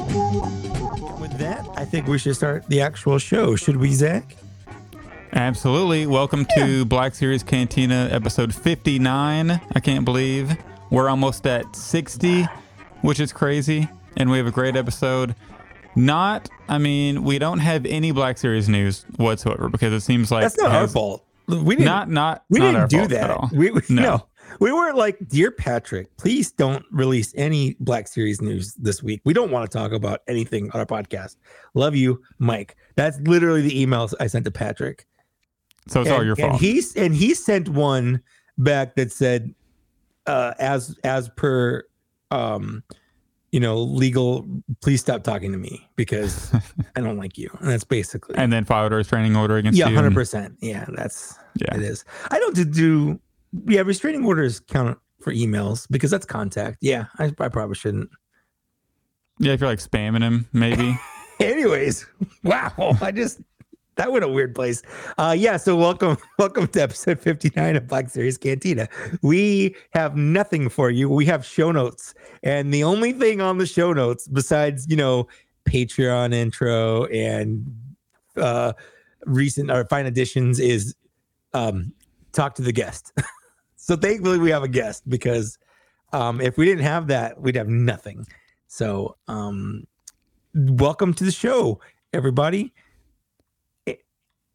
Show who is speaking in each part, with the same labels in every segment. Speaker 1: With that, I think we should start the actual show. Should we, Zach?
Speaker 2: Absolutely. Welcome to Black Series Cantina, episode 59. I can't believe we're almost at 60, which is crazy. And we have a great episode. Not, I mean, we don't have any Black Series news whatsoever because it seems like
Speaker 1: That's not
Speaker 2: it
Speaker 1: our
Speaker 2: has-
Speaker 1: fault. We didn't.
Speaker 2: Not not
Speaker 1: we
Speaker 2: not
Speaker 1: didn't
Speaker 2: our
Speaker 1: do
Speaker 2: fault
Speaker 1: that.
Speaker 2: at all.
Speaker 1: We, we no.
Speaker 2: No.
Speaker 1: We were like, dear Patrick, please don't release any Black Series news this week. We don't want to talk about anything on our podcast. Love you, Mike. That's literally the emails I sent to Patrick.
Speaker 2: so it's all
Speaker 1: And-
Speaker 2: your
Speaker 1: And
Speaker 2: fault.
Speaker 1: he and he sent one back that said, uh, as as per, um, you know, legal. Please stop talking to me because I don't like you. And that's basically
Speaker 2: and then filed a restraining order against
Speaker 1: yeah,
Speaker 2: you. and-
Speaker 1: hundred percent. Yeah, that's
Speaker 2: Yeah.
Speaker 1: it is. I don't do- do yeah restraining orders count for emails because that's contact. Yeah, I, I probably shouldn't.
Speaker 2: Yeah, if you're like spamming him, maybe.
Speaker 1: Anyways, wow, I just that went a weird place. Uh yeah, so welcome welcome to episode 59 of Black Series Cantina. We have nothing for you. We have show notes. And the only thing on the show notes besides, you know, Patreon intro and uh recent or fine additions is um talk to the guest. so thankfully we have a guest because um if we didn't have that, we'd have nothing. So um welcome to the show, everybody. A-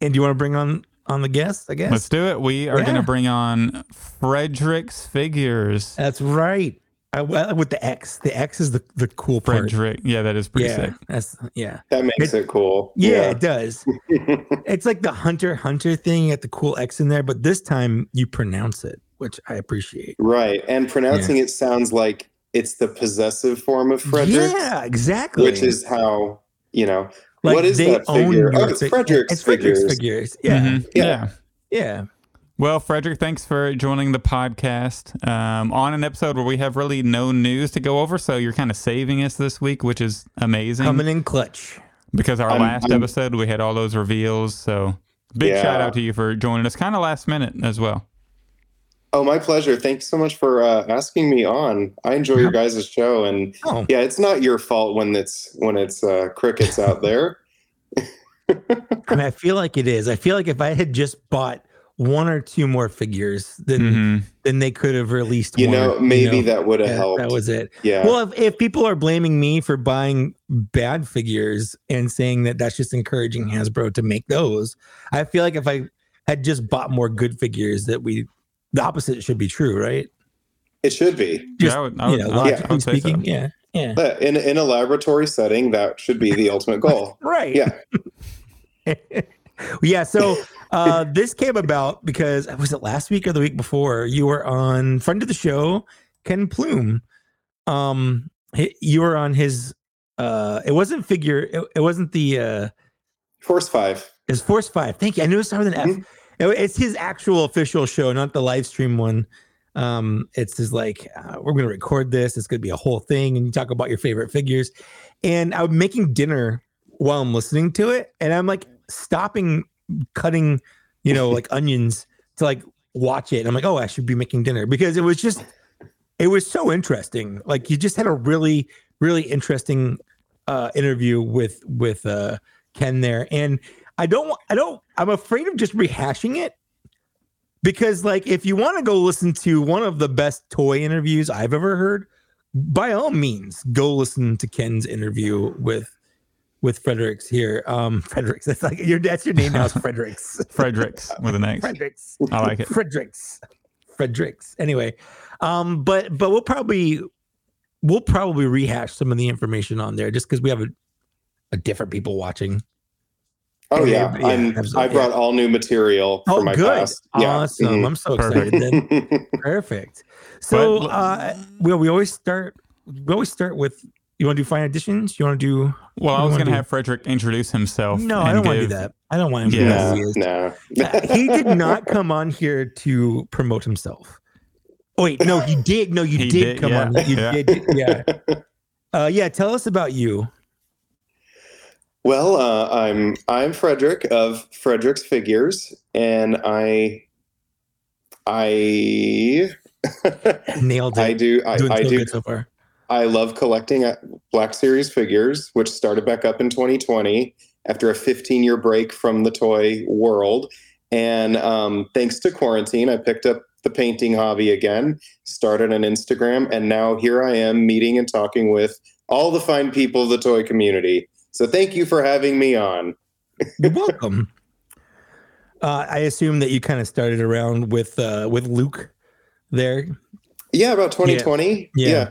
Speaker 1: And do you want to bring on on the guest? I guess
Speaker 2: Let's do it. We are going
Speaker 1: Yeah.
Speaker 2: to bring on Frederick's Figures.
Speaker 1: that's right. I, well, with the X, the X is the the cool part.
Speaker 2: Frederick. Yeah, that is pretty
Speaker 1: yeah,
Speaker 2: sick.
Speaker 1: that's yeah.
Speaker 3: That makes it, cool.
Speaker 1: yeah, It does.
Speaker 3: Yeah.
Speaker 1: It's like the Hunter Hunter thing. You got the cool X in there, but this time you pronounce it, which I appreciate.
Speaker 3: right. And pronouncing it sounds like it's the possessive form of Frederick,
Speaker 1: yeah, exactly.
Speaker 3: which is how, you know,
Speaker 1: like
Speaker 3: what is
Speaker 1: they
Speaker 3: that
Speaker 1: own
Speaker 3: figure?
Speaker 1: your
Speaker 3: Oh, it's
Speaker 1: fi-
Speaker 3: Frederick's
Speaker 1: it's Frederick's
Speaker 3: figures.
Speaker 1: figures. Yeah,
Speaker 2: Mhm.
Speaker 3: Yeah.
Speaker 2: yeah.
Speaker 1: yeah.
Speaker 2: Well, Frederick, thanks for joining the podcast um, on an episode where we have really no news to go over. So you're kind of saving us this week, which is amazing
Speaker 1: Coming in clutch.
Speaker 2: because our
Speaker 3: I'm-
Speaker 2: last
Speaker 3: I'm-
Speaker 2: episode we had all those reveals. So big
Speaker 3: Yeah.
Speaker 2: shout out to you for joining us, kind of last minute as well.
Speaker 3: Oh, my pleasure. Thanks so much for uh, asking me on. I enjoy your guys' show. And
Speaker 1: Oh,
Speaker 3: yeah, it's not your fault when it's when it's uh, crickets out there.
Speaker 1: I mean, I feel like it is. I feel like if I had just bought one or two more figures, then
Speaker 2: hmm
Speaker 1: then they could have released.
Speaker 3: You
Speaker 1: one,
Speaker 3: know, maybe
Speaker 1: know?
Speaker 3: that would have
Speaker 1: Yeah,
Speaker 3: helped.
Speaker 1: That was it.
Speaker 3: yeah.
Speaker 1: Well, if, if people are blaming me for buying bad figures and saying that that's just encouraging Hasbro to make those, I feel like if I had just bought more good figures, that we the opposite should be true, right?
Speaker 3: it should be.
Speaker 1: Just,
Speaker 2: yeah, I would, I
Speaker 1: You
Speaker 2: would,
Speaker 1: know,
Speaker 2: I would- I
Speaker 1: logically
Speaker 2: would say so.
Speaker 1: speaking, yeah, yeah,
Speaker 3: But in, in a laboratory setting, that should be the ultimate goal.
Speaker 1: right.
Speaker 3: Yeah.
Speaker 1: yeah. So uh, this came about because was it last week or the week before? You were on friend of the show, Ken Plume. Um, he- you were on his. Uh, it wasn't figure. It, it wasn't the. Uh,
Speaker 3: Force five.
Speaker 1: it was Force Five. Thank you. I knew it started with an F.
Speaker 3: Mhm.
Speaker 1: It- it's his actual official show, not the live stream one. Um, it's just like uh, we're going to record this. It's going to be a whole thing, and you talk about your favorite figures. And I'm making dinner while I'm listening to it, and I'm like stopping cutting, you know, like onions to like watch it. And I'm like, oh, I should be making dinner because it was just, it was so interesting. Like you just had a really, really interesting uh, interview with with uh, Ken there, and I don't, wa- I don't, I'm afraid of just rehashing it because like if you want to go listen to one of the best toy interviews I've ever heard, by all means, go listen to Ken's interview with. With Fredericks here, um, Fredericks. That's like your that's your name now, is Fredericks.
Speaker 2: Frederick's with an X.
Speaker 1: Fredericks.
Speaker 2: I like it.
Speaker 1: Fredericks. Fredericks. Anyway, um, but but we'll probably we'll probably rehash some of the information on there just because we have a, a different people watching.
Speaker 3: Oh
Speaker 1: Okay,
Speaker 3: yeah,
Speaker 1: yeah,
Speaker 3: I'm, I
Speaker 1: absolutely,
Speaker 3: brought all new material for
Speaker 1: Oh,
Speaker 3: my
Speaker 1: good.
Speaker 3: past. Yeah.
Speaker 1: Awesome.
Speaker 3: mhm.
Speaker 1: I'm so
Speaker 2: Perfect.
Speaker 1: excited. Then perfect. So
Speaker 2: But-
Speaker 1: uh, we we always start we always start with you want to do fine additions. You want to do
Speaker 2: Well, I
Speaker 1: You
Speaker 2: was
Speaker 1: wanna
Speaker 2: going to
Speaker 1: do-
Speaker 2: have Frederick introduce himself.
Speaker 1: no? I
Speaker 2: and
Speaker 1: don't want to
Speaker 2: give-
Speaker 1: do that. I don't want to do
Speaker 2: Yeah.
Speaker 1: that.
Speaker 3: no, no.
Speaker 1: he did not come on here to promote himself. Oh, wait, no, he did. No, you
Speaker 2: He
Speaker 1: did,
Speaker 2: did,
Speaker 1: come
Speaker 2: yeah,
Speaker 1: on. You
Speaker 2: yeah.
Speaker 1: did. Yeah. Uh, yeah. Tell us about you.
Speaker 3: Well, uh, I'm I'm Frederick of Frederick's Figures, and I I
Speaker 1: Nailed it.
Speaker 3: I do I,
Speaker 1: Doing
Speaker 3: I
Speaker 1: so
Speaker 3: do
Speaker 1: good so far.
Speaker 3: I love collecting uh, Black Series figures, which started back up in 2020 after a 15 year break from the toy world. And um, thanks to quarantine, I picked up the painting hobby again, started on Instagram, and now here I am meeting and talking with all the fine people of the toy community. So thank you for having me on.
Speaker 1: You're welcome. Uh, I assume that you kind of started around with uh, with Luke there.
Speaker 3: Yeah, about 2020.
Speaker 1: Yeah.
Speaker 3: Yeah.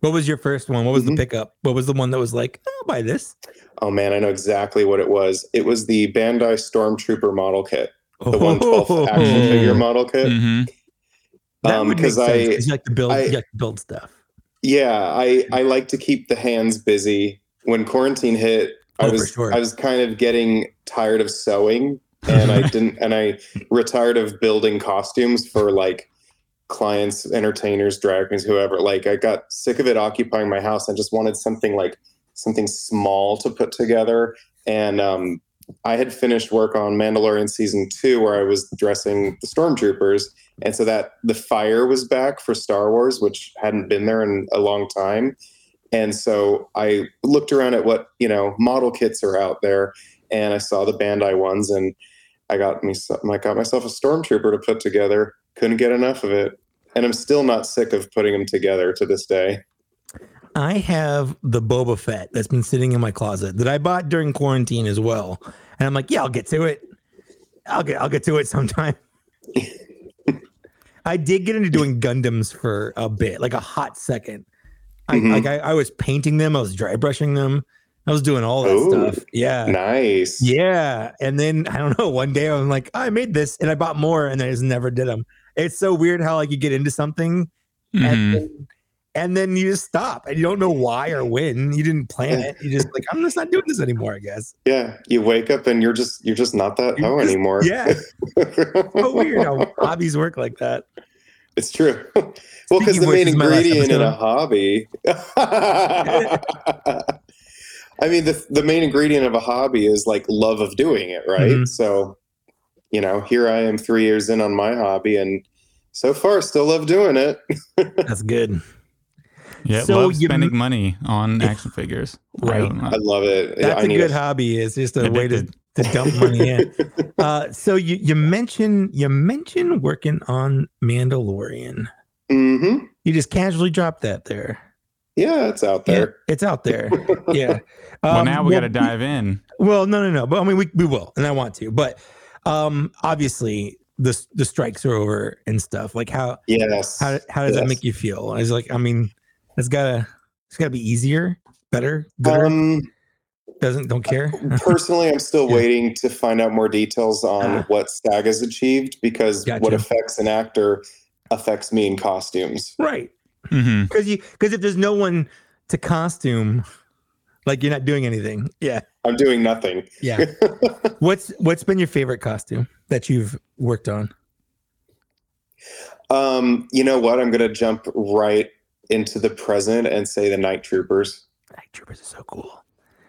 Speaker 1: What was your first one? What was the
Speaker 3: Mhm.
Speaker 1: pickup? What was the one that was like, I'll buy this?
Speaker 3: Oh man, I know exactly what it was. It was the Bandai Stormtrooper model kit, the 112th action
Speaker 2: Oh.
Speaker 3: figure model kit.
Speaker 2: hmm
Speaker 1: That
Speaker 3: Um,
Speaker 1: would make
Speaker 3: 'cause I-
Speaker 1: sense. 'cause you like to build,
Speaker 3: I-
Speaker 1: you like to build stuff.
Speaker 3: Yeah, I I like to keep the hands busy. When quarantine hit,
Speaker 1: Oh,
Speaker 3: I
Speaker 1: for
Speaker 3: was
Speaker 1: sure.
Speaker 3: I was kind of getting tired of sewing, and I didn't, and I retired of building costumes for like clients, entertainers, drag queens, whoever. Like I got sick of it occupying my house. I just wanted something like something small to put together, and um, I had finished work on Mandalorian season two, where I was dressing the stormtroopers, and so that the fire was back for Star Wars, which hadn't been there in a long time. And so I looked around at what you know model kits are out there, and I saw the Bandai ones, and I got me some- I got myself a stormtrooper to put together. Couldn't get enough of it, and I'm still not sick of putting them together to this day.
Speaker 1: I have the Boba Fett that's been sitting in my closet that I bought during quarantine as well. And I'm like, yeah, I'll get to it. I'll get I'll get to it sometime. I did get into doing Gundams for a bit, like a hot second. I
Speaker 3: Mhm.
Speaker 1: like I, I was painting them, I was dry brushing them, I was doing all that
Speaker 3: Ooh,
Speaker 1: stuff. Yeah.
Speaker 3: Nice.
Speaker 1: Yeah. And then I don't know, one day I'm like, I made this and I bought more and I just never did them. It's so weird how like you get into something
Speaker 2: Mm-hmm.
Speaker 1: and, then, and then you just stop and you don't know why or when you didn't plan it you just like i'm just not doing this anymore i guess
Speaker 3: Yeah. You wake up and you're just you're just not that
Speaker 1: You're
Speaker 3: hoe
Speaker 1: just-
Speaker 3: anymore.
Speaker 1: yeah so weird how hobbies work like that
Speaker 3: It's true. well, because
Speaker 1: Speaking of
Speaker 3: the
Speaker 1: which,
Speaker 3: main
Speaker 1: this is my last
Speaker 3: ingredient in a
Speaker 1: episode.
Speaker 3: hobby. I mean, the the main ingredient of a hobby is like love of doing it, right?
Speaker 1: Mhm.
Speaker 3: So, you know, here I am, three years in on my hobby, and so far, still love doing it.
Speaker 1: that's good
Speaker 2: Yeah,
Speaker 1: So
Speaker 2: love
Speaker 1: you-
Speaker 2: spending money on action figures.
Speaker 1: Right.
Speaker 3: I love it.
Speaker 1: that's
Speaker 3: I
Speaker 1: a
Speaker 3: need
Speaker 1: good
Speaker 3: it.
Speaker 1: hobby it's just a way to, to dump money in uh so you you mentioned you mentioned working on mandalorian
Speaker 3: hmm
Speaker 1: you just casually dropped that there
Speaker 3: Yeah, it's out
Speaker 1: Yeah,
Speaker 3: there.
Speaker 1: it's out there yeah
Speaker 2: well,
Speaker 1: Um,
Speaker 2: now we got to
Speaker 1: well,
Speaker 2: dive in.
Speaker 1: Well, no, no, no. But I mean, we, we will, and I want to. But um, obviously, the s- the strikes are over and stuff. Like how
Speaker 3: Yes.
Speaker 1: how how does that
Speaker 3: Yes.
Speaker 1: make you feel? I was like, I mean, it's gotta it's gotta be easier, better, gooder.
Speaker 3: Um,
Speaker 1: doesn't don't care.
Speaker 3: uh, Personally, I'm still
Speaker 1: Yeah.
Speaker 3: waiting to find out more details on
Speaker 1: Ah.
Speaker 3: what SAG has achieved because what
Speaker 1: Gotcha.
Speaker 3: affects an actor affects me in costumes.
Speaker 1: Right?
Speaker 2: hmm
Speaker 1: Because you because if there's no one to costume, like you're not doing anything. Yeah,
Speaker 3: I'm doing nothing.
Speaker 1: yeah. what's what's been your favorite costume that you've worked on?
Speaker 3: Um, you know what? I'm going to jump right into the present and say the Night Troopers.
Speaker 1: Night troopers are so cool.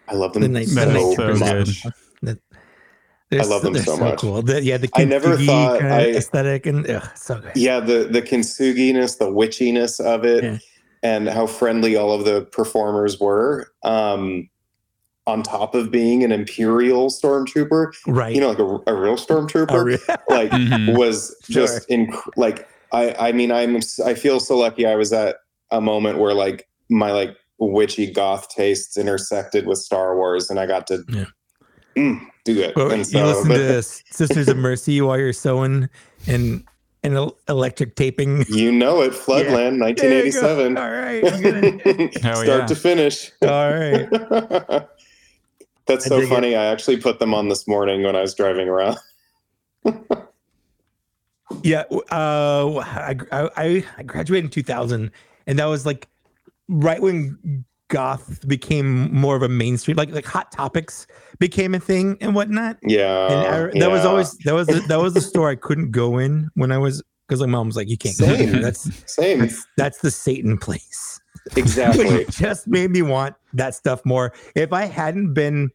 Speaker 3: I love them
Speaker 1: The Night-
Speaker 3: so
Speaker 1: the Night Troopers
Speaker 2: are
Speaker 3: much.
Speaker 2: good.
Speaker 1: They're
Speaker 3: I love them
Speaker 1: they're
Speaker 3: so much.
Speaker 1: Cool. The- yeah, the
Speaker 3: I never
Speaker 1: Kintsugi
Speaker 3: thought
Speaker 1: kinda
Speaker 3: I-
Speaker 1: aesthetic and ugh, so good.
Speaker 3: Yeah, the the kintsuginess, the witchiness of it,
Speaker 1: Yeah.
Speaker 3: and how friendly all of the performers were. Um, on top of being an imperial stormtrooper,
Speaker 1: Right.
Speaker 3: you know, like a, a real stormtrooper.
Speaker 1: A re-
Speaker 3: like
Speaker 1: mm-hmm.
Speaker 2: Mhm.
Speaker 3: was just inc- like I I mean I'm I feel so lucky I was at a moment where like my like witchy goth tastes intersected with Star Wars and I got to
Speaker 1: Yeah.
Speaker 3: mm, do it.
Speaker 1: Well,
Speaker 3: and
Speaker 1: you
Speaker 3: so,
Speaker 1: listen to Sisters of Mercy while you're sewing and and el- electric taping.
Speaker 3: you know it, Floodland,
Speaker 1: There you go.
Speaker 3: 1987,
Speaker 1: All right. I'm gonna-
Speaker 2: Hell
Speaker 1: Oh,
Speaker 3: start
Speaker 2: yeah.
Speaker 3: to finish.
Speaker 1: All right.
Speaker 3: That's
Speaker 1: I
Speaker 3: so
Speaker 1: dig it.
Speaker 3: funny. I actually put them on this morning when I was driving around.
Speaker 1: Yeah. w- Uh, I, I I graduated in 2000, and that was like right when goth became more of a mainstream, like like Hot Topics became a thing and whatnot.
Speaker 3: Yeah,
Speaker 1: and I, that was
Speaker 3: Oh, yeah.
Speaker 1: always that was the, that was the store I couldn't go in when I was because my mom was like, "You can't go in. there.
Speaker 3: Same.
Speaker 1: That's
Speaker 3: same
Speaker 1: that's that's the Satan place." But
Speaker 3: exactly.
Speaker 1: it just made me want that stuff more. If I hadn't been,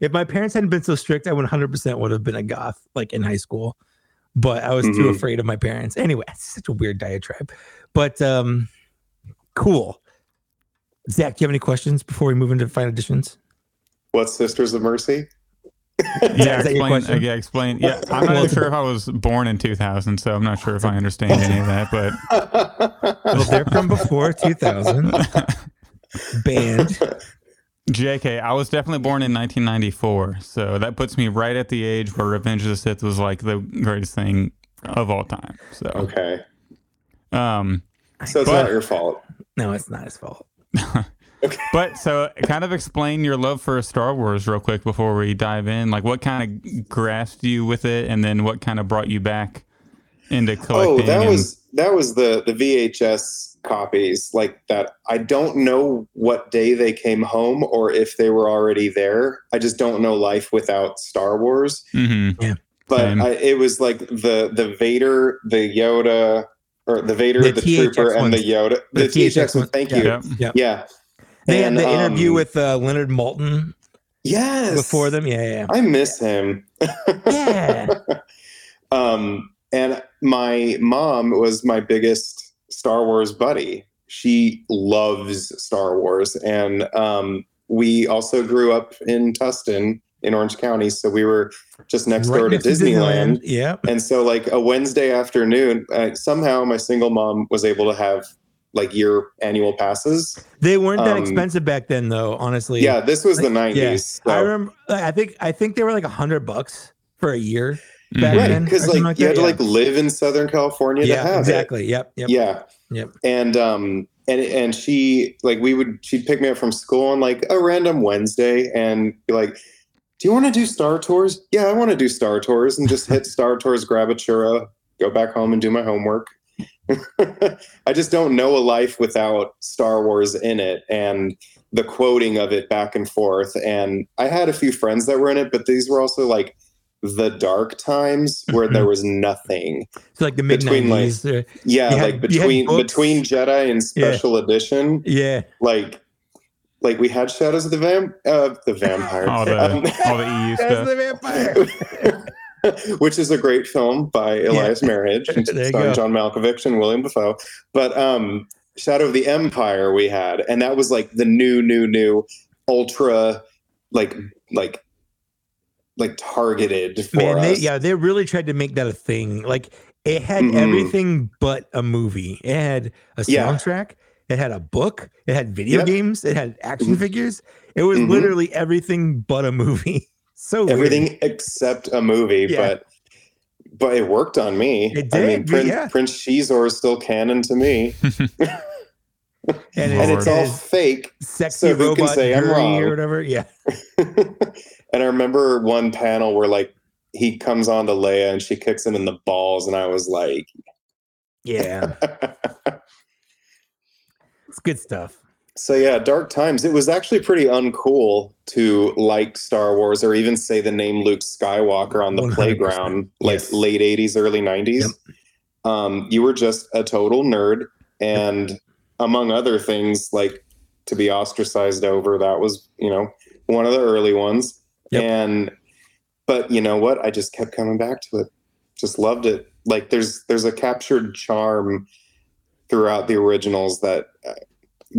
Speaker 1: if my parents hadn't been so strict, I 100% would have been a goth like in high school. But I was too
Speaker 3: Mhm.
Speaker 1: afraid of my parents. Anyway, it's such a weird diatribe. But um, cool. Zach, do you have any questions before we move into final editions?
Speaker 3: What's Sisters of Mercy?
Speaker 2: Yeah,
Speaker 1: Is that your
Speaker 2: explain. uh,
Speaker 1: question?
Speaker 2: yeah, explain. Yeah, I'm not sure if I was born in 2000, so I'm not sure if I understand any of that. But
Speaker 1: Well, they're from before 2000. Band.
Speaker 2: JK, I was definitely born in 1994, so that puts me right at the age where Revenge of the Sith was like the greatest thing of all time. So,
Speaker 3: okay.
Speaker 2: um,
Speaker 3: So it's
Speaker 2: But-
Speaker 3: not your fault.
Speaker 1: No, it's not his fault.
Speaker 2: but so kind of explain your love for Star Wars real quick before we dive in. Like, what kind of grasped you with it, and then what kind of brought you back into
Speaker 3: Oh,
Speaker 2: collecting?
Speaker 3: that
Speaker 2: and-
Speaker 3: was that was the the VHS copies like that. I don't know what day they came home or if they were already there. I just don't know life without Star Wars.
Speaker 2: Mhm.
Speaker 3: But
Speaker 2: Same.
Speaker 3: I, it was like the the Vader, the Yoda, or the Vader,
Speaker 1: The
Speaker 3: the,
Speaker 1: THX
Speaker 3: Trooper, and the
Speaker 1: ones.
Speaker 3: Yoda.
Speaker 1: The
Speaker 3: The,
Speaker 1: THX
Speaker 3: THX.
Speaker 1: ones,
Speaker 3: one. Thank you.
Speaker 2: Yep.
Speaker 3: Yeah.
Speaker 1: They
Speaker 3: And,
Speaker 1: had the interview
Speaker 3: um,
Speaker 1: with uh, Leonard Malton
Speaker 3: yes
Speaker 1: before them. Yeah, yeah,
Speaker 3: I miss him.
Speaker 1: yeah.
Speaker 3: Um, and my mom was my biggest Star Wars buddy. She loves Star Wars. And um, we also grew up in Tustin in Orange County. So we were just next
Speaker 1: Right
Speaker 3: door to
Speaker 1: next to
Speaker 3: Disneyland.
Speaker 1: Yeah.
Speaker 3: And so, like a Wednesday afternoon, uh, somehow my single mom was able to have like year annual passes.
Speaker 1: They weren't that
Speaker 3: Um,
Speaker 1: expensive back then, though. Honestly,
Speaker 3: Yeah, this was the
Speaker 1: Like,
Speaker 3: 90s.
Speaker 1: yeah.
Speaker 3: so-
Speaker 1: I remember. like, I think I think they were like a hundred bucks for a year.
Speaker 2: Mhm.
Speaker 1: Right.
Speaker 3: Right,
Speaker 1: then or
Speaker 3: because like,
Speaker 1: something like
Speaker 3: you
Speaker 1: that,
Speaker 3: had to
Speaker 1: yeah.
Speaker 3: like live in Southern California to have it.
Speaker 1: exactly. Yep, yep.
Speaker 3: Yeah.
Speaker 1: Yep.
Speaker 3: And um and and she like we would she'd pick me up from school on like a random Wednesday and be like, Do you want to do Star Tours? Yeah, I want to do Star Tours and just hit Star Tours, grab a churro, go back home and do my homework. I just don't know a life without Star Wars in it and the quoting of it back and forth. And I had a few friends that were in it, but these were also like the dark times where
Speaker 1: Mm-hmm.
Speaker 3: there was nothing
Speaker 1: So like the mid
Speaker 3: Between, like-
Speaker 1: nineties.
Speaker 3: yeah
Speaker 1: You had-
Speaker 3: like
Speaker 1: you had
Speaker 3: between
Speaker 1: books.
Speaker 3: between jedi and
Speaker 1: Yeah.
Speaker 3: special edition
Speaker 1: yeah.
Speaker 3: like like we had shadows of the vamp uh, the vampire
Speaker 1: Oh,
Speaker 2: All the
Speaker 3: Um,
Speaker 2: all the EU
Speaker 1: That's
Speaker 2: stuff.
Speaker 1: the vampire.
Speaker 3: which is a great film by elias marriage and
Speaker 1: There you go.
Speaker 3: starring john malkovich and william defoe but um shadow of the empire we had and that was like the new new new ultra like like like targeted for
Speaker 1: Man, they,
Speaker 3: us
Speaker 1: yeah, they really tried to make that a thing. Like it had
Speaker 3: Mhm.
Speaker 1: everything but a movie. It had a
Speaker 3: Yeah.
Speaker 1: soundtrack. It had a book. It had video
Speaker 3: Yep.
Speaker 1: games. It had action
Speaker 3: Mhm.
Speaker 1: figures. It was
Speaker 3: Mhm.
Speaker 1: literally everything but a movie. So weird.
Speaker 3: everything except a movie,
Speaker 1: Yeah.
Speaker 3: but but it worked on me.
Speaker 1: It
Speaker 3: I
Speaker 1: did,
Speaker 3: mean,
Speaker 1: but
Speaker 3: Prince,
Speaker 1: yeah.
Speaker 3: Prince Shizor is still canon to me,
Speaker 1: and,
Speaker 2: Lord.
Speaker 3: and it's all
Speaker 1: it is
Speaker 3: fake.
Speaker 1: sexy
Speaker 3: so who can
Speaker 1: robot
Speaker 3: say I'm
Speaker 1: jury
Speaker 3: wrong?
Speaker 1: or whatever. Yeah.
Speaker 3: and I remember one panel where like he comes on to Leia and she kicks him in the balls, and I was like,
Speaker 1: Yeah, it's good stuff.
Speaker 3: so yeah, dark times. It was actually pretty uncool to like Star Wars or even say the name Luke Skywalker on the
Speaker 1: 100%.
Speaker 3: playground, like
Speaker 1: Yes.
Speaker 3: late '80s, early '90s.
Speaker 1: Yep.
Speaker 3: Um, you were just a total nerd, and among other things, like to be ostracized over. That was, you know, one of the early ones.
Speaker 1: Yep.
Speaker 3: And but you know what? I just kept coming back to it. Just loved it. Like there's there's a captured charm throughout the originals that uh,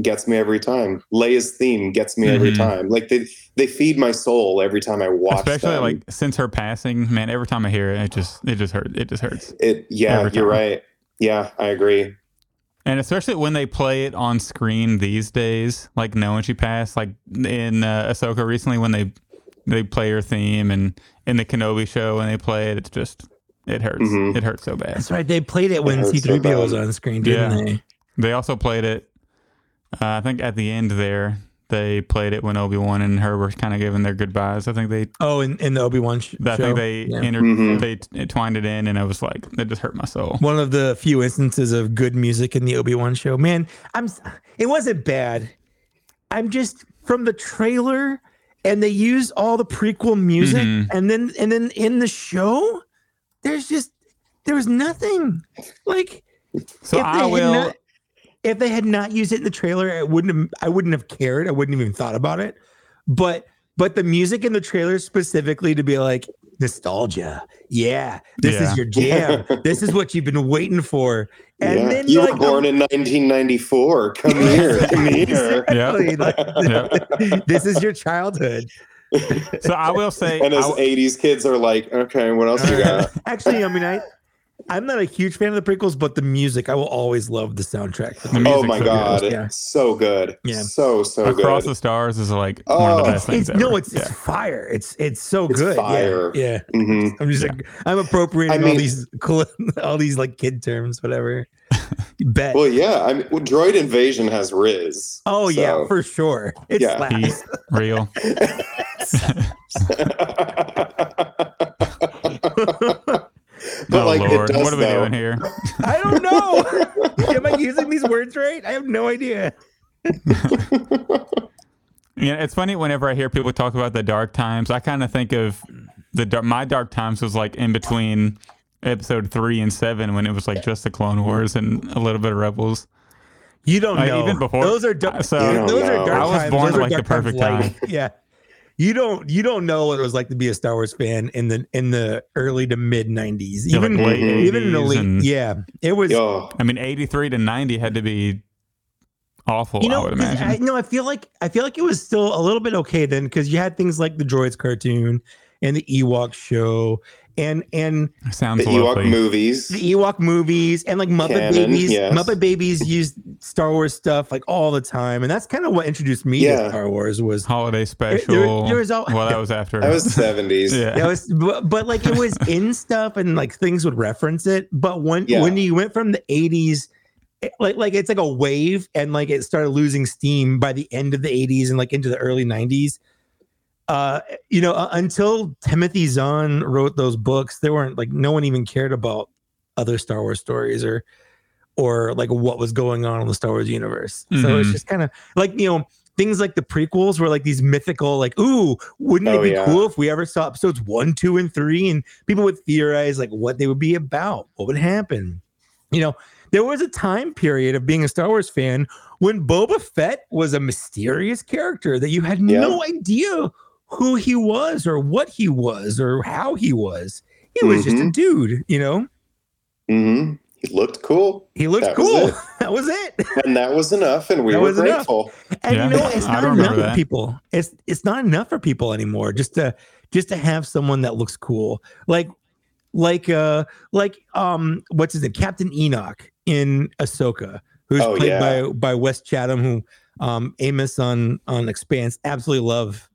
Speaker 3: gets me every time. Leia's theme gets me every
Speaker 2: Mhm.
Speaker 3: time. Like they they feed my soul every time I watch
Speaker 2: Especially
Speaker 3: them.
Speaker 2: like since her passing, man. Every time I hear it, it just it just hurts. It just hurts.
Speaker 3: it yeah,
Speaker 2: every
Speaker 3: you're
Speaker 2: time.
Speaker 3: right. Yeah, I agree.
Speaker 2: And especially when they play it on screen these days, like knowing she passed, like in uh, Ahsoka recently when they they play her theme and in the Kenobi show when they play it, it's just it hurts.
Speaker 3: Mhm.
Speaker 2: It hurts so bad.
Speaker 1: That's right. They played it when
Speaker 3: Yeah, it was so
Speaker 1: C3PO was
Speaker 3: bad.
Speaker 1: on screen, didn't
Speaker 2: Yeah.
Speaker 1: they?
Speaker 2: They also played it. Uh, I think at the end there, they played it when Obi Wan and her were kind of giving their goodbyes. I think they,
Speaker 1: Oh, in, in the Obi Wan sh-
Speaker 2: I
Speaker 1: show.
Speaker 2: think they
Speaker 1: Yeah.
Speaker 2: inter-
Speaker 3: Mhm.
Speaker 2: they t- twined it in, and I was like, that just hurt my soul.
Speaker 1: One of the few instances of good music in the Obi Wan show. Man, I'm. s- It wasn't bad. I'm just from the trailer, and they use all the prequel music,
Speaker 2: Mhm.
Speaker 1: and then and then in the show, there's just there was nothing. Like
Speaker 2: So
Speaker 1: if they
Speaker 2: I
Speaker 1: had
Speaker 2: will.
Speaker 1: not- if they had not used it in the trailer, I wouldn't. Have, I wouldn't have cared. I wouldn't even thought about it. But but the music in the trailer specifically to be like, nostalgia. Yeah, this
Speaker 2: Yeah.
Speaker 1: is your jam. this is what you've been waiting for. And
Speaker 3: Yeah.
Speaker 1: then
Speaker 3: you
Speaker 1: like
Speaker 3: were
Speaker 1: the-
Speaker 3: born in 1994. Come here, come here.
Speaker 1: Exactly, like,
Speaker 2: Yeah.
Speaker 1: this is your childhood.
Speaker 2: So I will say,
Speaker 3: And us
Speaker 2: I-
Speaker 3: 80s kids are like, okay, what else you got?
Speaker 1: Actually, I mean, I I'm not a huge fan of the prequels, but the music I will always love the soundtrack.
Speaker 2: The music-
Speaker 3: oh my
Speaker 2: so good.
Speaker 3: god,
Speaker 1: Yeah.
Speaker 3: so good,
Speaker 1: Yeah.
Speaker 3: so so
Speaker 2: Across
Speaker 3: good.
Speaker 2: the Stars is like one of
Speaker 3: Oh.
Speaker 2: the best
Speaker 1: it's,
Speaker 2: things
Speaker 1: it's,
Speaker 2: ever.
Speaker 1: no, it's,
Speaker 2: yeah.
Speaker 1: it's fire. It's it's so
Speaker 3: It's
Speaker 1: good. Yeah,
Speaker 3: fire.
Speaker 1: Yeah,
Speaker 3: hmm
Speaker 1: I'm just
Speaker 2: Yeah.
Speaker 1: like I'm appropriating
Speaker 3: I mean-
Speaker 1: all these cool, all these like kid terms, whatever. Bet.
Speaker 3: Well, yeah, I mean, well, Droid Invasion has Riz.
Speaker 1: oh yeah,
Speaker 3: so-
Speaker 1: for sure. It
Speaker 3: Yeah.
Speaker 1: slaps.
Speaker 2: Heat, real.
Speaker 3: But,
Speaker 2: oh
Speaker 3: like, it
Speaker 2: Lord,
Speaker 3: does,
Speaker 2: what are we
Speaker 3: though.
Speaker 2: doing here?
Speaker 1: I don't know. Am I using these words right? I have no idea.
Speaker 2: Yeah, it's funny whenever I hear people talk about the dark times. I kind of think of the dar- my dark times was like in between episode three and seven when it was like just the Clone Wars and a little bit of Rebels.
Speaker 1: You don't
Speaker 2: Like,
Speaker 1: know.
Speaker 2: even before-
Speaker 1: those are dark.
Speaker 2: So-
Speaker 3: You don't
Speaker 1: those
Speaker 3: know.
Speaker 1: are dark
Speaker 2: I was
Speaker 1: times.
Speaker 2: born
Speaker 1: Those are
Speaker 2: like the
Speaker 1: dark times
Speaker 2: perfect
Speaker 1: life. Yeah. You don't you don't know what it was like to be a Star Wars fan in the in the early to mid nineties.
Speaker 2: Yeah,
Speaker 1: Even
Speaker 2: like late
Speaker 3: Mhm.
Speaker 1: even in the
Speaker 2: 80s
Speaker 1: late
Speaker 2: and-
Speaker 1: yeah. It was
Speaker 3: Yo,
Speaker 2: I mean, eighty three to ninety had to be awful.
Speaker 1: you know,
Speaker 2: I would
Speaker 1: 'cause
Speaker 2: imagine.
Speaker 1: I, no, I feel like I feel like it was still a little bit okay then because you had things like the Droids cartoon and the Ewok show and and
Speaker 2: Sounds
Speaker 3: the Ewok
Speaker 2: lovely.
Speaker 3: movies.
Speaker 1: the Ewok movies and like Muppet
Speaker 3: Canon,
Speaker 1: Babies.
Speaker 3: yes.
Speaker 1: Muppet Babies used Star Wars stuff like all the time, and that's kind of what introduced me to
Speaker 3: Yeah.
Speaker 1: Star Wars. Was
Speaker 2: holiday
Speaker 1: there-
Speaker 2: special.
Speaker 1: there, there was all
Speaker 2: well, that was after.
Speaker 3: That was 70s.
Speaker 2: yeah.
Speaker 1: that was, but, but like it was in stuff, and like things would reference it. But when
Speaker 3: Yeah.
Speaker 1: when you went from the eighties. eh, Like, like it's like a wave, and like it started losing steam by the end of the 80s and like into the early 90s. Uh, you know, uh, until Timothy Zahn wrote those books, there weren't like no one even cared about other Star Wars stories or or like what was going on in the Star Wars universe. So it's
Speaker 2: Mhm.
Speaker 1: just kind of like you know things like the prequels were like these mythical like ooh wouldn't it
Speaker 3: Oh,
Speaker 1: be
Speaker 3: yeah.
Speaker 1: cool if we ever saw episodes one two and three and people would theorize like what they would be about what would happen you know there was a time period of being a Star Wars fan when Boba Fett was a mysterious character that you had
Speaker 3: Yeah.
Speaker 1: no idea who he was or what he was or how he was. He was just a
Speaker 3: Mhm.
Speaker 1: dude, you know.
Speaker 3: hmm He looked cool,
Speaker 1: He looked
Speaker 3: That was
Speaker 1: cool.
Speaker 3: it.
Speaker 1: that was it.
Speaker 3: and that was enough, and we
Speaker 1: That
Speaker 3: were
Speaker 1: was enough.
Speaker 3: grateful.
Speaker 1: And
Speaker 2: Yeah,
Speaker 1: you know, it's
Speaker 2: I
Speaker 1: not
Speaker 2: remember
Speaker 1: enough for
Speaker 2: that.
Speaker 1: people. It's it's not enough for people anymore. Just to just to have someone that looks cool, like like uh like um what's his name, Captain Enoch in Ahsoka, who's
Speaker 3: Oh,
Speaker 1: played
Speaker 3: yeah.
Speaker 1: by by Wes Chatham, who um Amos on on Expanse absolutely love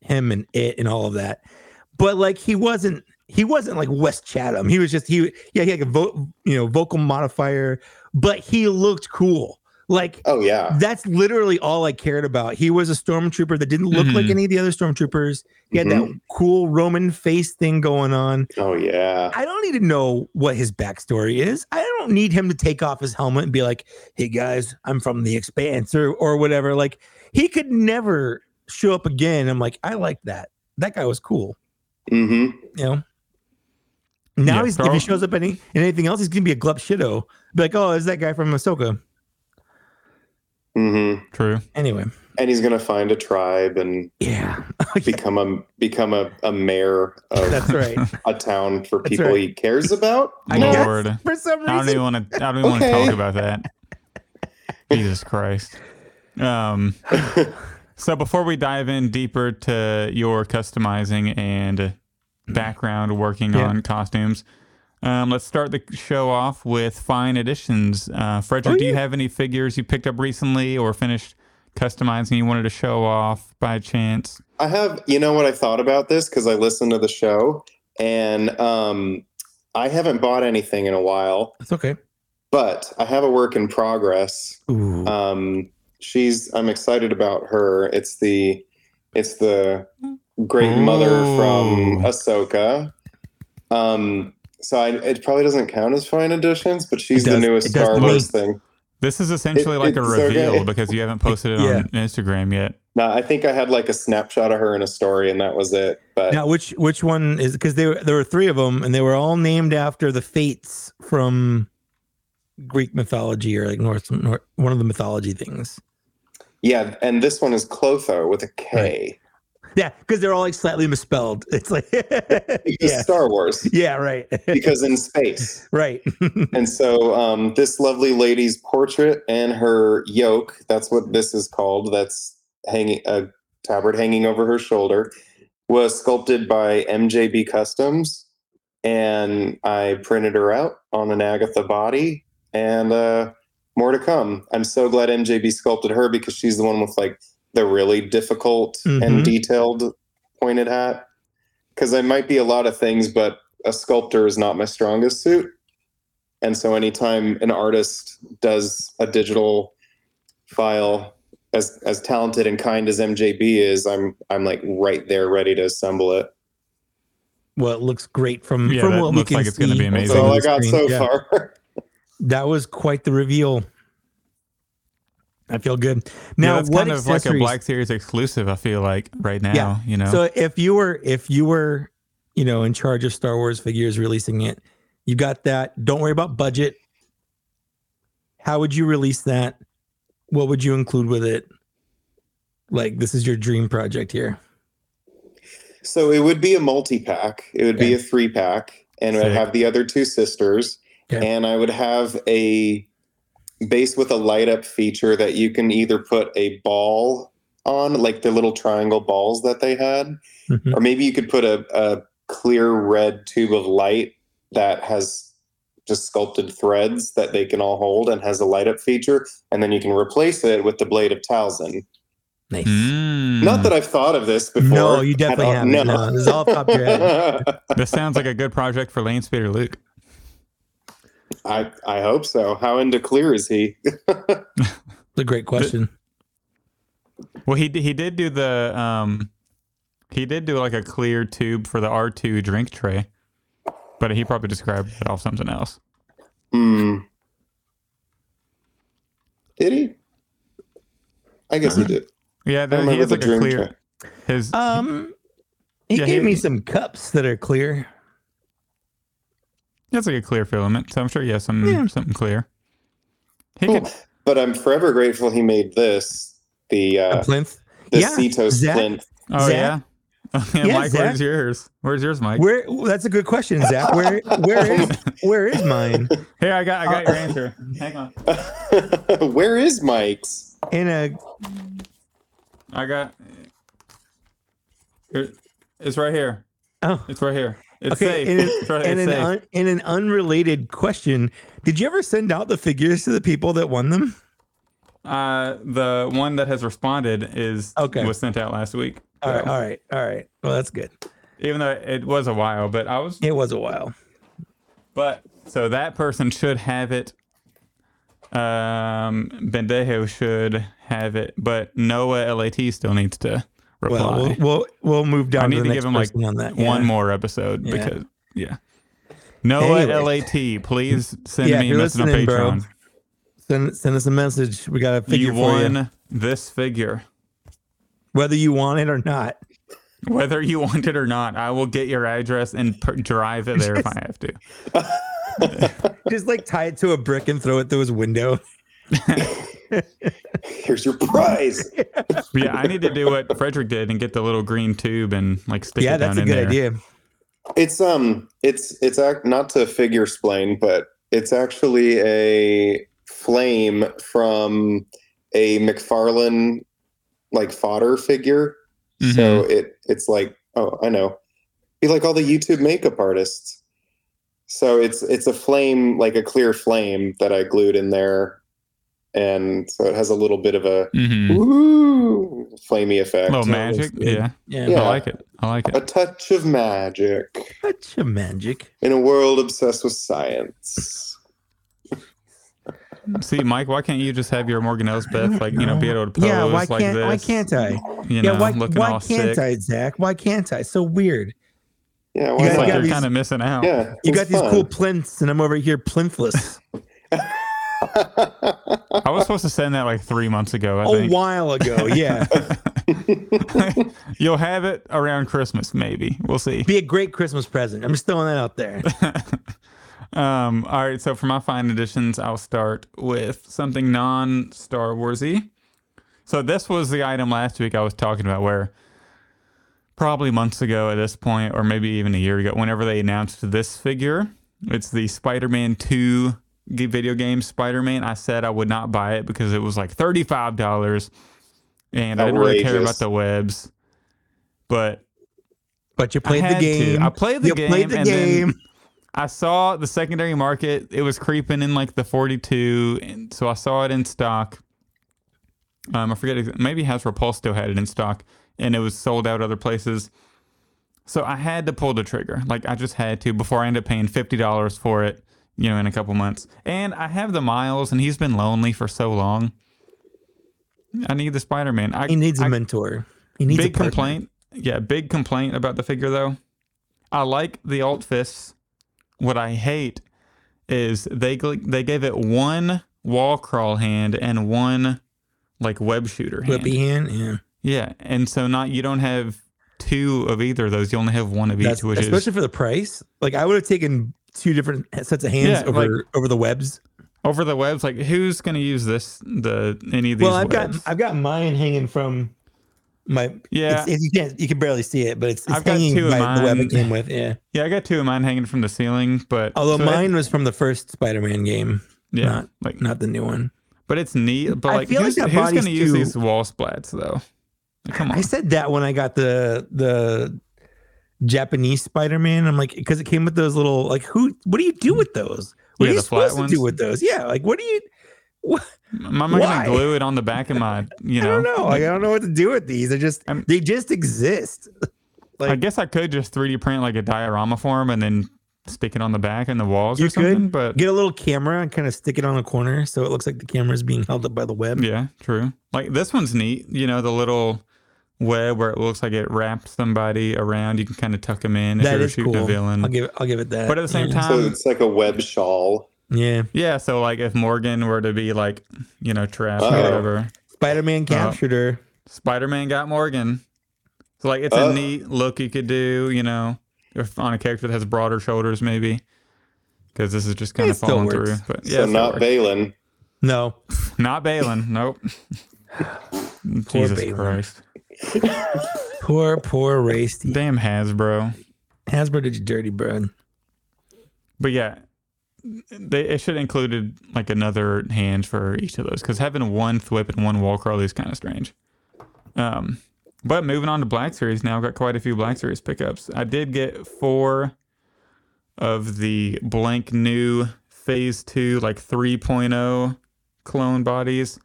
Speaker 1: him and it and all of that. But like he wasn't he wasn't like Wes Chatham. He was just he yeah he had a vo- you know vocal modifier, but he looked cool. Like
Speaker 3: Oh yeah,
Speaker 1: that's literally all I cared about. He was a stormtrooper that didn't look like
Speaker 2: Mhm.
Speaker 1: any of the other stormtroopers. He had
Speaker 2: Mm-hmm.
Speaker 1: that cool Roman face thing going on.
Speaker 3: Mm-hmm. oh yeah.
Speaker 1: I don't need to know what his backstory is. I don't need him to take off his helmet and be like, "Hey guys, I'm from the Expanse" or or whatever. Like he could never show up again. I'm like, I like that. That guy was cool.
Speaker 3: hmm
Speaker 1: You know. Now
Speaker 2: Yeah,
Speaker 1: he's
Speaker 2: Star-
Speaker 1: if he shows up any in anything else, he's gonna be a glup shitto. Be like, oh, is that guy from Ahsoka?
Speaker 3: hmm
Speaker 2: True.
Speaker 1: Anyway,
Speaker 3: And he's gonna find a tribe and
Speaker 1: Oh, yeah,
Speaker 3: become a become a, a mayor of
Speaker 1: that's right.
Speaker 3: a town for
Speaker 1: That's
Speaker 3: people
Speaker 1: right.
Speaker 3: he cares about.
Speaker 1: I guess.
Speaker 2: Lord.
Speaker 1: For some
Speaker 2: I don't
Speaker 1: reason,
Speaker 2: even want to. I don't even want to
Speaker 3: Okay.
Speaker 2: talk about that. Jesus Christ. Um. So before we dive in deeper to your customizing and background working
Speaker 1: Yeah.
Speaker 2: on costumes, um, let's start the show off with fine additions. Uh, Frederick,
Speaker 1: Oh,
Speaker 2: do you
Speaker 1: yeah.
Speaker 2: have any figures you picked up recently or finished customizing you wanted to show off by chance?
Speaker 3: I have, you know what I thought about this because I listened to the show and um, I haven't bought anything in a while,
Speaker 1: It's okay.
Speaker 3: but I have a work in progress.
Speaker 1: Ooh.
Speaker 3: Um, she's, I'm excited about her. It's the, it's the great
Speaker 1: Hmm.
Speaker 3: mother
Speaker 2: Ooh.
Speaker 3: from Ahsoka. Um, so I, it probably doesn't count as fine additions, but she's
Speaker 1: It
Speaker 3: the
Speaker 1: does-
Speaker 3: newest
Speaker 1: it does
Speaker 3: Star
Speaker 1: to me.
Speaker 3: Wars thing.
Speaker 2: This is essentially like a
Speaker 3: it's okay.
Speaker 2: reveal because you haven't posted it on Instagram yet.
Speaker 3: No, I think I had like a snapshot of her in a story, and that was it. But
Speaker 1: now, which which one is because there there were three of them and they were all named after the fates from Greek mythology or like North, North one of the mythology things.
Speaker 3: yeah, and this one is Clotho with a K.
Speaker 1: Yeah, because they're all like slightly misspelled. It's like
Speaker 3: It's
Speaker 1: yeah,
Speaker 3: Star Wars
Speaker 1: yeah, right,
Speaker 3: because in space.
Speaker 1: right.
Speaker 3: And so, um, this lovely lady's portrait and her yoke, that's what this is called, that's hanging a tabard hanging over her shoulder, was sculpted by MJB Customs. And I printed her out on an Agatha body, and uh, more to come. I'm so glad MJB sculpted her because she's the one with like the really difficult
Speaker 1: Mhm.
Speaker 3: and detailed pointed hat. Because I might be a lot of things, but a sculptor is not my strongest suit. And so anytime an artist does a digital file as as talented and kind as MJB is, I'm I'm like right there ready to assemble it.
Speaker 1: Well, it looks great from
Speaker 2: Yeah,
Speaker 1: from
Speaker 2: that
Speaker 1: what we
Speaker 2: looks
Speaker 1: can
Speaker 2: like it's
Speaker 1: see.
Speaker 2: gonna be
Speaker 1: from
Speaker 2: amazing.
Speaker 3: That's all
Speaker 1: the
Speaker 3: I got
Speaker 1: screen.
Speaker 3: so
Speaker 1: Yeah.
Speaker 3: far.
Speaker 1: That was quite the reveal. I feel good. Now,
Speaker 2: yeah, it's
Speaker 1: what
Speaker 2: kind of like a
Speaker 1: accessories-
Speaker 2: Black Series exclusive. I feel like right now,
Speaker 1: Yeah.
Speaker 2: you know.
Speaker 1: So if you were if you were, you know, in charge of Star Wars figures releasing it, you got that. Don't worry about budget. How would you release that? What would you include with it? Like this is your dream project here.
Speaker 3: So it would be a multi pack. It would
Speaker 1: Okay.
Speaker 3: be a three pack, and I'd
Speaker 2: Sick.
Speaker 3: have the other two sisters,
Speaker 1: Okay.
Speaker 3: and I would have a base with a light up feature that you can either put a ball on, like the little triangle balls that they had,
Speaker 1: Mhm.
Speaker 3: or maybe you could put a, a clear red tube of light that has just sculpted threads that they can all hold and has a light up feature, and then you can replace it with the blade of Talzin.
Speaker 1: Nice.
Speaker 2: Mm.
Speaker 3: Not that I've thought of this before.
Speaker 1: No, you definitely
Speaker 3: I don't-
Speaker 1: haven't. No, this is all off the top of your
Speaker 2: this sounds like a good project for Lane Speeder Luke.
Speaker 3: I I hope so. How into clear is he?
Speaker 1: It's a great question.
Speaker 2: Well, he d- he did do the um, he did do like a clear tube for the R two drink tray, but he probably just grabbed it off something else.
Speaker 3: Hmm. Did he? I guess
Speaker 1: Uh-huh.
Speaker 3: he did.
Speaker 2: Yeah,
Speaker 3: I
Speaker 2: there, he
Speaker 3: remember
Speaker 2: has
Speaker 3: the
Speaker 2: like a
Speaker 3: drink
Speaker 2: clear
Speaker 3: tray.
Speaker 2: his
Speaker 1: Um he
Speaker 2: Yeah,
Speaker 1: gave
Speaker 2: he-
Speaker 1: me some cups that are clear.
Speaker 2: that's like a clear filament. So I'm sure he has some
Speaker 1: Yeah.
Speaker 2: something clear. He
Speaker 3: Cool.
Speaker 2: could
Speaker 3: But I'm forever grateful he made this the
Speaker 1: A
Speaker 3: uh,
Speaker 1: plinth.
Speaker 3: the
Speaker 1: yeah,
Speaker 3: Cetos
Speaker 1: Zach-
Speaker 3: plinth.
Speaker 2: Oh
Speaker 1: Zach?
Speaker 2: yeah. yeah,
Speaker 1: Yeah,
Speaker 2: Mike,
Speaker 1: Zach.
Speaker 2: where's yours? Where's yours, Mike?
Speaker 1: Where that's a good question, Zach. Where where is where is mine?
Speaker 2: Here, I got, I got
Speaker 1: Uh,
Speaker 2: your answer. Hang on,
Speaker 3: Where is Mike's?
Speaker 1: In a
Speaker 2: I got. Here- It's right here.
Speaker 1: oh
Speaker 2: It's right here. It's
Speaker 1: Okay,
Speaker 2: safe.
Speaker 1: and it-
Speaker 2: it's right,
Speaker 1: and
Speaker 2: it's
Speaker 1: an
Speaker 2: safe.
Speaker 1: un, and an unrelated question. Did you ever send out the figures to the people that won them?
Speaker 2: uh, the one that has responded is
Speaker 1: Okay.
Speaker 2: was sent out last week.
Speaker 1: All right,
Speaker 2: So,
Speaker 1: all right, all right. Well, that's good.
Speaker 2: Even though it was a while, but I was,
Speaker 1: It was a while.
Speaker 2: but so that person should have it. Um, Bendejo should have it, but Noah LAT still needs to reply.
Speaker 1: Well, we'll we'll, we'll move down.
Speaker 2: I need
Speaker 1: to, the
Speaker 2: to
Speaker 1: next
Speaker 2: give him, like,
Speaker 1: person on that.
Speaker 2: one
Speaker 1: Yeah.
Speaker 2: more episode
Speaker 1: Yeah.
Speaker 2: because yeah. Noah
Speaker 1: Anyway.
Speaker 2: LAT, please send
Speaker 1: Yeah, if
Speaker 2: me a
Speaker 1: you're
Speaker 2: message on
Speaker 1: listening, bro,
Speaker 2: Patreon.
Speaker 1: Send send us a message. We got a figure
Speaker 2: You
Speaker 1: for
Speaker 2: won
Speaker 1: you,
Speaker 2: this figure.
Speaker 1: whether you want it or not.
Speaker 2: Whether you want it or not, I will get your address and per- drive it there if I have to.
Speaker 1: Just like tie it to a brick and throw it through his window.
Speaker 3: Here's your prize.
Speaker 2: But yeah, I need to do what Frederick did and get the little green tube and like stick
Speaker 1: yeah,
Speaker 2: it down
Speaker 1: that's a
Speaker 2: in
Speaker 1: good
Speaker 2: there.
Speaker 1: idea.
Speaker 3: It's um, it's it's act not to figure splain, but it's actually a flame from a McFarlane like fodder figure.
Speaker 2: Mhm.
Speaker 3: So it it's like oh I know, be like all the YouTube makeup artists. So it's it's a flame like a clear flame that I glued in there, and so it has a little bit of a
Speaker 2: Mhm.
Speaker 3: ooh flamey effect.
Speaker 2: little
Speaker 1: looks
Speaker 2: magic.
Speaker 1: good.
Speaker 2: Yeah.
Speaker 1: Yeah,
Speaker 3: Yeah.
Speaker 2: I like it. I like
Speaker 3: A
Speaker 2: it.
Speaker 3: touch of magic.
Speaker 1: such a magic.
Speaker 3: in a world obsessed with science.
Speaker 2: See, Mike, why can't you just have your Morgan Elsbeth like you know be able to pose
Speaker 1: yeah, why
Speaker 2: like
Speaker 1: can't
Speaker 2: this?
Speaker 1: why can't I?
Speaker 2: you
Speaker 1: yeah,
Speaker 2: know
Speaker 1: why
Speaker 2: looking
Speaker 1: why
Speaker 2: all
Speaker 1: can't
Speaker 2: sick?
Speaker 1: I, Zach? Why can't I? So weird.
Speaker 3: Yeah, why
Speaker 2: It's
Speaker 1: guys
Speaker 2: like
Speaker 1: got
Speaker 2: you're
Speaker 1: these-
Speaker 2: kind of missing out.
Speaker 3: yeah,
Speaker 1: You
Speaker 3: it's
Speaker 1: got these
Speaker 3: fun.
Speaker 1: cool plinths, and I'm over here plinthless.
Speaker 2: I was supposed to send that like three months ago. I
Speaker 1: a
Speaker 2: think
Speaker 1: while ago. Yeah,
Speaker 2: you'll have it around Christmas, maybe. We'll see.
Speaker 1: be a great Christmas present. I'm just throwing that out there.
Speaker 2: Um, all right. So for my fine additions, I'll start with something non-Star Warsy. So this was the item last week I was talking about where probably months ago at this point, or maybe even a year ago, whenever they announced this figure. It's the Spider Man 2 g- video game Spider Man. I said I would not buy it because it was like $35 and I didn't really care about
Speaker 3: Outrageous.
Speaker 2: the webs. But
Speaker 1: But you played
Speaker 2: I
Speaker 1: the
Speaker 2: had to.
Speaker 1: game.
Speaker 2: I played the
Speaker 1: you
Speaker 2: game.
Speaker 1: played the
Speaker 2: and then
Speaker 1: game.
Speaker 2: I saw the secondary market. It was creeping in like the 42, and so I saw it in stock. Um, I forget. ex- Maybe Hasbro Pulse still had it in stock, and it was sold out other places. So I had to pull the trigger. Like I just had to before I ended up paying fifty dollars for it. You know, in a couple months, and I have the Miles, and he's been lonely for so long. I need the Spider Man. I
Speaker 1: He needs a
Speaker 2: I-
Speaker 1: mentor. He needs
Speaker 2: big
Speaker 1: a partner.
Speaker 2: complaint. Yeah, big complaint about the figure though. I like the alt fists. What I hate is they gl- they gave it one wall crawl hand and one like web shooter hand.
Speaker 1: Whippy hand. Yeah.
Speaker 2: Yeah, and so not you don't have two of either of those. You only have one of
Speaker 1: That's,
Speaker 2: each, which is
Speaker 1: especially for the price. Like I would have taken two different sets of hands
Speaker 2: Yeah,
Speaker 1: over
Speaker 2: like-
Speaker 1: over the webs.
Speaker 2: over the webs. Like who's gonna use this? The any of these?
Speaker 1: Well, I've
Speaker 2: webs?
Speaker 1: got I've got mine hanging from my.
Speaker 2: yeah,
Speaker 1: It's, you can't you can barely see it, but it's, it's
Speaker 2: I've got
Speaker 1: hanging
Speaker 2: two of
Speaker 1: by the web
Speaker 2: mine.
Speaker 1: it came with. Yeah.
Speaker 2: yeah, I got two of mine hanging from the ceiling, but
Speaker 1: Although
Speaker 2: so it-
Speaker 1: mine was from the first Spider-Man game,
Speaker 2: yeah,
Speaker 1: not-
Speaker 2: like
Speaker 1: not the new one.
Speaker 2: But it's neat. But
Speaker 1: I
Speaker 2: like,
Speaker 1: feel like
Speaker 2: who's,
Speaker 1: that
Speaker 2: who's
Speaker 1: body's
Speaker 2: gonna use
Speaker 1: too-
Speaker 2: these wall splats though? Like, Come
Speaker 1: I
Speaker 2: on.
Speaker 1: said that when I got the the Japanese Spider-Man. I'm like, because it came with those little like who? What do you do with those? What
Speaker 2: Yeah,
Speaker 1: are you
Speaker 2: the flat
Speaker 1: supposed to do
Speaker 2: ones.
Speaker 1: with those? Yeah, like what do you? What,
Speaker 2: Am I gonna
Speaker 1: Why?
Speaker 2: glue it on the back of my? You know.
Speaker 1: I don't know. Like, I don't know what to do with these. They just
Speaker 2: I'm-
Speaker 1: they just exist. like-
Speaker 2: I guess I could just 3D print like a diorama form and then stick it on the back and the walls
Speaker 1: You
Speaker 2: or
Speaker 1: could.
Speaker 2: something. But
Speaker 1: Get a little camera and kind of stick it on a corner so it looks like the camera is being held up by the web.
Speaker 2: yeah, true. Like this one's neat. You know, the little web where it looks like it wraps somebody around. You can kind of tuck them in if
Speaker 1: that
Speaker 2: you're
Speaker 1: is
Speaker 2: shooting
Speaker 1: cool.
Speaker 2: a villain.
Speaker 1: I'll give it. I'll give it that.
Speaker 2: But at the same
Speaker 1: yeah.
Speaker 3: So
Speaker 2: time,
Speaker 3: it's like a web shawl.
Speaker 1: yeah,
Speaker 2: yeah. So like, if Morgan were to be like, you know, trapped or
Speaker 3: Uh-oh.
Speaker 2: whatever,
Speaker 1: Spider-Man
Speaker 2: Uh-huh.
Speaker 1: captured her.
Speaker 2: Spider Man got Morgan. So like it's
Speaker 3: Oh.
Speaker 2: a neat look you could do, you know, if on a character that has broader shoulders maybe. Because this is just kind
Speaker 1: It
Speaker 2: of
Speaker 1: still
Speaker 2: falling
Speaker 1: works.
Speaker 2: through. But yeah,
Speaker 3: so
Speaker 2: it
Speaker 3: not
Speaker 2: works.
Speaker 3: Balin.
Speaker 1: No,
Speaker 2: not Balin. Nope. Jesus
Speaker 1: Balin.
Speaker 2: Christ.
Speaker 1: poor poor Rasty.
Speaker 2: Damn Hasbro.
Speaker 1: Hasbro did you dirty, bro.
Speaker 2: But yeah, they it should have included like another hand for each of those because having one thwip and one wall crawl is kind of strange. Um, but moving on to Black Series now, I've got quite a few Black Series pickups. I did get four of the blank new Phase Two like 3.0 clone bodies,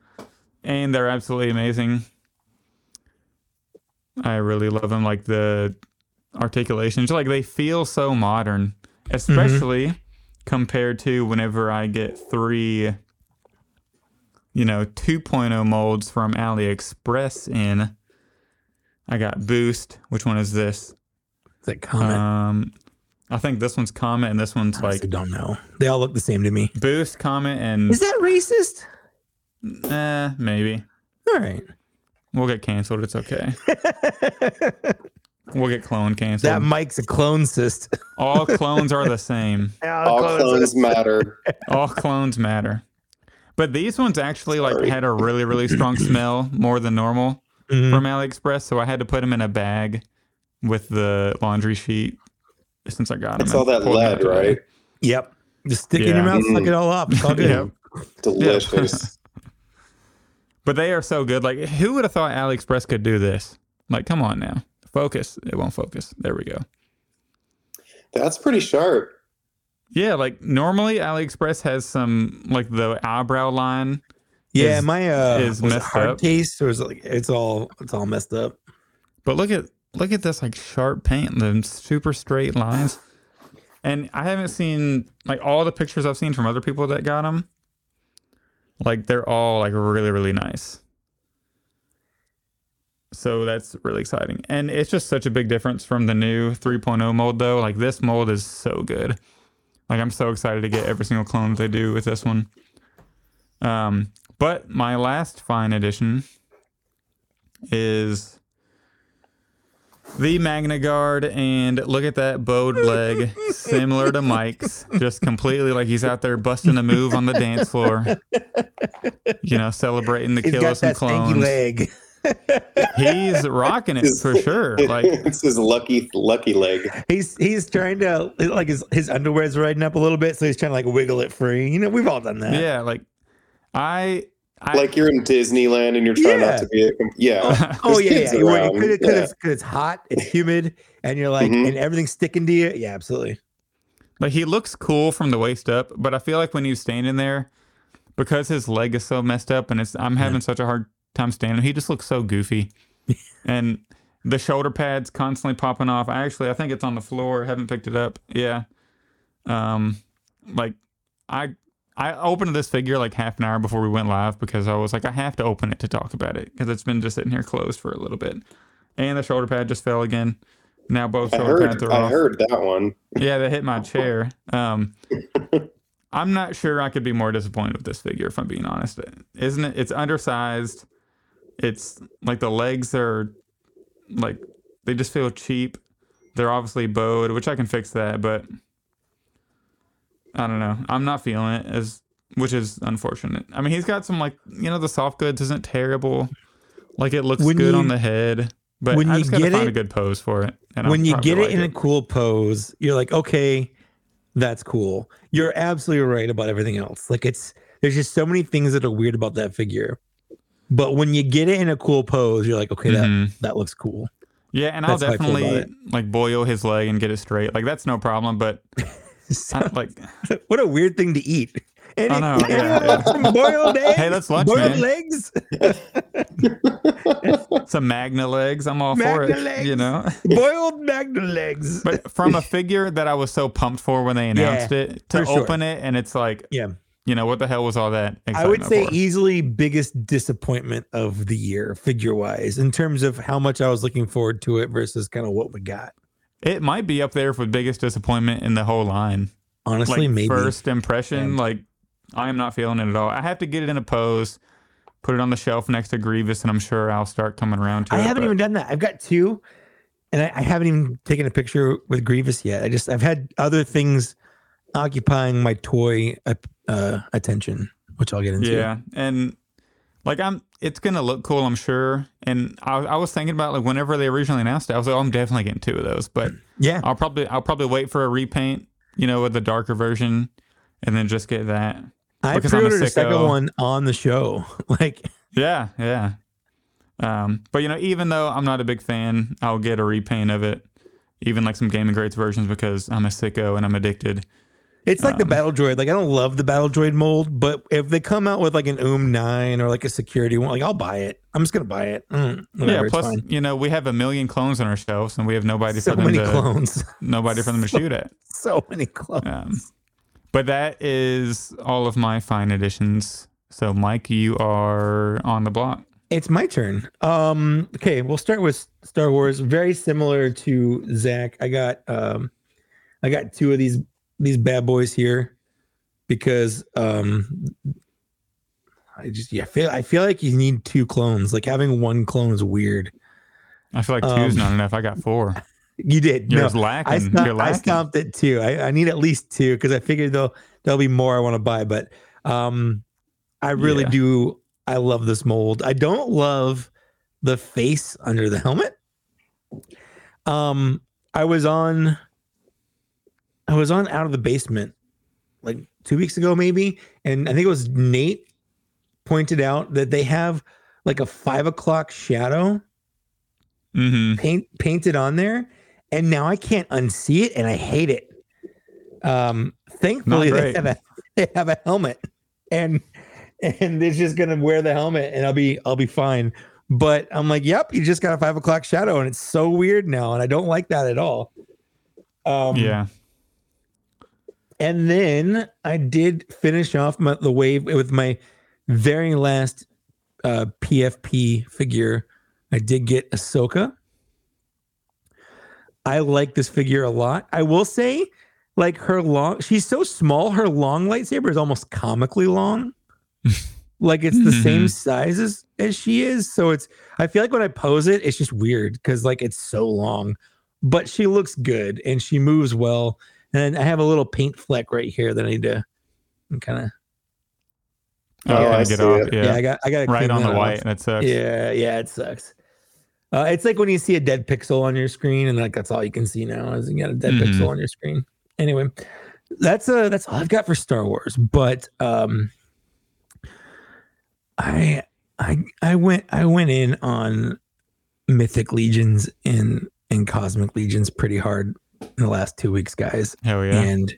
Speaker 2: and they're absolutely amazing. I really love them. Like the articulations, like they feel so modern, especially compared to whenever I get three, you know, 2.0 molds from AliExpress in. I got Boost. Which one is this?
Speaker 1: It's like comment.
Speaker 2: Um, I think this one's Comet and this one's
Speaker 1: I
Speaker 2: like
Speaker 1: don't know. They all look the same to me.
Speaker 2: Boost, Comet, and
Speaker 1: Is that racist?
Speaker 2: eh, maybe.
Speaker 1: All right.
Speaker 2: We'll get canceled. It's okay. We'll get clone canceled.
Speaker 1: that Mike's a clone cyst.
Speaker 2: All clones are the same.
Speaker 3: All clones matter.
Speaker 2: All clones matter. But these ones actually like
Speaker 3: Sorry.
Speaker 2: had a really really strong smell more than normal
Speaker 1: Mhm.
Speaker 2: from
Speaker 3: Hmm.
Speaker 2: AliExpress, so I had to put them in a bag with the laundry sheet since I got them.
Speaker 3: It's all that lead, right?
Speaker 1: Yep. Just stick it in your
Speaker 2: Yeah.
Speaker 1: mouth, suck it all up. It's all good.
Speaker 2: Yep.
Speaker 3: Delicious.
Speaker 2: But they are so good. Like who would have thought AliExpress could do this? Like come on now. Focus. It won't focus. There we go.
Speaker 3: That's pretty sharp.
Speaker 2: Yeah, like normally AliExpress has some like the eyebrow line.
Speaker 1: Yeah,
Speaker 2: Is-
Speaker 1: my uh
Speaker 2: is
Speaker 1: was it
Speaker 2: messed
Speaker 1: hard
Speaker 2: up.
Speaker 1: taste or is it like it's all it's all messed up.
Speaker 2: But look at look at this like sharp paint, the super straight lines. And I haven't seen like all the pictures I've seen from other people that got them. Like they're all like really really nice. So that's really exciting. And it's just such a big difference from the new 3.0 mold though. Like this mold is so good. Like I'm so excited to get every single clone that they do with this one. Um but my last fine edition is the Magna Guard, and look at that bowed leg, similar to Mike's, just completely like he's out there busting a move on the dance floor. You know, celebrating the
Speaker 1: He's
Speaker 2: kill of
Speaker 1: got
Speaker 2: some
Speaker 1: that stanky
Speaker 2: clones.
Speaker 1: leg.
Speaker 2: He's rocking it for sure. Like
Speaker 3: it's his lucky lucky leg.
Speaker 1: He's he's trying to like his his underwear's riding up a little bit, so he's trying to like wiggle it free. You know, we've all done that.
Speaker 2: yeah, like I I
Speaker 3: like you're in Disneyland and you're trying
Speaker 1: Yeah.
Speaker 3: not to be. A, com- yeah,
Speaker 1: Oh
Speaker 3: There's
Speaker 1: yeah,
Speaker 3: kids
Speaker 1: yeah. You're
Speaker 3: around,
Speaker 1: Because
Speaker 3: yeah.
Speaker 1: it's, it's hot, it's humid, and you're like,
Speaker 3: Mhm.
Speaker 1: and everything's sticking to you. Yeah, absolutely.
Speaker 2: Like he looks cool from the waist up, but I feel like when he's standing there, because his leg is so messed up and it's I'm having such a hard time standing, he just looks so goofy. and the shoulder pads constantly popping off. I actually I think it's on the floor. Haven't picked it up. Yeah. Um like I I opened this figure like half an hour before we went live because I was like I have to open it to talk about it because it's been just sitting here closed for a little bit. And the shoulder pad just fell again. Now both
Speaker 3: I
Speaker 2: shoulder pads
Speaker 3: heard.
Speaker 2: are
Speaker 3: I
Speaker 2: off.
Speaker 3: heard that one.
Speaker 2: Yeah, that hit my chair. Um, I'm not sure I could be more disappointed with this figure, if I'm being honest. Isn't it? It's undersized. It's like the legs are like they just feel cheap. They're obviously bowed, which I can fix that, but I don't know. I'm not feeling it as which is unfortunate. I mean, he's got some like you know the soft goods isn't terrible. Like it looks
Speaker 1: When
Speaker 2: good on
Speaker 1: you-
Speaker 2: the head, but
Speaker 1: when
Speaker 2: I
Speaker 1: you
Speaker 2: just gotta
Speaker 1: get
Speaker 2: find
Speaker 1: it-
Speaker 2: a good pose for it. And I'll
Speaker 1: when you
Speaker 2: probably
Speaker 1: get it
Speaker 2: like
Speaker 1: in a cool pose, you're like, okay, that's cool. You're absolutely right about everything else. Like it's there's just so many things that are weird about that figure. But when you get it in a cool pose, you're like, okay,
Speaker 2: Mhm.
Speaker 1: that, that looks cool.
Speaker 2: Yeah, and
Speaker 1: That's how
Speaker 2: I'll
Speaker 1: I feel about
Speaker 2: definitely like boil his leg and get it straight. Like that's no problem. But
Speaker 1: So-
Speaker 2: I, like,
Speaker 1: what a weird thing to eat. And
Speaker 2: I know, yeah,
Speaker 1: everyone
Speaker 2: yeah.
Speaker 1: wants some boiled eggs.
Speaker 2: hey, that's lunch,
Speaker 1: boiled
Speaker 2: man.
Speaker 1: legs.
Speaker 2: Some magna legs. I'm all for
Speaker 1: Magna
Speaker 2: it.
Speaker 1: legs.
Speaker 2: You know.
Speaker 1: Boiled magna legs.
Speaker 2: But from a figure that I was so pumped for when they announced it to
Speaker 1: for sure.
Speaker 2: open it, and it's like,
Speaker 1: Yeah.
Speaker 2: you know what the hell was all that?
Speaker 1: I would say
Speaker 2: excitement
Speaker 1: e
Speaker 2: for?
Speaker 1: easily biggest disappointment of the year, figure wise, in terms of how much I was looking forward to it versus kind of what we got.
Speaker 2: it might be up there for biggest disappointment in the whole line.
Speaker 1: Honestly,
Speaker 2: like
Speaker 1: maybe.
Speaker 2: first impression, like I am not feeling it at all. I have to get it in a pose, put it on the shelf next to Grievous, and I'm sure I'll start coming around to
Speaker 1: I
Speaker 2: it.
Speaker 1: haven't
Speaker 2: but-
Speaker 1: even done that. I've got two, and I, I haven't even taken a picture with Grievous yet. I just I've had other things occupying my toy uh, uh, attention, which I'll get into.
Speaker 2: Yeah, and like I'm, it's gonna look cool, I'm sure. And I, I was thinking about like whenever they originally announced it, I was like, oh, I'm definitely getting two of those, but
Speaker 1: yeah.
Speaker 2: I'll probably, I'll probably wait for a repaint, you know, with the darker version, and then just get that.
Speaker 1: I
Speaker 2: because I'm a
Speaker 1: pre-ordered a, second
Speaker 2: sicko.
Speaker 1: one on the show. Like,
Speaker 2: Yeah, yeah. Um, but you know, even though I'm not a big fan, I'll get a repaint of it, even like some Game and Greats versions because I'm a sicko and I'm addicted.
Speaker 1: It's like the
Speaker 2: Um,
Speaker 1: Battle Droid. Like I don't love the Battle Droid mold, but if they come out with like an Oom Nine or like a security one, like I'll buy it. I'm just gonna buy it. Mm, whatever,
Speaker 2: yeah.
Speaker 1: it's
Speaker 2: Plus,
Speaker 1: fine.
Speaker 2: you know, we have a million clones on our shelves, and we have nobody
Speaker 1: so
Speaker 2: for them
Speaker 1: many
Speaker 2: to
Speaker 1: clones,
Speaker 2: nobody for them to shoot at.
Speaker 1: so many clones.
Speaker 2: Um, but that is all of my fine editions. So, Mike, you are on the block.
Speaker 1: It's my turn. Um, okay, we'll start with Star Wars. Very similar to Zach. I got um, I got two of these these bad boys here because um, I just yeah I feel I feel like you need two clones. Like having one clone is weird.
Speaker 2: I feel like two's
Speaker 1: Um,
Speaker 2: not enough. I got four.
Speaker 1: You did
Speaker 2: Yours
Speaker 1: I,
Speaker 2: lacking.
Speaker 1: stomp-
Speaker 2: You're
Speaker 1: I
Speaker 2: lacking.
Speaker 1: stomped it too. I, I need at least two because I figured there'll there'll be more I want to buy. But um, I really
Speaker 2: Yeah.
Speaker 1: do. I love this mold. I don't love the face under the helmet. Um, I was on, I was on out of the basement like two weeks ago maybe, and I think it was Nate pointed out that they have like a five o'clock shadow
Speaker 2: Mm-hmm.
Speaker 1: paint painted on there, and now I can't unsee it, and I hate it. Um, thankfully they
Speaker 2: great.
Speaker 1: have a they have a helmet, and and it's just gonna wear the helmet, and I'll be I'll be fine. But I'm like, yep, you just got a five o'clock shadow, and it's so weird now, and I don't like that at all. Um,
Speaker 2: Yeah.
Speaker 1: and then I did finish off my, the wave with my very last uh, PFP figure. I did get Ahsoka. I like this figure a lot. I will say, like her long, she's so small. Her long lightsaber is almost comically long. like it's
Speaker 2: Mm-hmm.
Speaker 1: the same size as, as she is. So it's, I feel like when I pose it, it's just weird because like it's so long, but she looks good and she moves well. And I have a little paint fleck right here that I need to kind of
Speaker 3: Oh,
Speaker 2: kinda
Speaker 3: I
Speaker 2: get
Speaker 3: see
Speaker 2: off.
Speaker 3: it.
Speaker 1: Yeah,
Speaker 2: Yeah,
Speaker 1: I got I got to
Speaker 2: right
Speaker 1: clean
Speaker 2: on
Speaker 1: that
Speaker 2: the
Speaker 1: off.
Speaker 2: white, and it sucks.
Speaker 1: Yeah, yeah, it sucks. Uh, it's like when you see a dead pixel on your screen, and like that's all you can see now is you got a dead
Speaker 2: Mhm.
Speaker 1: pixel on your screen. Anyway, that's uh that's all I've got for Star Wars. But um, I I I went I went in on Mythic Legions and and Cosmic Legions pretty hard in the last two weeks, guys,
Speaker 2: Hell yeah.
Speaker 1: and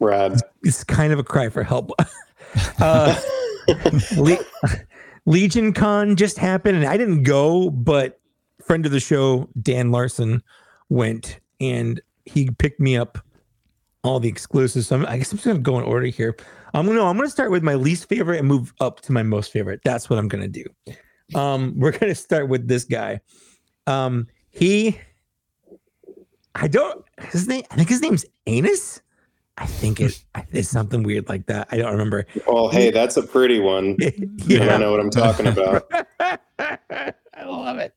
Speaker 3: Rad.
Speaker 1: it's kind of a cry for help. uh, Le- Legion Con just happened, and I didn't go, but friend of the show Dan Larson went, and he picked me up all the exclusives. So I'm, I guess I'm just gonna go in order here. I'm gonna I'm gonna start with my least favorite and move up to my most favorite. That's what I'm gonna do. Um, we're gonna start with this guy. Um, he, I don't his name. I think his name's Anus. I think it, it's something weird like that. I don't remember.
Speaker 3: well, hey, that's a pretty one. I
Speaker 1: yeah.
Speaker 3: don't know what I'm talking about.
Speaker 1: I love it.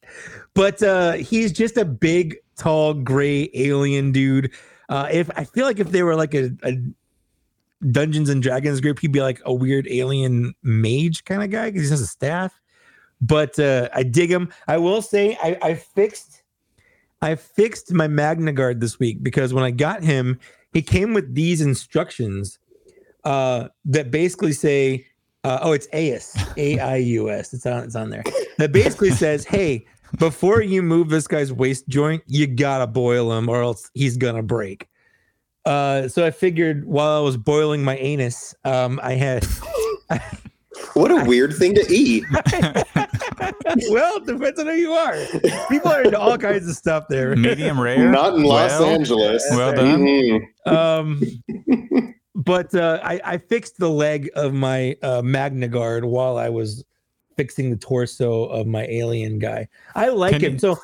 Speaker 1: But uh, he's just a big, tall, gray alien dude. Uh, if I feel like if they were like a, a Dungeons and Dragons group, he'd be like a weird alien mage kind of guy because he has a staff. But uh, I dig him. I will say I, I fixed I fixed my Magna Guard this week because when I got him, he came with these instructions uh, that basically say, uh, "Oh, it's AIS, A I U S. It's on, it's on there." That basically says, "Hey, before you move this guy's waist joint, you gotta boil him, or else he's gonna break." Uh, so I figured while I was boiling my anus, um, I had
Speaker 3: What a weird thing to eat.
Speaker 1: well, it depends on who you are. People are into all kinds of stuff there.
Speaker 2: Medium rare.
Speaker 3: Not in Los
Speaker 2: Well,
Speaker 3: Angeles.
Speaker 2: well done.
Speaker 3: Mhm.
Speaker 1: um but uh I, I fixed the leg of my uh magna guard while i was fixing the torso of my alien guy i like
Speaker 2: Can
Speaker 1: him
Speaker 2: you-
Speaker 1: so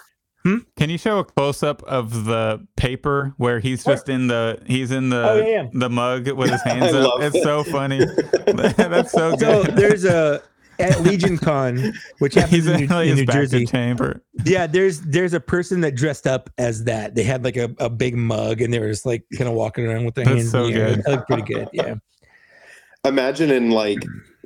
Speaker 2: Can you show a close up of the paper where he's
Speaker 1: Sure.
Speaker 2: just in the he's in the
Speaker 1: Oh, yeah, yeah.
Speaker 2: the mug with his hands
Speaker 3: I
Speaker 2: up?
Speaker 3: love
Speaker 2: It's
Speaker 3: it.
Speaker 2: so funny. That's so
Speaker 1: so
Speaker 2: good.
Speaker 1: there's a at legion con which happens
Speaker 2: he's
Speaker 1: in new,
Speaker 2: in
Speaker 1: in
Speaker 2: his
Speaker 1: New
Speaker 2: back
Speaker 1: jersey
Speaker 2: chamber.
Speaker 1: yeah there's there's a person that dressed up as that they had like a, a big mug and they were just like kind of walking around with their
Speaker 2: That's
Speaker 1: hands
Speaker 2: so
Speaker 1: in the air.
Speaker 2: good.
Speaker 1: that looked pretty good yeah
Speaker 3: Imagine in like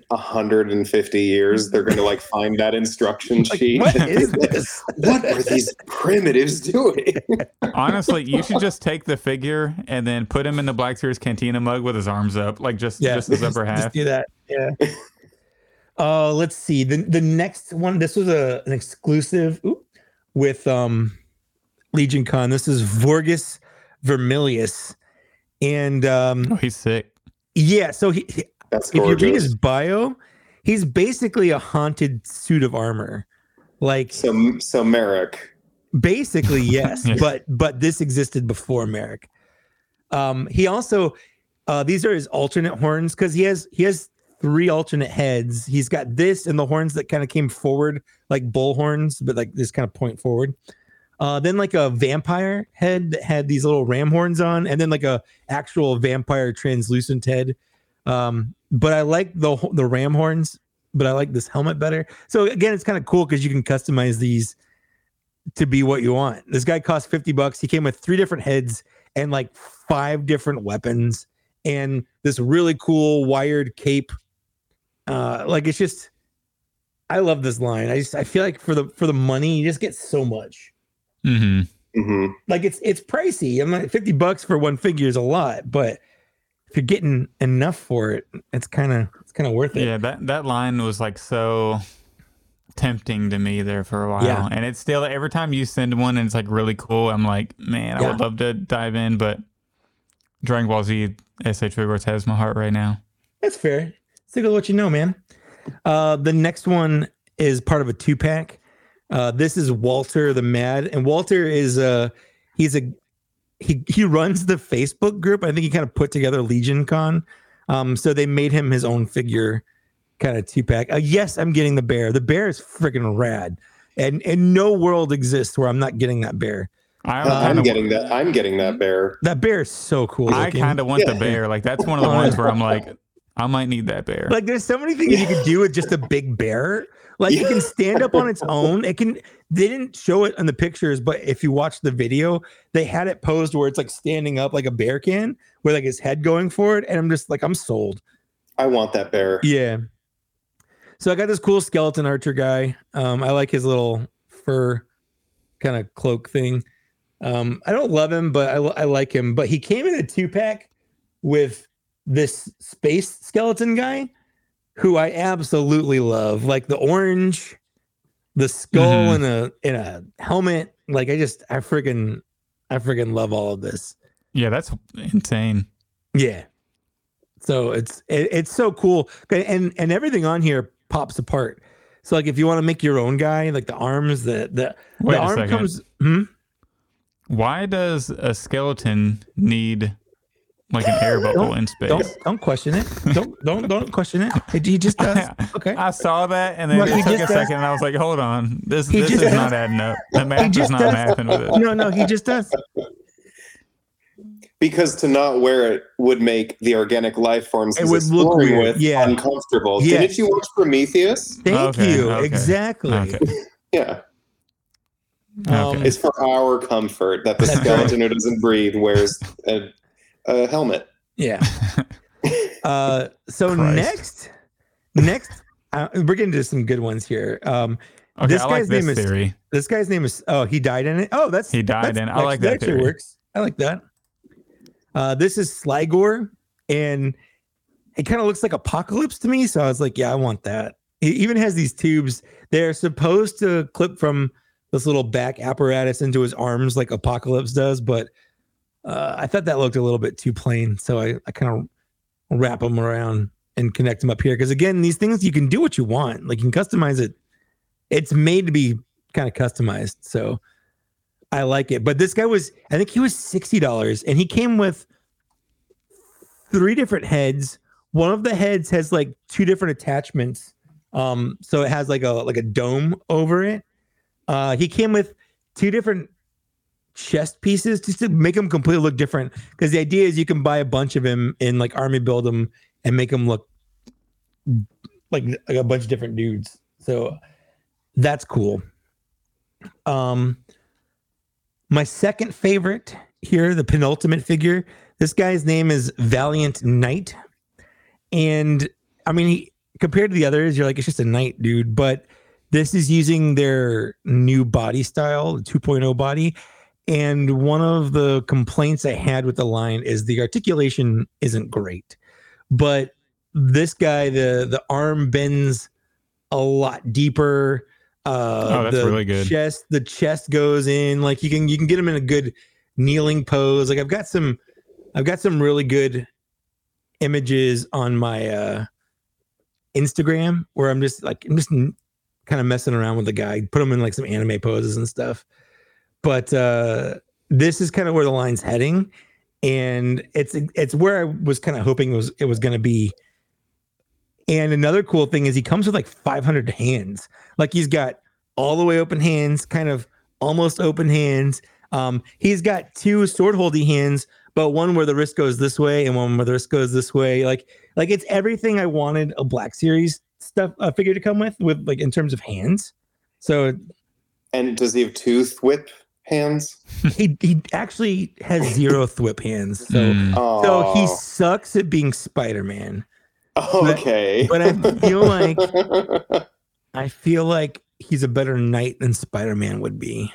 Speaker 3: 150 years, they're going to like find that instruction
Speaker 1: like,
Speaker 3: sheet.
Speaker 1: what is this
Speaker 3: what were these primitives doing?
Speaker 2: Honestly, you should just take the figure and then put him in the Black Series Cantina mug with his arms up, like just
Speaker 1: Yeah.
Speaker 2: just his upper
Speaker 1: Just
Speaker 2: half.
Speaker 1: do that. Yeah. uh, let's see. The the next one. This was a an exclusive oop, with um Legion Con. This is Vorgus Vermilius, and
Speaker 2: Oh,
Speaker 1: um
Speaker 2: he's sick.
Speaker 1: yeah. So he, he-
Speaker 3: That's
Speaker 1: if you read
Speaker 3: gorgeous.
Speaker 1: his bio, he's basically a haunted suit of armor. Like
Speaker 3: So, so Merrick.
Speaker 1: basically yes,
Speaker 2: Yeah.
Speaker 1: but but this existed before Merrick. Um, he also uh, these are his alternate horns because he has he has three alternate heads. He's got this and the horns that kind of came forward like bull horns, but like this kind of point forward. Uh, then like a vampire head that had these little ram horns on, and then like a actual vampire translucent head. Um, but I like the ho- the ram horns, but I like this helmet better. So again, it's kind of cool because you can customize these to be what you want. This guy cost 50 bucks. He came with three different heads and like five different weapons and this really cool wired cape. Uh like it's just I love this line. I just I feel like for the for the money, you just get so much.
Speaker 2: Mm-hmm.
Speaker 3: hmm
Speaker 1: Like it's it's pricey. I'm like 50 bucks for one figure is a lot, but if you're getting enough for it, it's kind of it's kind of worth it.
Speaker 2: Yeah, that that line was like so tempting to me there for a while,
Speaker 1: Yeah.
Speaker 2: and it's still every time you send one and it's like really cool. I'm like, man, I would
Speaker 1: Yeah.
Speaker 2: love to dive in, but Dragon Ball Z SH Figures has my heart right now.
Speaker 1: That's fair. Stick with what you know, man. Uh, the next one is part of a two pack. Uh, this is Walter the Mad, and Walter is uh he's a he he runs the Facebook group. I think he kind of put together Legion Con. Um, so they made him his own figure, kind of two pack. Uh, yes, I'm getting the bear. The bear is freaking rad, and and no world exists where I'm not getting that bear.
Speaker 2: I
Speaker 1: Uh,
Speaker 2: kind
Speaker 3: I'm
Speaker 2: of
Speaker 3: getting that. I'm getting that bear.
Speaker 1: That bear is so cool.
Speaker 2: I
Speaker 1: looking.
Speaker 2: kind of want the
Speaker 3: Yeah.
Speaker 2: bear. Like that's one of the ones where I'm like, I might need that bear.
Speaker 1: Like there's so many things you could do with just a big bear. Like it can stand up on its own. It can they didn't show it in the pictures, but if you watch the video, they had it posed where it's like standing up like a bear can, with like his head going forward. And I'm just like, I'm sold.
Speaker 3: I want that bear.
Speaker 1: Yeah. So I got this cool skeleton archer guy. Um, I like his little fur kind of cloak thing. Um, I don't love him, but I, I like him. But he came in a two pack with this space skeleton guy who I absolutely love. Like the orange, the skull
Speaker 2: Mhm.
Speaker 1: in a in a helmet. Like I just I freaking I freaking love all of this.
Speaker 2: Yeah, that's insane.
Speaker 1: Yeah. So it's it, it's so cool, Okay, and and everything on here pops apart. So like, if you want to make your own guy, like the arms, the the,
Speaker 2: Wait
Speaker 1: the
Speaker 2: a
Speaker 1: arm
Speaker 2: second.
Speaker 1: comes. Hmm?
Speaker 2: Why does a skeleton need like an air bubble in space?
Speaker 1: Don't don't question it. Don't don't don't question it. It- He just does. Okay.
Speaker 2: I saw that and then
Speaker 1: Look, he
Speaker 2: it took
Speaker 1: just
Speaker 2: a
Speaker 1: does-
Speaker 2: second and I was like, hold on. This
Speaker 1: He
Speaker 2: this is
Speaker 1: just
Speaker 2: not adding up. The math is
Speaker 1: just
Speaker 2: not
Speaker 1: does-
Speaker 2: mathing with it.
Speaker 1: No no he just does.
Speaker 3: because to not wear it would make the organic life forms
Speaker 1: It
Speaker 3: he's
Speaker 1: would look
Speaker 3: exploring
Speaker 1: weird,
Speaker 3: with
Speaker 1: yeah.
Speaker 3: uncomfortable.
Speaker 1: Yes.
Speaker 3: Didn't you watch Prometheus?
Speaker 1: Thank
Speaker 2: Okay,
Speaker 1: you.
Speaker 2: okay,
Speaker 1: Exactly.
Speaker 2: Okay.
Speaker 3: Yeah,
Speaker 1: Um,
Speaker 2: Okay.
Speaker 3: it's for our comfort that the
Speaker 1: That's right.
Speaker 3: skeleton who doesn't breathe wears a, a helmet.
Speaker 1: Yeah. uh, so
Speaker 2: Christ.
Speaker 1: next next uh, we're getting to some good ones here. Um,
Speaker 2: Okay,
Speaker 1: this
Speaker 2: I like
Speaker 1: guy's name
Speaker 2: this
Speaker 1: is-
Speaker 2: theory.
Speaker 1: this guy's name is oh he died in it. Oh that's
Speaker 2: He died
Speaker 1: That's-
Speaker 2: in. I like that
Speaker 1: actually
Speaker 2: theory.
Speaker 1: works. I like that. Uh, this is Sligor, and it kind of looks like Apocalypse to me. So I was like, yeah, I want that. It even has these tubes. They're supposed to clip from this little back apparatus into his arms like Apocalypse does, but uh, I thought that looked a little bit too plain. So I, I kind of wrap them around and connect them up here. Because again, these things, you can do what you want. Like you can customize it. It's made to be kind of customized. So I like it. But this guy was, I think he was sixty dollars, and he came with three different heads. One of the heads has like two different attachments, um, so it has like a like a dome over it. Uh, he came with two different chest pieces just to make him completely look different. Because the idea is you can buy a bunch of him and like army build him and make him look like, like a bunch of different dudes. So that's cool. Um, my second favorite here, the penultimate figure. This guy's name is Valiant Knight. And I mean, he, compared to the others, you're like, it's just a knight, dude. But this is using their new body style, the 2.0 body. And one of the complaints I had with the line is the articulation isn't great. But this guy, the the arm bends a lot deeper. Uh,
Speaker 2: Oh, that's
Speaker 1: the
Speaker 2: really good.
Speaker 1: Chest, the chest goes in. Like you can you can get him in a good kneeling pose. Like I've got some I've got some really good images on my uh Instagram where I'm just like I'm just n- kind of messing around with the guy, put him in like some anime poses and stuff. But uh this is kind of where the line's heading and it's it's where I was kind of hoping it was it was going to be. And another cool thing is he comes with like 500 hands. Like he's got all the way open hands, kind of almost open hands. Um, he's got two sword holdy hands, but one where the wrist goes this way and one where the wrist goes this way. Like like it's everything I wanted a Black Series stuff uh, figure to come with with like in terms of hands. So
Speaker 3: And does he have tooth whip hands?
Speaker 1: he he actually has zero thwip hands. So
Speaker 2: Mm.
Speaker 3: Oh,
Speaker 1: So he sucks at being Spider Man,
Speaker 3: okay.
Speaker 1: but I feel like I feel like he's a better knight than Spider Man would be.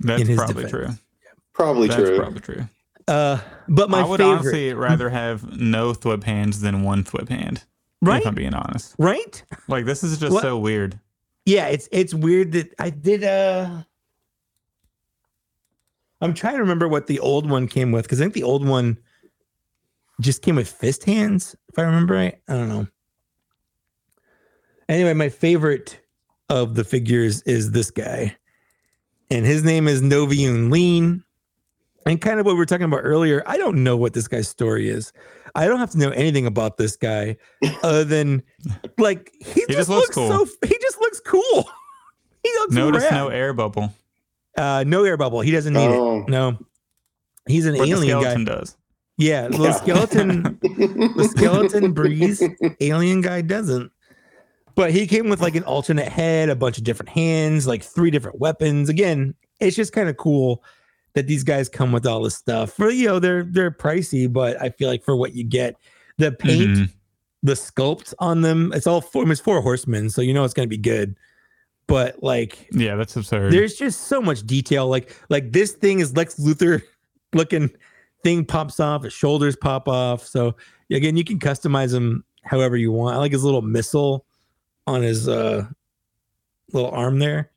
Speaker 2: That's
Speaker 1: his
Speaker 2: probably
Speaker 1: defense.
Speaker 2: true.
Speaker 3: probably
Speaker 2: That's
Speaker 3: true.
Speaker 2: probably true.
Speaker 1: Uh, but my
Speaker 2: I would
Speaker 1: favorite,
Speaker 2: honestly rather have no thwip hands than one thwip hand.
Speaker 1: right?
Speaker 2: If I'm being honest.
Speaker 1: Right?
Speaker 2: Like this is just
Speaker 1: What-
Speaker 2: so weird.
Speaker 1: Yeah, it's it's weird that I did. Uh, I'm trying to remember what the old one came with because I think the old one just came with fist hands, if I remember right. I don't know. Anyway, my favorite of the figures is this guy, and his name is Noviun Lean. And kind of what we were talking about earlier, I don't know what this guy's story is. I don't have to know anything about this guy other than like he, just,
Speaker 2: just
Speaker 1: looks,
Speaker 2: looks cool.
Speaker 1: so he just looks cool. he looks
Speaker 2: Notice
Speaker 1: rad.
Speaker 2: no air bubble.
Speaker 1: uh, no air bubble. He doesn't need
Speaker 3: Oh.
Speaker 1: it. No. He's an
Speaker 2: But the
Speaker 1: alien guy.
Speaker 2: skeleton does.
Speaker 1: Yeah, the
Speaker 3: Yeah.
Speaker 1: skeleton the skeleton breeze alien guy doesn't. But he came with like an alternate head, a bunch of different hands, like three different weapons. Again, it's just kind of cool that these guys come with all this stuff. For you know, they're they're pricey, but I feel like for what you get, the paint
Speaker 2: Mhm.
Speaker 1: the sculpt on them. It's all four, I mean, it's four horsemen, so you know it's gonna be good. But like,
Speaker 2: Yeah, that's absurd.
Speaker 1: there's just so much detail. Like, like this thing is Lex Luthor looking thing pops off, his shoulders pop off. So again, you can customize him however you want. I like his little missile on his uh little arm there.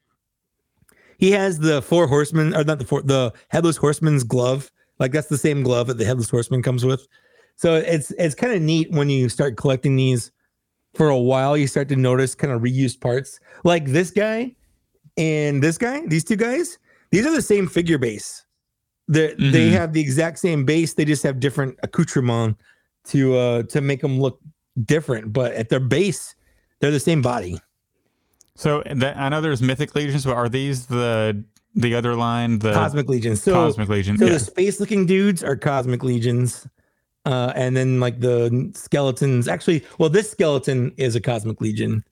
Speaker 1: He has the four horsemen, or not the four, the headless horseman's glove. Like that's the same glove that the headless horseman comes with. So it's it's kind of neat when you start collecting these for a while. You start to notice kind of reused parts, like this guy and this guy. These two guys, these are the same figure base. They they
Speaker 2: Mhm.
Speaker 1: have the exact same base. They just have different accoutrement to uh to make them look different. But at their base, they're the same body.
Speaker 2: so that, I know there's Mythic Legions, but are these the the other line, the
Speaker 1: Cosmic Legion. So
Speaker 2: Cosmic Legion?
Speaker 1: So
Speaker 2: yeah.
Speaker 1: the space looking dudes are cosmic legions. Uh, and then like the skeletons actually well this skeleton is a cosmic legion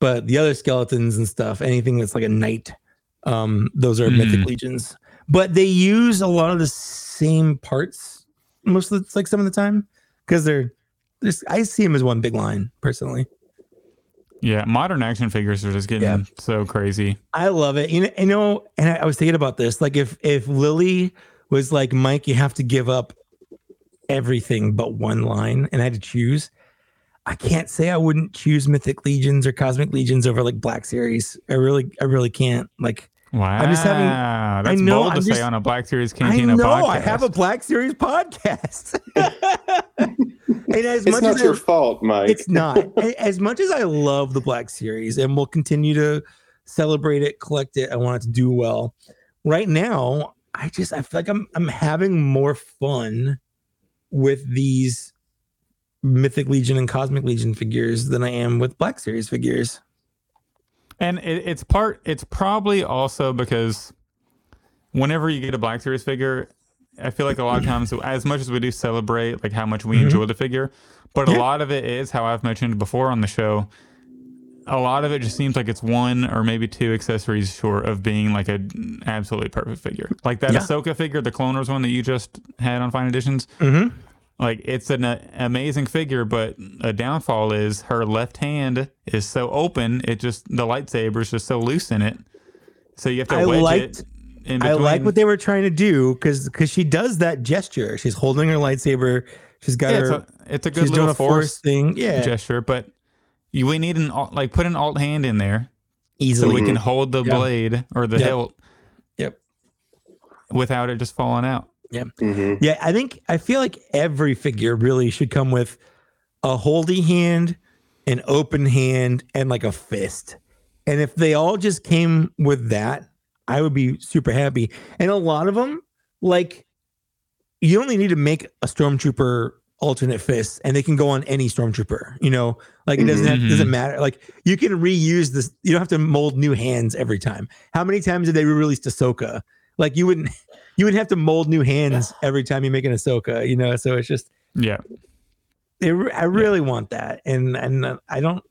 Speaker 1: but the other skeletons and stuff anything that's like a knight um those are mythic
Speaker 2: Mhm.
Speaker 1: legions but they use a lot of the same parts most of the, like some of the time because they're just i see them as one big line personally
Speaker 2: yeah, modern action figures are just getting
Speaker 1: Yeah.
Speaker 2: so crazy.
Speaker 1: I love it. You know, you know and I, I was thinking about this. Like, if if Lily was like, Mike, you have to give up everything but one line, and I had to choose, I can't say I wouldn't choose Mythic Legions or Cosmic Legions over like Black Series. I really, I really can't. Like,
Speaker 2: Wow.
Speaker 1: just having-
Speaker 2: That's
Speaker 1: I know,
Speaker 2: bold to
Speaker 1: I'm
Speaker 2: say
Speaker 1: just-
Speaker 2: on a Black Series
Speaker 1: I
Speaker 2: Cantina
Speaker 1: know
Speaker 2: podcast.
Speaker 1: I have a Black Series podcast, and as
Speaker 3: It's
Speaker 1: much
Speaker 3: not
Speaker 1: as
Speaker 3: your
Speaker 1: I,
Speaker 3: fault, Mike.
Speaker 1: it's not A- as much as I love the Black Series and will continue to celebrate it, collect it. I want it to do well. Right now, I just I feel like I'm I'm having more fun with these Mythic Legion and Cosmic Legion figures than I am with Black Series figures.
Speaker 2: And it, it's part. It's probably also because whenever you get a Black Series figure, I feel like a lot of times, as much as we do celebrate like how much we
Speaker 1: Mhm.
Speaker 2: enjoy the figure, but a
Speaker 1: Yeah.
Speaker 2: lot of it is how I've mentioned before on the show. A lot of it just seems like it's one or maybe two accessories short of being like an absolutely perfect figure. Like that
Speaker 1: Yeah.
Speaker 2: Ahsoka figure, the Clone Wars one that you just had on Fine Editions.
Speaker 1: Mm-hmm.
Speaker 2: Like it's an uh, amazing figure, but a downfall is her left hand is so open. It just the lightsaber is just so loose in it. So you have to
Speaker 1: I
Speaker 2: wedge
Speaker 1: liked-
Speaker 2: it. In
Speaker 1: I like
Speaker 2: between.
Speaker 1: what they were trying to do because because she does that gesture. She's holding her lightsaber. She's got
Speaker 2: yeah, it's,
Speaker 1: her.
Speaker 2: a, it's a good
Speaker 1: she's doing
Speaker 2: little
Speaker 1: a force
Speaker 2: force
Speaker 1: thing. Yeah,
Speaker 2: gesture, but you, we need an alt, like put an alt hand in there so
Speaker 1: easily.
Speaker 2: we can hold the
Speaker 1: Yeah.
Speaker 2: blade or the
Speaker 1: Yep.
Speaker 2: hilt.
Speaker 1: Yep.
Speaker 2: Without it just falling out.
Speaker 3: hmm
Speaker 1: Yeah, I think I feel like every figure really should come with a holdy hand, an open hand, and like a fist. And if they all just came with that, I would be super happy. And a lot of them, like, you only need to make a stormtrooper alternate fist, and they can go on any stormtrooper. You know, like it doesn't have-
Speaker 2: Mhm.
Speaker 1: doesn't matter. Like you can reuse this. You don't have to mold new hands every time. How many times did they release Ahsoka? Like you wouldn't you would have to mold new hands every time you make an Ahsoka, you know. So it's just,
Speaker 2: Yeah.
Speaker 1: it, I really want that, and and uh, I don't.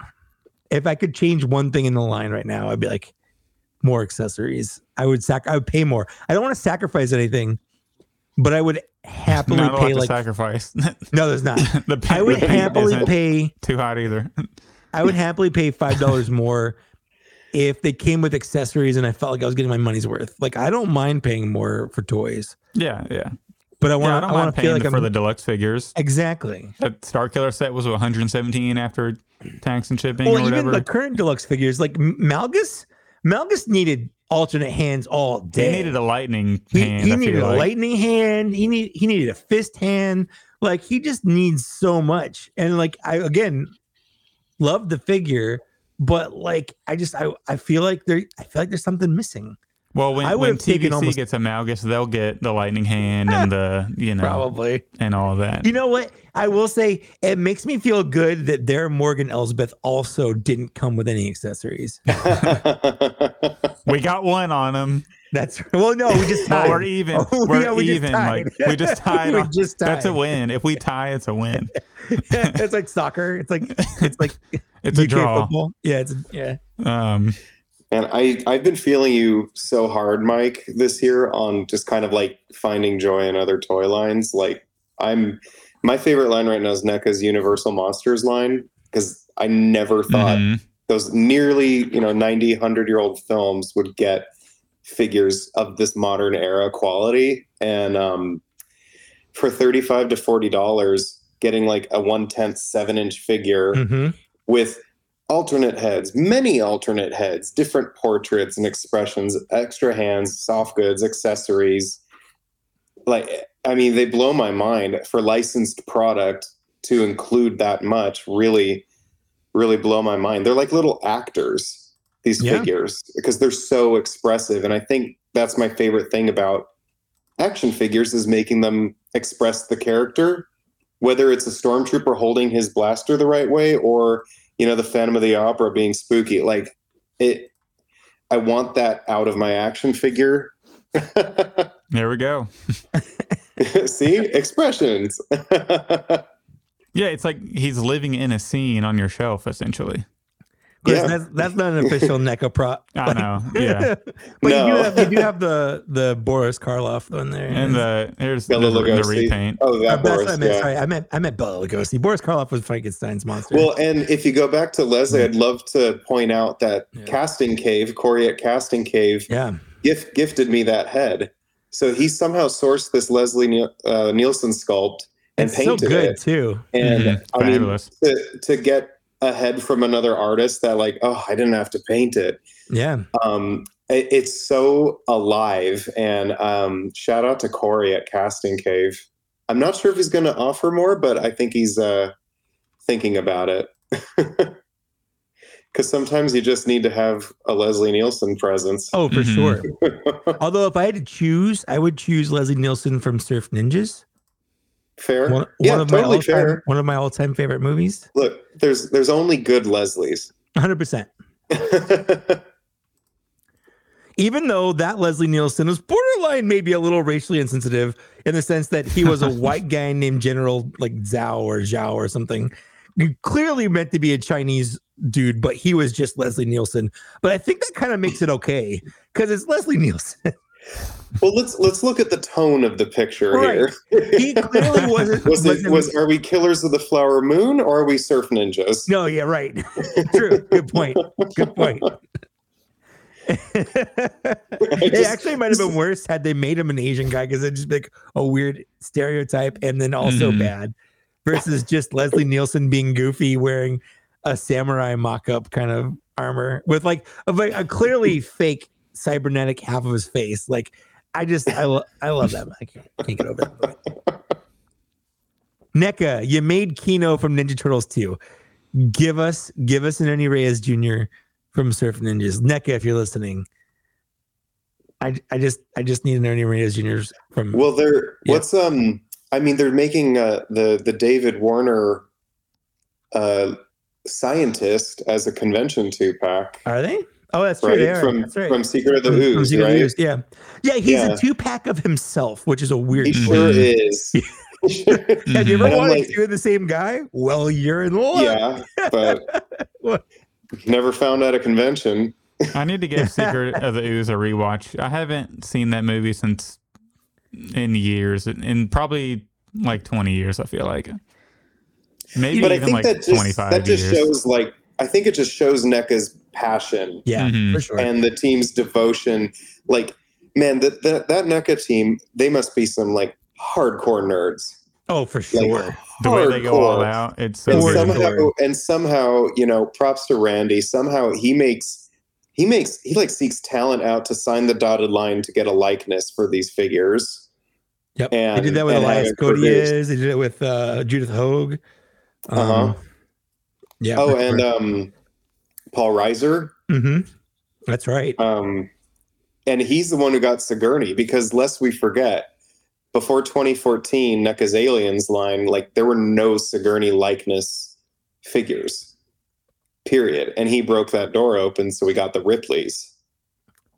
Speaker 1: If I could change one thing in the line right now, I'd be like more accessories. I would sac. I would pay more. I don't want to sacrifice anything, but I would happily
Speaker 2: Not a lot
Speaker 1: pay
Speaker 2: to
Speaker 1: like
Speaker 2: sacrifice.
Speaker 1: no, there's not.
Speaker 2: the
Speaker 1: I would happily
Speaker 2: pay.
Speaker 1: pay.
Speaker 2: Too hot either.
Speaker 1: I would happily pay five dollars more if they came with accessories and I felt like I was getting my money's worth. Like I don't mind paying more for toys,
Speaker 2: Yeah, yeah.
Speaker 1: but I
Speaker 2: Yeah, I
Speaker 1: want.
Speaker 2: don't
Speaker 1: I,
Speaker 2: mind
Speaker 1: want to feel
Speaker 2: paying
Speaker 1: like I'm
Speaker 2: for the deluxe figures.
Speaker 1: exactly.
Speaker 2: That Star Killer set was 117 after tax and shipping
Speaker 1: Well,
Speaker 2: or
Speaker 1: even
Speaker 2: whatever.
Speaker 1: the current deluxe figures, like M- Malgus, Malgus needed alternate hands all day.
Speaker 2: he needed a lightning
Speaker 1: He-
Speaker 2: hand.
Speaker 1: he
Speaker 2: I
Speaker 1: needed
Speaker 2: feel
Speaker 1: a
Speaker 2: like.
Speaker 1: lightning hand. He need he needed a fist hand. Like he just needs so much. And like I again love the figure, but like I just I, I feel like there I feel like there's something missing.
Speaker 2: Well, when,
Speaker 1: I would
Speaker 2: when
Speaker 1: have taken
Speaker 2: TVC
Speaker 1: almost- Eh,
Speaker 2: gets Amalgus, they'll get the lightning hand and the you know
Speaker 1: Probably.
Speaker 2: and all that.
Speaker 1: You know what? I will say it makes me feel good that their Morgan Elsbeth also didn't come with any accessories.
Speaker 2: we got one on him.
Speaker 1: That's well, no, Oh, we just
Speaker 2: But
Speaker 1: tied.
Speaker 2: we're even.
Speaker 1: Oh,
Speaker 2: we're
Speaker 1: yeah, we just
Speaker 2: even.
Speaker 1: tied.
Speaker 2: Like we just tied.
Speaker 1: We
Speaker 2: on-
Speaker 1: just
Speaker 2: That's a
Speaker 1: tied.
Speaker 2: win. If we tie, it's a win.
Speaker 1: it's like soccer. It's like it's like
Speaker 2: It's a
Speaker 1: UK
Speaker 2: draw.
Speaker 1: Football. Yeah, it's yeah.
Speaker 2: Um,
Speaker 3: And I, I've been feeling you so hard, Mike, this year on just kind of like finding joy in other toy lines. Like I'm my favorite line right now is NECA's Universal Monsters line because I never thought
Speaker 2: Mhm.
Speaker 3: those nearly you know 90 100 year old films would get figures of this modern era quality and um, for 35 to 40 dollars getting like a one tenth seven inch figure
Speaker 1: hmm
Speaker 3: with alternate heads many alternate heads different portraits and expressions extra hands soft goods accessories like i mean they blow my mind for licensed product to include that much really really blow my mind they're like little actors these
Speaker 1: Yeah.
Speaker 3: figures because they're so expressive and i think that's my favorite thing about action figures is making them express the character whether it's a stormtrooper holding his blaster the right way or you know the phantom of the opera being spooky like it i want that out of my action figure
Speaker 2: There we go.
Speaker 3: See expressions. Oh, yeah,
Speaker 2: Yeah, it's like he's living in a scene on your shelf, essentially.
Speaker 1: Chris, that's, that's not an official NECA prop.
Speaker 2: I know. Yeah.
Speaker 1: but you, do
Speaker 3: No.
Speaker 1: have, you do have the the Boris Karloff one there. Mm-hmm.
Speaker 2: And uh, the here's the,
Speaker 3: Bela
Speaker 2: the
Speaker 3: Lugosi.
Speaker 2: repaint.
Speaker 3: Oh,
Speaker 1: Uh,
Speaker 3: that
Speaker 1: that's what I
Speaker 3: Boris.
Speaker 1: meant.
Speaker 3: Yeah.
Speaker 1: Sorry, I meant I meant Bela Lugosi. Boris Karloff was Frankenstein's monster.
Speaker 3: Well, and if you go back to Leslie, I'd love to point out that
Speaker 1: Mm-hmm. Yeah.
Speaker 3: Casting Cave, Corey at Casting Cave,
Speaker 1: yeah,
Speaker 3: gift, gifted me that head. So he somehow sourced this Leslie Niel- uh, Nielsen sculpt and
Speaker 1: it's so
Speaker 3: painted
Speaker 1: good
Speaker 3: it.
Speaker 1: too.
Speaker 3: And
Speaker 2: Mhm.
Speaker 1: Mm-hmm.
Speaker 3: I mean,
Speaker 2: Fabulous.
Speaker 3: to, to get a head from another artist that like, oh, I didn't have to paint it.
Speaker 1: Yeah,
Speaker 3: um, it- it's so alive. And um, shout out to Corey at Casting Cave. I'm not sure if he's going to offer more, but I think he's uh, thinking about it. Because sometimes you just need to have a Leslie Nielsen presence.
Speaker 1: oh for
Speaker 2: Mhm.
Speaker 1: sure. Although if I had to choose, I would choose Leslie Nielsen from Surf Ninjas.
Speaker 3: fair.
Speaker 1: One, one
Speaker 3: yeah,
Speaker 1: of my
Speaker 3: totally
Speaker 1: all-time
Speaker 3: fair.
Speaker 1: one of my all-time favorite movies.
Speaker 3: Look, there's there's only good Leslies.
Speaker 1: 100. percent Even though that Leslie Nielsen was borderline maybe a little racially insensitive in the sense that he was a white guy named General like Zhao or Zhao or something, clearly meant to be a Chinese dude, but he was just Leslie Nielsen. But I think that kind of makes it okay because it's Leslie Nielsen.
Speaker 3: well, let's let's look at the tone of the picture
Speaker 1: Right.
Speaker 3: here.
Speaker 1: He clearly wasn't.
Speaker 3: was it
Speaker 1: wasn't-
Speaker 3: was are we killers of the flower moon or are we surf ninjas?
Speaker 1: No, yeah, right. True. Good point. Good point. it
Speaker 3: just-
Speaker 1: actually might have been worse had they made him an Asian guy because it'd just be like a weird stereotype and then also
Speaker 2: Mhm.
Speaker 1: bad versus just Leslie Nielsen being goofy wearing a samurai mock up kind of armor with like a, ve- a clearly fake cybernetic half of his face. Like, I just, I, lo- I love that. I can't, can't get over that. movie. NECA, you made Kino from Ninja Turtles 2 give us give us an Ernie Reyes Jr. from Surf Ninjas. NECA, if you're listening. I, I just I just need an Ernie Reyes Jr. from
Speaker 3: Well, they're
Speaker 1: Mm-hmm. Yeah.
Speaker 3: what's um. I mean, they're making uh, the the David Warner uh, scientist as a convention two pack,
Speaker 1: are they? Oh, that's true.
Speaker 3: right?
Speaker 1: They are.
Speaker 3: From
Speaker 1: that's right.
Speaker 3: from Secret of the
Speaker 1: From- from
Speaker 3: Ooze,
Speaker 1: Secret of the
Speaker 3: right?
Speaker 1: Ooze, Yeah, yeah. He's
Speaker 3: Yeah.
Speaker 1: a two pack of himself, which is a weird.
Speaker 3: He
Speaker 1: choice.
Speaker 3: sure is.
Speaker 1: Have you
Speaker 2: Mhm.
Speaker 1: ever
Speaker 3: And I'm
Speaker 1: wanted
Speaker 3: like-
Speaker 1: two of the same guy? Well, you're in luck.
Speaker 3: yeah, but
Speaker 1: What?
Speaker 3: never found at a convention.
Speaker 2: Mm-hmm. I need to give Secret of the Ooze a rewatch. I haven't seen that movie since in years, in, in probably like 20 years, I feel like. Maybe
Speaker 3: But I
Speaker 2: even
Speaker 3: think
Speaker 2: like
Speaker 3: that just
Speaker 2: 25
Speaker 3: that just
Speaker 2: years.
Speaker 3: shows like I think it just shows NECA's passion
Speaker 1: Yeah,
Speaker 2: Mhm.
Speaker 1: for sure.
Speaker 3: Mm-hmm. and the team's devotion. Like, man, that that that NECA team, they must be some like hardcore nerds.
Speaker 1: oh, for
Speaker 3: Like,
Speaker 1: sure.
Speaker 2: the way they go all
Speaker 3: hardcore.
Speaker 2: out, it's so
Speaker 3: and
Speaker 1: Or-
Speaker 2: good.
Speaker 3: somehow
Speaker 1: or-
Speaker 3: and somehow you know props to randy somehow he makes he makes he like seeks talent out to sign the dotted line to get a likeness for these figures
Speaker 1: Yep.
Speaker 3: and
Speaker 1: They did that with
Speaker 3: and have
Speaker 1: Elias
Speaker 3: it produced.
Speaker 1: Codiez. They did it with uh, Judith Hogue. Um,
Speaker 3: Uh-huh.
Speaker 1: Yeah.
Speaker 3: oh and um paul reiser
Speaker 1: hmm that's right.
Speaker 3: um and he's the one who got sigourney because lest we forget before 2014 NECA's aliens line like there were no sigourney likeness figures period and he broke that door open so we got the ripleys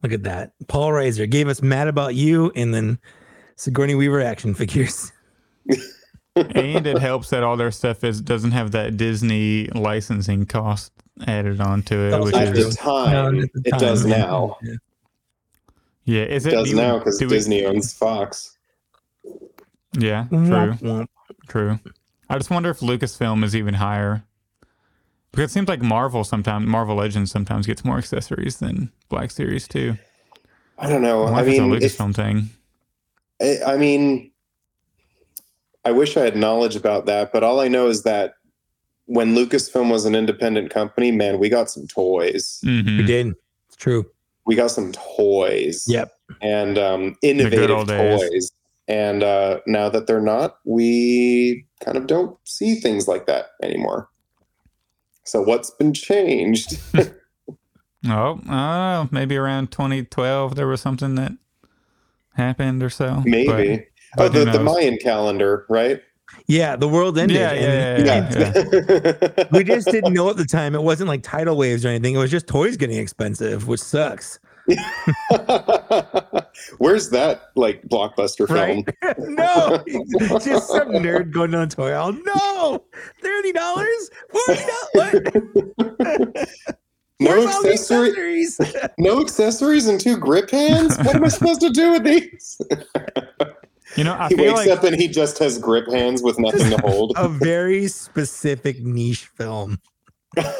Speaker 1: Look at that. Paul Reiser gave us Mad About You and then Sigourney Weaver action figures.
Speaker 2: and it helps that all their stuff is doesn't have that Disney licensing cost added onto it,
Speaker 1: Oh,
Speaker 2: which
Speaker 3: at
Speaker 1: that's
Speaker 3: the
Speaker 2: is
Speaker 3: time,
Speaker 1: No, at the
Speaker 3: it
Speaker 1: time,
Speaker 3: does
Speaker 1: yeah.
Speaker 3: now.
Speaker 1: Yeah.
Speaker 2: yeah. Is
Speaker 3: It
Speaker 2: it
Speaker 3: does
Speaker 2: do we-
Speaker 3: now because
Speaker 2: do we-
Speaker 3: Disney owns Fox.
Speaker 2: Yeah, true.
Speaker 1: Mm-hmm. Womp, womp.
Speaker 2: True. I just wonder if Lucasfilm is even higher. Because it seems like Marvel sometimes, Marvel Legends sometimes gets more accessories than Black Series too.
Speaker 3: I don't know.
Speaker 2: I
Speaker 3: I
Speaker 2: wonder if
Speaker 3: mean,
Speaker 2: it's
Speaker 3: if,
Speaker 2: a Lucasfilm thing.
Speaker 3: I, I mean, I wish I had knowledge about that, but all I know is that when Lucasfilm was an independent company, man, we got some toys.
Speaker 1: We
Speaker 2: hmm
Speaker 1: did. It's true.
Speaker 3: We got some toys.
Speaker 1: Yep.
Speaker 3: And um,
Speaker 2: good
Speaker 3: innovative
Speaker 2: old days.
Speaker 3: toys. And uh, now that they're not, we kind of don't see things like that anymore. So what's been changed?
Speaker 2: Oh, I don't know. Maybe around 2012 there was something that happened or so. but-
Speaker 3: Maybe.
Speaker 2: but
Speaker 3: oh,
Speaker 2: who
Speaker 3: the, the
Speaker 2: knows?
Speaker 3: Mayan calendar, right?
Speaker 1: Yeah, the world ended.
Speaker 2: Yeah,
Speaker 1: and
Speaker 2: yeah, yeah, yeah.
Speaker 1: We just didn't know at the time. It wasn't like tidal waves or anything. It was just toys getting expensive, which sucks.
Speaker 3: Where's that like blockbuster film?
Speaker 1: no, just some nerd going down a toy aisle. No, thirty dollars, forty dollars.
Speaker 3: No
Speaker 1: Where's all the
Speaker 3: accessory,
Speaker 1: accessories?
Speaker 3: no accessories, and two grip hands. What am I supposed to do with these?
Speaker 2: You know, I
Speaker 3: he
Speaker 2: feel
Speaker 3: wakes
Speaker 2: like
Speaker 3: up and he just has grip hands with nothing to hold.
Speaker 1: a very specific niche film.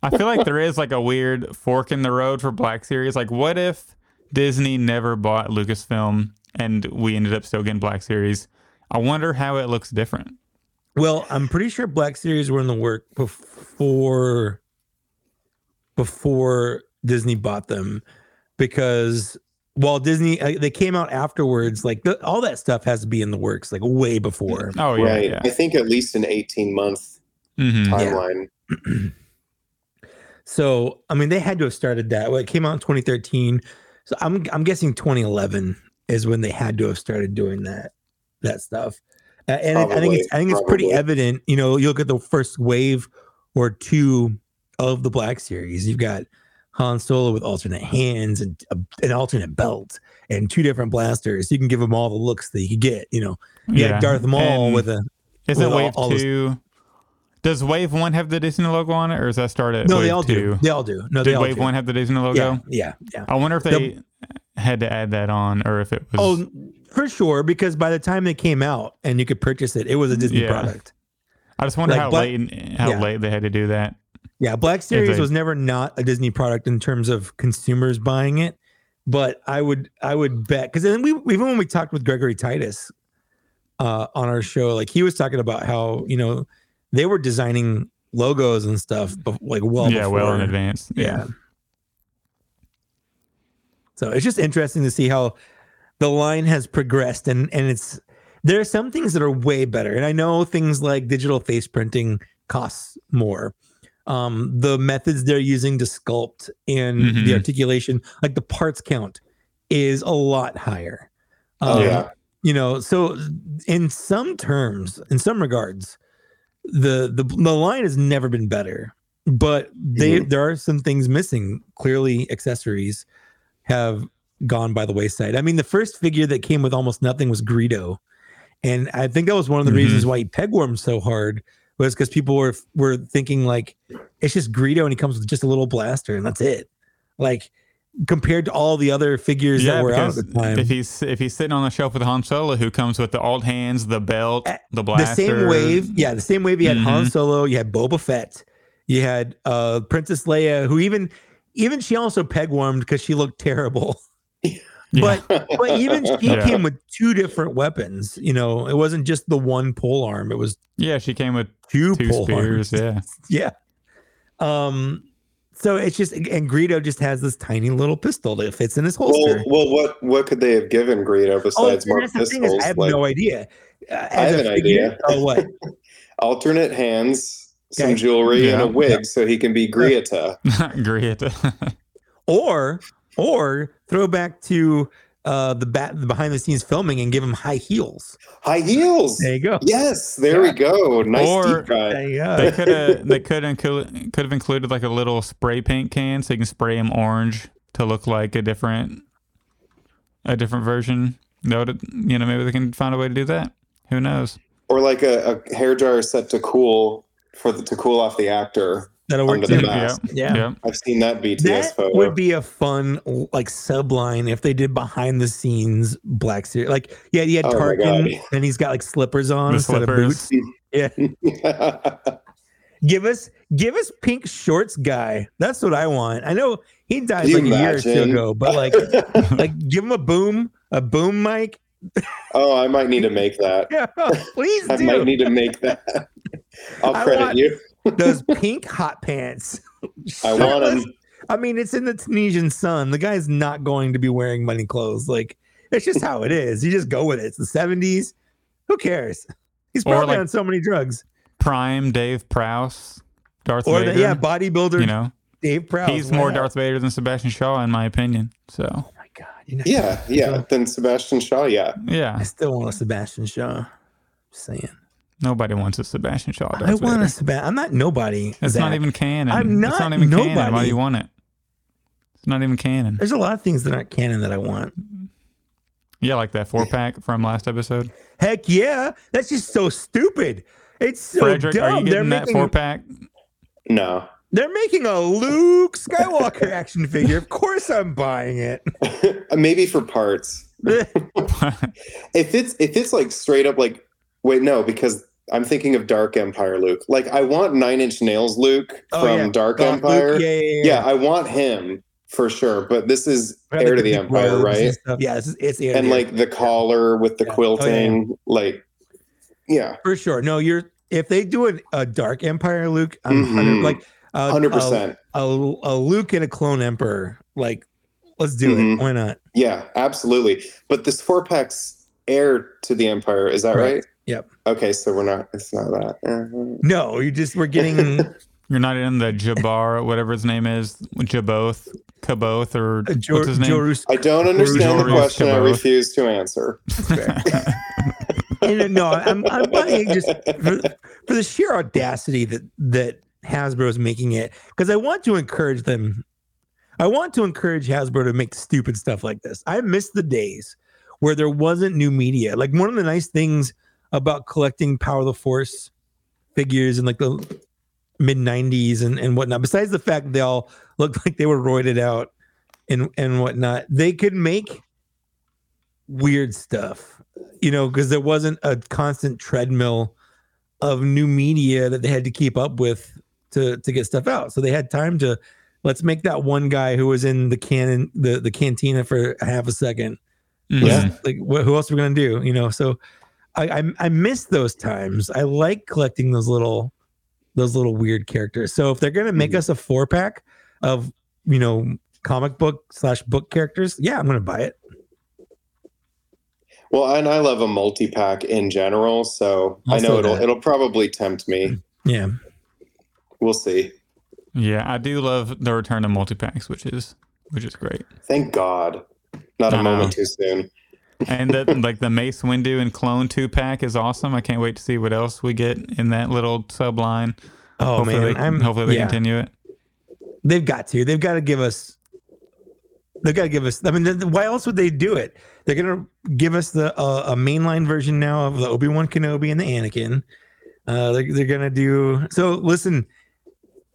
Speaker 2: I feel like there is like a weird fork in the road for Black Series. Like, what if Disney never bought Lucasfilm and we ended up still getting Black Series? I wonder how it looks different.
Speaker 1: Well, I'm pretty sure Black Series were in the work before before Disney bought them because while Disney uh, they came out afterwards, like the, all that stuff has to be in the works like way before.
Speaker 2: Oh yeah,
Speaker 3: right.
Speaker 2: yeah.
Speaker 3: I think at least an 18 month
Speaker 2: hmm
Speaker 1: Yeah.
Speaker 3: timeline.
Speaker 1: So I mean, they had to have started that. Well, it came out in 2013, so I'm I'm guessing 2011 is when they had to have started doing that that stuff. Uh, and it- I think it's I think it's pretty
Speaker 3: Probably, probably.
Speaker 1: evident. You know, you look at the first wave or two of the Black Series. You've got Han Solo with alternate hands and a, an alternate belt and two different blasters. You can give them all the looks that you could get. You know, you yeah,
Speaker 2: Yeah.
Speaker 1: Darth Maul
Speaker 2: And
Speaker 1: with a
Speaker 2: Is
Speaker 1: with
Speaker 2: it
Speaker 1: all-
Speaker 2: Wave
Speaker 1: all those-
Speaker 2: Two? Does Wave One have the Disney logo on it, or is that start at
Speaker 1: no.
Speaker 2: Wave
Speaker 1: They all
Speaker 2: Two?
Speaker 1: do. They all do. No, they
Speaker 2: Did
Speaker 1: all
Speaker 2: Wave
Speaker 1: do.
Speaker 2: One have the Disney logo?
Speaker 1: Yeah, yeah, yeah.
Speaker 2: I wonder if
Speaker 1: The-
Speaker 2: they had to add that on, or if it was.
Speaker 1: Oh, for sure. Because by the time they came out and you could purchase it, it was a Disney
Speaker 2: Yeah.
Speaker 1: product.
Speaker 2: I just wonder
Speaker 1: like,
Speaker 2: how
Speaker 1: but-
Speaker 2: late how
Speaker 1: yeah.
Speaker 2: late they had to do that.
Speaker 1: Yeah, Black Series
Speaker 2: they-
Speaker 1: was never not a Disney product in terms of consumers buying it. But I would I would bet because then we even when we talked with Gregory Titus uh, on our show, like he was talking about how you know they were designing logos and stuff, but like well
Speaker 2: yeah,
Speaker 1: before.
Speaker 2: well in advance.
Speaker 1: yeah. So it's just interesting to see how the line has progressed and and it's there are some things that are way better. And I know things like digital face printing costs more. Um, the methods they're using to sculpt and
Speaker 2: Mhm.
Speaker 1: the articulation, like the parts count, is a lot higher.
Speaker 3: Oh,
Speaker 1: Um,
Speaker 3: yeah.
Speaker 1: you know so in some terms in some regards the the, the line has never been better but they
Speaker 2: Mm-hmm.
Speaker 1: there are some things missing clearly accessories have gone by the wayside i mean the first figure that came with almost nothing was greedo and i think that was one of the
Speaker 2: Mhm.
Speaker 1: reasons why he pegwormed so hard was because people were were thinking like it's just greedo and he comes with just a little blaster and that's it like compared to all the other figures
Speaker 2: Yeah,
Speaker 1: that were out at
Speaker 2: because
Speaker 1: the time
Speaker 2: if he's if he's sitting on the shelf with Han Solo, who comes with the alt hands, the belt,
Speaker 1: Uh,
Speaker 2: the blaster,
Speaker 1: The same wave, yeah. The same wave. You had Han
Speaker 2: Mhm.
Speaker 1: Solo. You had Boba Fett. You had uh, Princess Leia, who even even she also pegwormed because she looked terrible.
Speaker 2: Yeah.
Speaker 1: But but even she
Speaker 2: Yeah.
Speaker 1: came with two different weapons. You know, it wasn't just the one pole arm. It was
Speaker 2: yeah, she came with
Speaker 1: two,
Speaker 2: two
Speaker 1: pole
Speaker 2: spears.
Speaker 1: arms.
Speaker 2: Yeah,
Speaker 1: Yeah. Um. So it's just and Greedo just has this tiny little pistol that fits in his holster.
Speaker 3: well, well, what what could they have given Greedo besides
Speaker 1: oh,
Speaker 3: more
Speaker 1: that's the
Speaker 3: pistols?
Speaker 1: thing is, I have
Speaker 3: Like,
Speaker 1: no idea. Uh, as
Speaker 3: have
Speaker 1: a
Speaker 3: an
Speaker 1: figure-
Speaker 3: idea.
Speaker 1: Oh, what?
Speaker 3: alternate hands, some
Speaker 1: Okay.
Speaker 3: jewelry,
Speaker 2: Yeah.
Speaker 3: and a wig, so he can be Grieta.
Speaker 2: great.
Speaker 1: or or throw back to uh the bat the behind the scenes filming and give him high heels
Speaker 3: High heels.
Speaker 1: there you go
Speaker 3: Yes, there we go. Nice
Speaker 2: Or-
Speaker 3: deep cut.
Speaker 1: there you go
Speaker 2: they could have they could include could have included like a little spray paint can so you can spray him orange to look like a different a different version. No, you know maybe they can find a way to do that. Who knows?
Speaker 3: Or like a, a hair dryer set to cool for the, to cool off the actor.
Speaker 1: That'll work
Speaker 3: Under the
Speaker 1: too.
Speaker 3: back.
Speaker 2: Yeah.
Speaker 3: Yes.
Speaker 1: Yeah.
Speaker 2: yeah.
Speaker 3: I've seen that BTS
Speaker 1: That
Speaker 3: photo.
Speaker 1: would be a fun like subline if they did behind the scenes black series. Like, yeah, he had
Speaker 3: Oh my
Speaker 1: Tarkin
Speaker 3: God.
Speaker 1: and he's got like slippers on
Speaker 2: The
Speaker 1: instead of boots.
Speaker 2: slippers.
Speaker 1: Give us give us pink shorts guy. That's what I want. I know he died
Speaker 3: Can you
Speaker 1: like a year or two
Speaker 3: imagine?
Speaker 1: ago, but like like give him a boom, a boom mic.
Speaker 3: oh, I might need to make that.
Speaker 1: Yeah, please
Speaker 3: I might
Speaker 1: do
Speaker 3: need to make that. I'll
Speaker 1: I
Speaker 3: credit
Speaker 1: want-
Speaker 3: you.
Speaker 1: those pink hot pants.
Speaker 3: I want
Speaker 1: Shirtless.
Speaker 3: them.
Speaker 1: I mean, it's in the Tunisian sun. The guy's not going to be wearing money clothes. Like it's just how it is. You just go with it. It's the seventies. Who cares? He's
Speaker 2: Or,
Speaker 1: probably
Speaker 2: like,
Speaker 1: on so many drugs.
Speaker 2: Prime Dave Prouse, Darth
Speaker 1: Or
Speaker 2: Vader.
Speaker 1: the, yeah, bodybuilder
Speaker 2: you know,
Speaker 1: Dave Prowse.
Speaker 2: he's more
Speaker 1: Wow.
Speaker 2: Darth Vader than Sebastian Shaw, in my opinion. So
Speaker 1: Oh my god! You're not-
Speaker 3: Yeah, yeah. Then Sebastian Shaw, yeah.
Speaker 1: I
Speaker 2: yeah,
Speaker 1: still want a Sebastian Shaw. Just saying.
Speaker 2: nobody wants a Sebastian Shaw. Darth
Speaker 1: I want a
Speaker 2: Vader.
Speaker 1: Sebastian. I'm not nobody.
Speaker 2: It's not
Speaker 1: Zach.
Speaker 2: even canon.
Speaker 1: I'm
Speaker 2: It's
Speaker 1: not
Speaker 2: not even canon. Why
Speaker 1: nobody.
Speaker 2: do you want it? It's not even canon.
Speaker 1: There's a lot of things that aren't canon that I want.
Speaker 2: Yeah, like that four pack from last episode.
Speaker 1: Heck yeah! That's just so stupid. It's so
Speaker 2: Frederick,
Speaker 1: dumb.
Speaker 2: are you
Speaker 1: They're
Speaker 2: getting that
Speaker 1: making
Speaker 2: four pack?
Speaker 3: No.
Speaker 1: They're making a Luke Skywalker action figure. Of course, I'm buying it.
Speaker 3: Uh, Maybe for parts. If it's if it's like straight up like wait, no, because I'm thinking of Dark Empire Luke. Like I want nine inch nails Luke
Speaker 1: Oh,
Speaker 3: from
Speaker 1: yeah.
Speaker 3: Dark
Speaker 1: Darth Luke,
Speaker 3: Empire.
Speaker 1: yeah, yeah,
Speaker 3: yeah. I want him for sure. But this is
Speaker 1: Rather
Speaker 3: heir to
Speaker 1: than
Speaker 3: the
Speaker 1: big robes
Speaker 3: empire,
Speaker 1: and
Speaker 3: right?
Speaker 1: stuff. Yeah, it's, it's heir to
Speaker 3: And
Speaker 1: the
Speaker 3: like the collar with the
Speaker 1: Yeah. Oh, yeah,
Speaker 3: quilting, like yeah,
Speaker 1: for sure. No, you're if they do an, a Dark Empire Luke, I'm
Speaker 3: Mhm.
Speaker 1: 100 like a-
Speaker 3: hundred
Speaker 1: a-
Speaker 3: percent.
Speaker 1: A, a Luke and a clone Emperor. Like, let's do it.
Speaker 3: Mhm.
Speaker 1: Why not?
Speaker 3: Yeah, absolutely. But this four pack's heir to the empire, is that
Speaker 1: Correct.
Speaker 3: right?
Speaker 1: Yep.
Speaker 3: Okay, so we're not. It's not that. Uh,
Speaker 1: No, you just we're getting
Speaker 2: You're not in the Jabbar, whatever his name is, Jaboth, Kaboth, or
Speaker 1: a Uh, Jor-
Speaker 2: what's his name?
Speaker 1: Jorus-
Speaker 3: I don't understand the
Speaker 2: Jorus
Speaker 3: question. I
Speaker 2: Kaboth.
Speaker 3: refuse to answer.
Speaker 1: And, uh, no, I'm I'm buying it just for, for the sheer audacity that that Hasbro is making it because I want to encourage them. I want to encourage Hasbro to make stupid stuff like this. I miss the days where there wasn't new media. Like one of the nice things about collecting Power of the Force figures in like the mid '90s and and whatnot, besides the fact they all looked like they were roided out and and whatnot, they could make weird stuff you know, because there wasn't a constant treadmill of new media that they had to keep up with to to get stuff out. So they had time to let's make that one guy who was in the canon the the cantina for a half a second.
Speaker 2: Mhm.
Speaker 3: Yeah.
Speaker 1: Like what, who else are we gonna do? You know, so I, I I miss those times. I like collecting those little those little weird characters. So if they're gonna make
Speaker 3: Mhm.
Speaker 2: Mm.
Speaker 1: us a four pack of you know comic book slash book characters, yeah, I'm gonna buy it.
Speaker 3: Well, and I love a multi pack in general, so I know
Speaker 1: Also
Speaker 3: it'll
Speaker 1: that.
Speaker 3: it'll probably tempt me.
Speaker 1: Yeah.
Speaker 3: We'll see.
Speaker 2: Yeah, I do love the return of multi packs, which is which is great.
Speaker 3: Thank God. Not a
Speaker 2: Wow.
Speaker 3: moment too soon.
Speaker 2: And the, like the Mace Windu and Clone two pack is awesome. I can't wait to see what else we get in that little subline.
Speaker 1: Oh
Speaker 2: hopefully
Speaker 1: man,
Speaker 2: they,
Speaker 1: I'm
Speaker 2: hopefully they
Speaker 1: yeah.
Speaker 2: continue it.
Speaker 1: They've got to. They've got to give us. They've got to give us. I mean, th- why else would they do it? They're gonna give us the uh, a mainline version now of the Obi Wan Kenobi and the Anakin. Uh, they're, they're gonna do. So listen,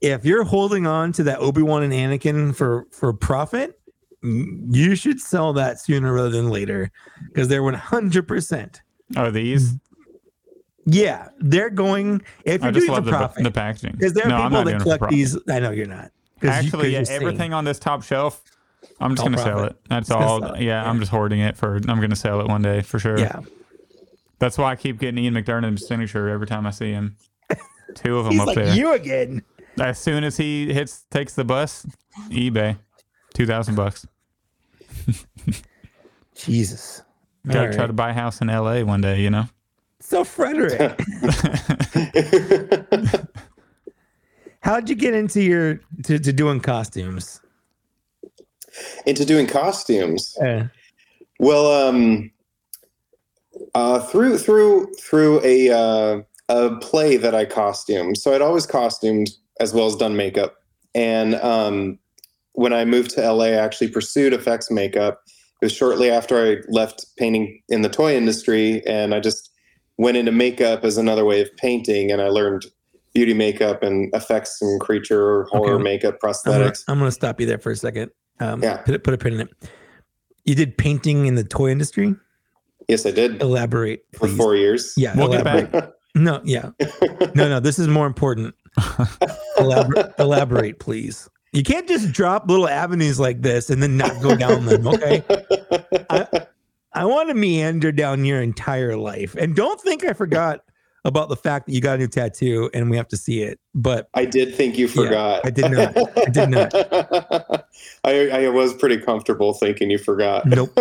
Speaker 1: if you're holding on to that Obi Wan and Anakin for for profit, m- you should sell that sooner rather than later because they're 100. percent
Speaker 2: Are these?
Speaker 1: Yeah, they're going. Mm-hmm. If you're
Speaker 2: I just
Speaker 1: doing it for
Speaker 2: love the, the
Speaker 1: profit,
Speaker 2: packaging.
Speaker 1: because there
Speaker 2: no,
Speaker 1: are
Speaker 2: I'm not
Speaker 1: people
Speaker 2: doing
Speaker 1: that
Speaker 2: it for
Speaker 1: collect
Speaker 2: profit.
Speaker 1: these. I know you're not. 'cause you- 'cause
Speaker 2: Actually, yeah,
Speaker 1: you're sane.
Speaker 2: everything on this top shelf, I'm just
Speaker 1: All
Speaker 2: gonna sell
Speaker 1: profit.
Speaker 2: it. That's
Speaker 1: gonna
Speaker 2: all.
Speaker 1: sell it,
Speaker 2: Yeah,
Speaker 1: yeah.
Speaker 2: I'm just hoarding it for. I'm gonna sell it one day for sure.
Speaker 1: Yeah,
Speaker 2: That's why I keep getting Ian McDermott's signature every time I see him. Two of them
Speaker 1: he's
Speaker 2: up
Speaker 1: like
Speaker 2: there.
Speaker 1: you again.
Speaker 2: As soon as he hits, takes the bus, eBay, two thousand bucks.
Speaker 1: Jesus.
Speaker 2: Gotta
Speaker 1: All
Speaker 2: try
Speaker 1: right.
Speaker 2: to buy a house in LA one day, you know.
Speaker 1: So Frederick, how'd you get into your to, to doing costumes?
Speaker 3: Into doing costumes.
Speaker 1: Uh,
Speaker 3: Well, um, uh, through through through a uh, a play that I costumed. So I'd always costumed as well as done makeup. And um, when I moved to LA, I actually pursued effects makeup. It was shortly after I left painting in the toy industry, and I just went into makeup as another way of painting. And I learned beauty makeup and effects and creature horror
Speaker 1: Okay.
Speaker 3: makeup
Speaker 1: I'm gonna,
Speaker 3: prosthetics.
Speaker 1: I'm gonna stop you there for a second. Um,
Speaker 3: Yeah.
Speaker 1: put, a- put a pin in it. You did painting in the toy industry.
Speaker 3: yes, I did
Speaker 1: Elaborate,
Speaker 3: for
Speaker 1: please.
Speaker 3: four years.
Speaker 1: Yeah,
Speaker 2: We'll get
Speaker 1: elaborate. No, yeah, no, no. This is more important. elaborate, elaborate, please. You can't just drop little avenues like this and then not go down them. Okay, I want to meander down your entire life, and don't think I forgot about the fact that you got a new tattoo and we have to see it. But
Speaker 3: I did think you forgot.
Speaker 1: I did not.
Speaker 3: I
Speaker 1: did not.
Speaker 3: I, I was pretty comfortable thinking you forgot.
Speaker 1: nope.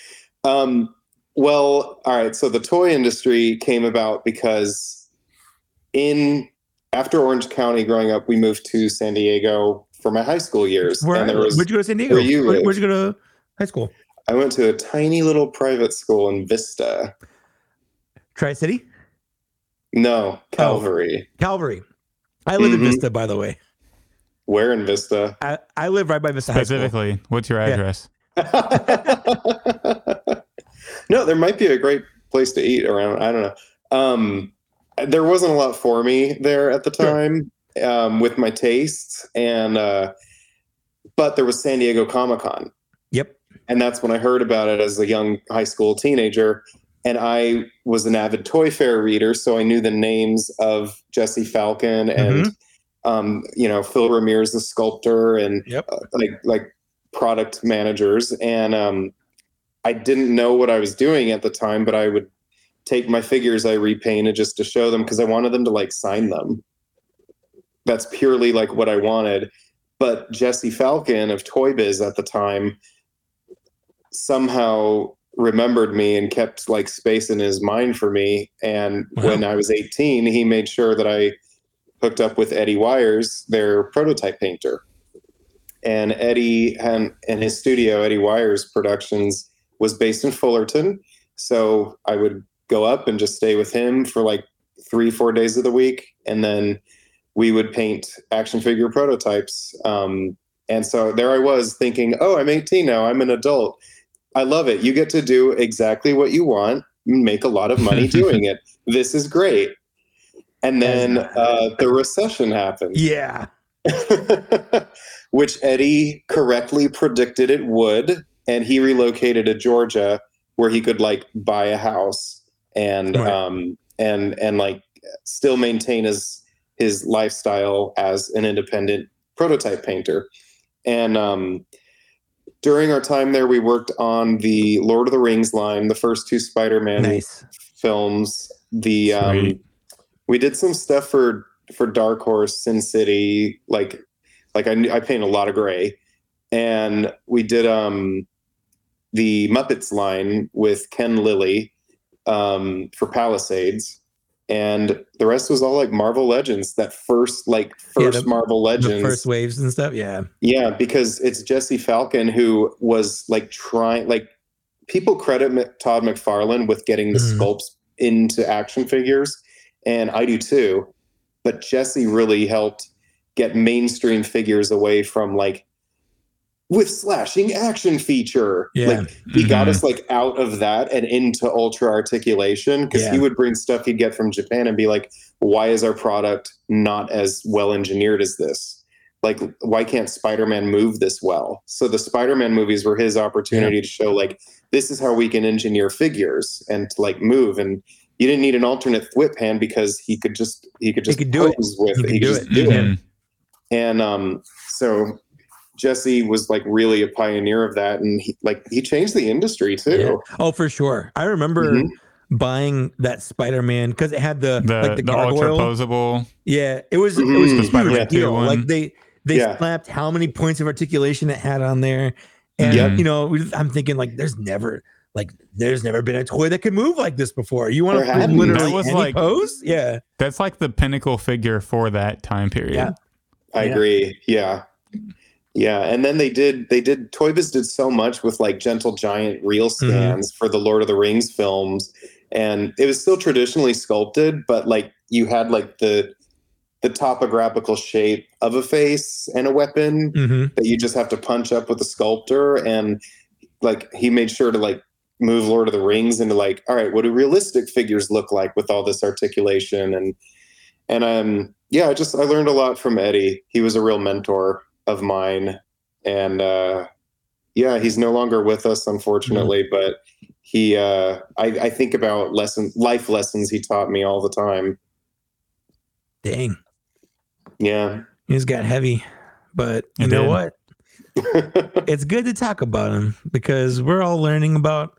Speaker 3: um, well, all right. So the toy industry came about because in after Orange County, growing up, we moved to San Diego for my high school years,
Speaker 1: Where,
Speaker 3: and there was
Speaker 1: where'd you go to San Diego?
Speaker 3: where you
Speaker 1: Where,
Speaker 3: live.
Speaker 1: would you go to high school?
Speaker 3: I went to a tiny little private school in Vista.
Speaker 1: Tri City, Oh.
Speaker 3: No, Calvary.
Speaker 1: Calvary. I live
Speaker 3: Mhm.
Speaker 1: in Vista, by the way.
Speaker 3: Where in Vista?
Speaker 1: I, I live right by Vista High School.
Speaker 2: Specifically, what's your
Speaker 1: Yeah.
Speaker 2: address?
Speaker 3: no, there might be a great place to eat around. I don't know. Um, there wasn't a lot for me there at the
Speaker 1: Sure.
Speaker 3: time um, with my tastes, and uh, but there was San Diego Comic Con,
Speaker 1: Yep.
Speaker 3: and that's when I heard about it as a young high school teenager. And I was an avid Toy Fair reader, so I knew the names of Jesse Falcon and um, you know Phil Ramirez, the sculptor, and
Speaker 1: Mm-hmm. Yep.
Speaker 3: uh, like like product managers. And um, I didn't know what I was doing at the time, but I would take my figures I repainted just to show them because I wanted them to like sign them. That's purely like what I wanted. But Jesse Falcon of Toy Biz at the time somehow remembered me and kept like space in his mind for me. And
Speaker 1: Wow.
Speaker 3: when I was 18, he made sure that I hooked up with Eddie Wires, their prototype painter. And Eddie and, and his studio, Eddie Wires Productions, was based in Fullerton. So I would go up and just stay with him for like three, four days of the week. And then we would paint action figure prototypes. Um, and so there I was thinking, oh, I'm 18 now. I'm an adult. I love it. You get to do exactly what you want, make a lot of money doing it. This is great. And then uh, the recession happened.
Speaker 1: Yeah.
Speaker 3: which Eddie correctly predicted it would, and he relocated to Georgia where he could like buy a house and
Speaker 1: Right.
Speaker 3: um and and like still maintain his his lifestyle as an independent prototype painter. And um during our time there we worked on the Lord of the Rings line, the first two Spider-Man
Speaker 1: Nice.
Speaker 3: films. The um,
Speaker 2: Sweet.
Speaker 3: we did some stuff for for Dark Horse, Sin City, like like I I paint a lot of gray, and we did um the Muppets line with Ken Lilly um, for Palisades, and the rest was all like Marvel Legends. That first like
Speaker 1: Yeah,
Speaker 3: first
Speaker 1: the-
Speaker 3: Marvel
Speaker 1: The
Speaker 3: Legends
Speaker 1: first waves and stuff. Yeah.
Speaker 3: yeah, because it's Jesse Falcon who was like trying, like people credit Mc- Todd McFarlane with getting the
Speaker 1: Mhm.
Speaker 3: sculpts into action figures, and I do too. But Jesse really helped get mainstream figures away from like with slashing action feature.
Speaker 1: Yeah.
Speaker 3: Like he got
Speaker 1: Mm-hmm.
Speaker 2: Mhm.
Speaker 3: us like out of that and into ultra articulation because
Speaker 1: Yeah.
Speaker 3: he would bring stuff he'd get from Japan and be like, why is our product not as well engineered as this? Like, why can't Spider Man move this well? So the Spider Man movies were his opportunity to show, like, this is how we can engineer figures and to like move. And you didn't need an alternate whip hand because he could just, he could just
Speaker 1: could do it.
Speaker 3: pose with
Speaker 1: He
Speaker 3: it.
Speaker 1: could
Speaker 3: He could
Speaker 1: do
Speaker 3: just
Speaker 1: it.
Speaker 3: do it.
Speaker 2: Mhm.
Speaker 3: And um, so Jesse was like really a pioneer of that, and he, like he changed the industry
Speaker 1: Yeah.
Speaker 3: too.
Speaker 1: Oh, for sure. I remember
Speaker 3: Mhm.
Speaker 1: buying that Spider Man because it had the,
Speaker 2: The,
Speaker 1: like
Speaker 2: the,
Speaker 1: the,
Speaker 2: ultra
Speaker 1: gargoyle.
Speaker 2: posable.
Speaker 1: yeah. It was it
Speaker 3: Mhm.
Speaker 1: was
Speaker 3: The
Speaker 1: a
Speaker 2: Spider-Man
Speaker 1: huge deal.
Speaker 2: 2 one.
Speaker 1: Like they they
Speaker 3: Yeah.
Speaker 1: slapped how many points of articulation it had on there, and
Speaker 2: Yep.
Speaker 1: you know we- I'm thinking like there's never. Like there's never been a toy that could move like this before. You want
Speaker 3: There
Speaker 1: to
Speaker 3: hadn't.
Speaker 1: literally
Speaker 2: That was
Speaker 1: any
Speaker 2: like-
Speaker 1: pose? Yeah,
Speaker 2: That's like the pinnacle figure for that time period.
Speaker 1: Yeah.
Speaker 3: I
Speaker 1: Yeah.
Speaker 3: agree. Yeah. Yeah. And then they did, they did, Toy Biz did so much with like Gentle Giant reel
Speaker 1: Mm-hmm.
Speaker 3: stands for the Lord of the Rings films. And it was still traditionally sculpted, but like you had like the, the topographical shape of a face and a weapon
Speaker 2: Mm-hmm.
Speaker 1: hmm
Speaker 3: that you just have to punch up with a sculptor. And like he made sure to like move Lord of the Rings into like, all right, what do realistic figures look like with all this articulation? And and um yeah i just i learned a lot from eddie he was a real mentor of mine and uh yeah he's no longer with us unfortunately
Speaker 1: Mm-hmm.
Speaker 3: but he uh I, I think about lesson life lessons he taught me all the time
Speaker 1: Dang,
Speaker 3: yeah
Speaker 1: he's got heavy. But you
Speaker 2: It
Speaker 1: know
Speaker 2: did.
Speaker 1: what? It's good to talk about him because we're all learning about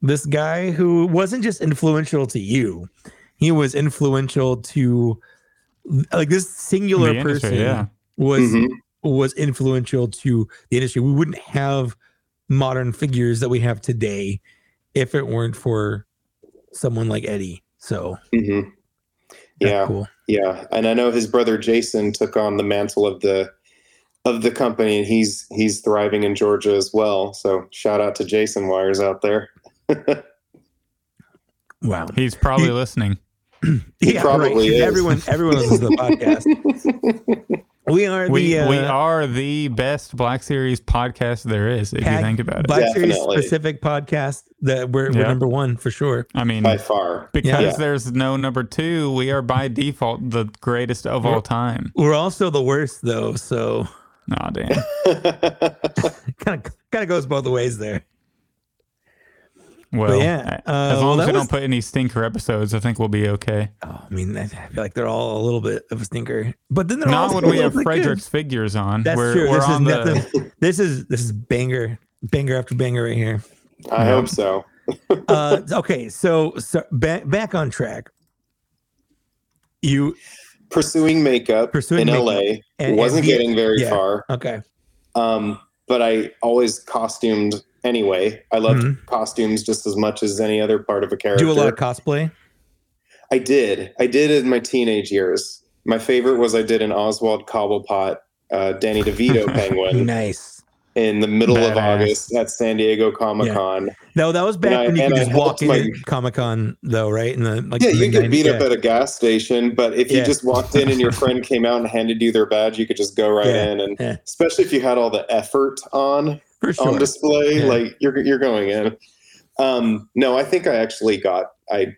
Speaker 1: this guy who wasn't just influential to you; he was influential to like this
Speaker 2: the
Speaker 1: singular
Speaker 2: industry,
Speaker 1: person
Speaker 2: yeah.
Speaker 1: was
Speaker 3: Mhm.
Speaker 1: was influential to the industry. We wouldn't have modern figures that we have today if it weren't for someone like Eddie. So
Speaker 3: Mhm.
Speaker 1: that's
Speaker 3: yeah
Speaker 1: cool.
Speaker 3: Yeah, and I know his brother Jason took on the mantle of the of the company, and he's he's thriving in Georgia as well. So shout out to Jason Wires out there.
Speaker 1: Wow.
Speaker 2: He's probably
Speaker 1: He-
Speaker 2: listening.
Speaker 3: He probably is.
Speaker 1: Everyone, everyone listens to the podcast. We are
Speaker 2: We
Speaker 1: the uh,
Speaker 2: we are the best Black Series podcast there is, if
Speaker 1: Pack-
Speaker 2: you think about it.
Speaker 1: Black Series
Speaker 3: Definitely.
Speaker 1: specific podcast that we're, we're
Speaker 2: Yeah.
Speaker 1: number one for sure.
Speaker 2: I mean,
Speaker 3: By far,
Speaker 2: because
Speaker 3: Yeah.
Speaker 2: there's no number two, we are by default the greatest of all time.
Speaker 1: We're also the worst though, so
Speaker 2: Aw, damn.
Speaker 1: kind of kind of goes both ways there.
Speaker 2: Well,
Speaker 1: yeah,
Speaker 2: a-
Speaker 1: uh,
Speaker 2: as
Speaker 1: well,
Speaker 2: long
Speaker 1: that
Speaker 2: as we
Speaker 1: was-
Speaker 2: don't put any stinker episodes, I think we'll be okay.
Speaker 1: Oh, I mean, I feel like they're all a little bit of a stinker. But then they're
Speaker 2: Not
Speaker 1: also
Speaker 2: when we have
Speaker 1: really good.
Speaker 2: Frederick's figures on.
Speaker 1: That's
Speaker 2: we're
Speaker 1: true.
Speaker 2: we're
Speaker 1: this is
Speaker 2: on the
Speaker 1: nothing. This is this is banger, banger after banger right here.
Speaker 3: I hope so.
Speaker 1: Uh, okay, so, so back back on track. You
Speaker 3: Pursuing makeup
Speaker 1: Pursuing
Speaker 3: in
Speaker 1: makeup.
Speaker 3: LA
Speaker 1: and-
Speaker 3: wasn't
Speaker 1: and-
Speaker 3: getting very
Speaker 1: yeah.
Speaker 3: far,
Speaker 1: okay.
Speaker 3: um, but I always costumed anyway. I loved
Speaker 1: Mhm.
Speaker 3: costumes just as much as any other part of a character.
Speaker 1: Do a lot of cosplay.
Speaker 3: I did. I did in my teenage years. My favorite was I did an Oswald Cobblepot, uh, Danny DeVito penguin
Speaker 1: Nice.
Speaker 3: in the middle of
Speaker 2: Badass.
Speaker 3: August at San Diego Comic Con.
Speaker 1: No, that was back
Speaker 3: And I-
Speaker 1: when you
Speaker 3: and
Speaker 1: could
Speaker 3: I
Speaker 1: just walk in
Speaker 3: helped
Speaker 1: Comic Con, though, right? And then, like,
Speaker 3: Yeah,
Speaker 1: the
Speaker 3: you
Speaker 1: mid-
Speaker 3: could beat up
Speaker 1: yeah.
Speaker 3: at a gas station, but if
Speaker 1: Yeah.
Speaker 3: you just walked in and your friend came out and handed you their badge, you could just go right
Speaker 1: Yeah,
Speaker 3: in. And
Speaker 1: yeah.
Speaker 3: especially if you had all the effort on
Speaker 1: for sure.
Speaker 3: on display,
Speaker 1: Yeah.
Speaker 3: like you're you're going in. Um, no, I think I actually got I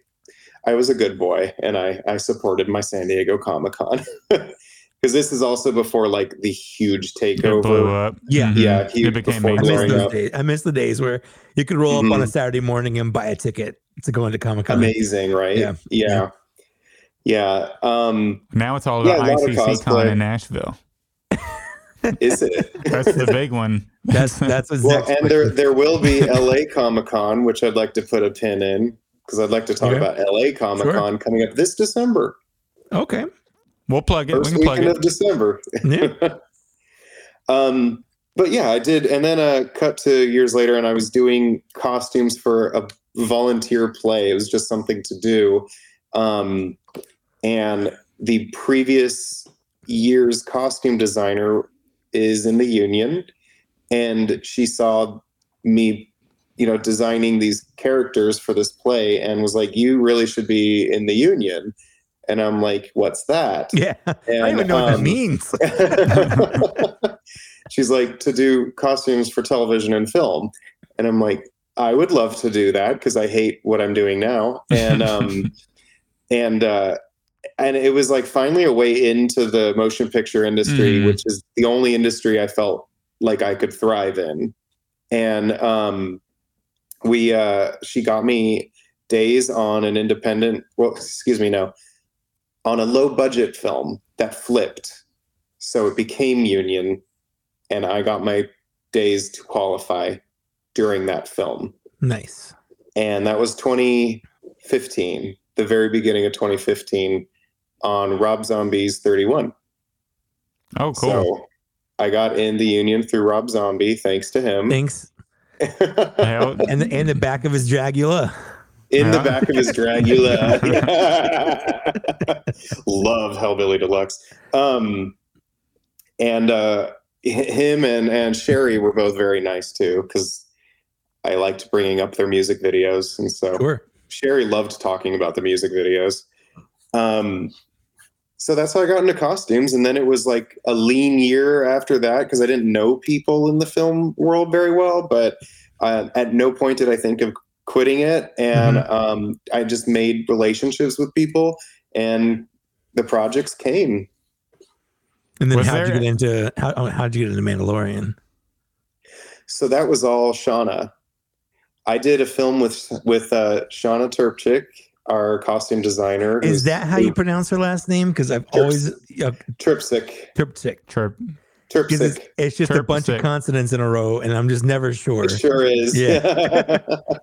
Speaker 3: I was a good boy and I I supported my San Diego Comic Con because this is also before like the huge
Speaker 2: it blew
Speaker 3: takeover.
Speaker 2: up.
Speaker 1: Yeah.
Speaker 2: Mhm.
Speaker 3: Yeah, he-
Speaker 2: it became
Speaker 3: before
Speaker 1: I
Speaker 2: mainstream.
Speaker 1: miss
Speaker 3: blowing
Speaker 1: those
Speaker 3: up.
Speaker 1: days. I miss the days where you could roll up on a
Speaker 3: Mhm.
Speaker 1: Saturday morning and buy a ticket to go into Comic Con.
Speaker 3: Amazing, right?
Speaker 1: Yeah.
Speaker 3: yeah, yeah. Um,
Speaker 2: Now it's all
Speaker 3: Yeah,
Speaker 2: about
Speaker 3: a lot of
Speaker 2: ICC Con
Speaker 3: cosplay.
Speaker 2: in Nashville.
Speaker 3: is it?
Speaker 2: That's the big one.
Speaker 1: That's that's what's
Speaker 3: Well,
Speaker 1: next.
Speaker 3: and there there will be LA Comic Con, which I'd like to put a pin in because I'd like to talk
Speaker 1: Okay.
Speaker 3: about LA Comic Con coming up this December,
Speaker 1: okay.
Speaker 2: We'll plug it. We
Speaker 3: first
Speaker 2: can plug
Speaker 3: weekend
Speaker 2: it.
Speaker 3: of December.
Speaker 1: Yeah.
Speaker 3: um, but yeah, I did, and then uh, cut to years later, and I was doing costumes for a volunteer play. It was just something to do, um, and the previous year's costume designer is in the union, and she saw me, you know, designing these characters for this play, and was like, "You really should be in the union." And I'm like, "What's that?"
Speaker 1: Yeah. I
Speaker 3: And,
Speaker 1: don't even know what that
Speaker 3: um,
Speaker 1: means.
Speaker 3: She's like, to do costumes for television and film. And I'm like, I would love to do that because I hate what I'm doing now. And um and uh and it was like finally a way into the motion picture industry,
Speaker 2: Mhm.
Speaker 3: which is the only industry I felt like I could thrive in. And um we uh she got me days on an independent well excuse me no on a low budget film that flipped so it became union and i got my days to qualify during that film
Speaker 1: Nice.
Speaker 3: and that was 2015 the very beginning of 2015 on rob zombie's 31
Speaker 2: Oh, cool.
Speaker 3: so i got in the union through rob zombie thanks to him
Speaker 1: Thanks.
Speaker 2: Hell-
Speaker 1: And the, and the back of his Dragula.
Speaker 3: in the
Speaker 2: Yeah.
Speaker 3: back of his Dragula. Love Hellbilly Deluxe. Um, and uh, h- him and and Sherry were both very nice too because I liked bringing up their music videos, and so
Speaker 1: Sure.
Speaker 3: Sherry loved talking about the music videos. Um, so that's how I got into costumes, and then it was like a lean year after that because I didn't know people in the film world very well. But uh, at no point did I think of
Speaker 1: Mm-hmm.
Speaker 3: quitting it, and um, I just made relationships with people and the projects came.
Speaker 1: And then
Speaker 2: Was
Speaker 1: how would you
Speaker 2: there-
Speaker 1: get into how how would you get into Mandalorian?
Speaker 3: So that was all Shauna. I did a film with with uh, Shauna Turpchik, our costume designer.
Speaker 1: Is
Speaker 3: who's-
Speaker 1: that how you pronounce her last name? Because I've always uh,
Speaker 3: Turpsic?
Speaker 1: Triptych.
Speaker 2: Chirp.
Speaker 1: Because it's,
Speaker 3: Turpsic.
Speaker 1: it's just a bunch of
Speaker 2: Terpsichre.
Speaker 1: consonants in a row, and I'm just never sure.
Speaker 3: It sure is. Yeah.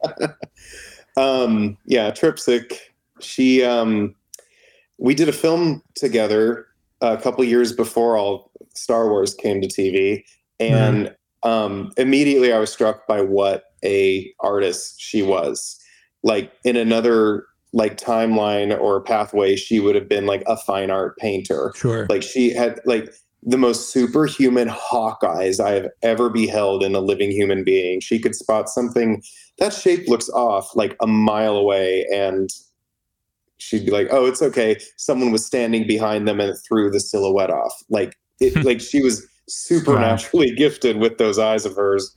Speaker 3: um, yeah, Tripsic. She um we did a film together a couple years before all Star Wars came to TV. And um immediately I was struck by what a artist she was. Like in another like timeline or pathway, she would have been like a fine art painter.
Speaker 1: Sure.
Speaker 3: Like she had like the most superhuman hawk eyes I have ever beheld in a living human being. She could spot something that shape looks off like a mile away and she'd be like, "Oh, it's okay. Someone was standing behind them and threw the silhouette off." Like it like she was supernaturally gifted with those eyes of hers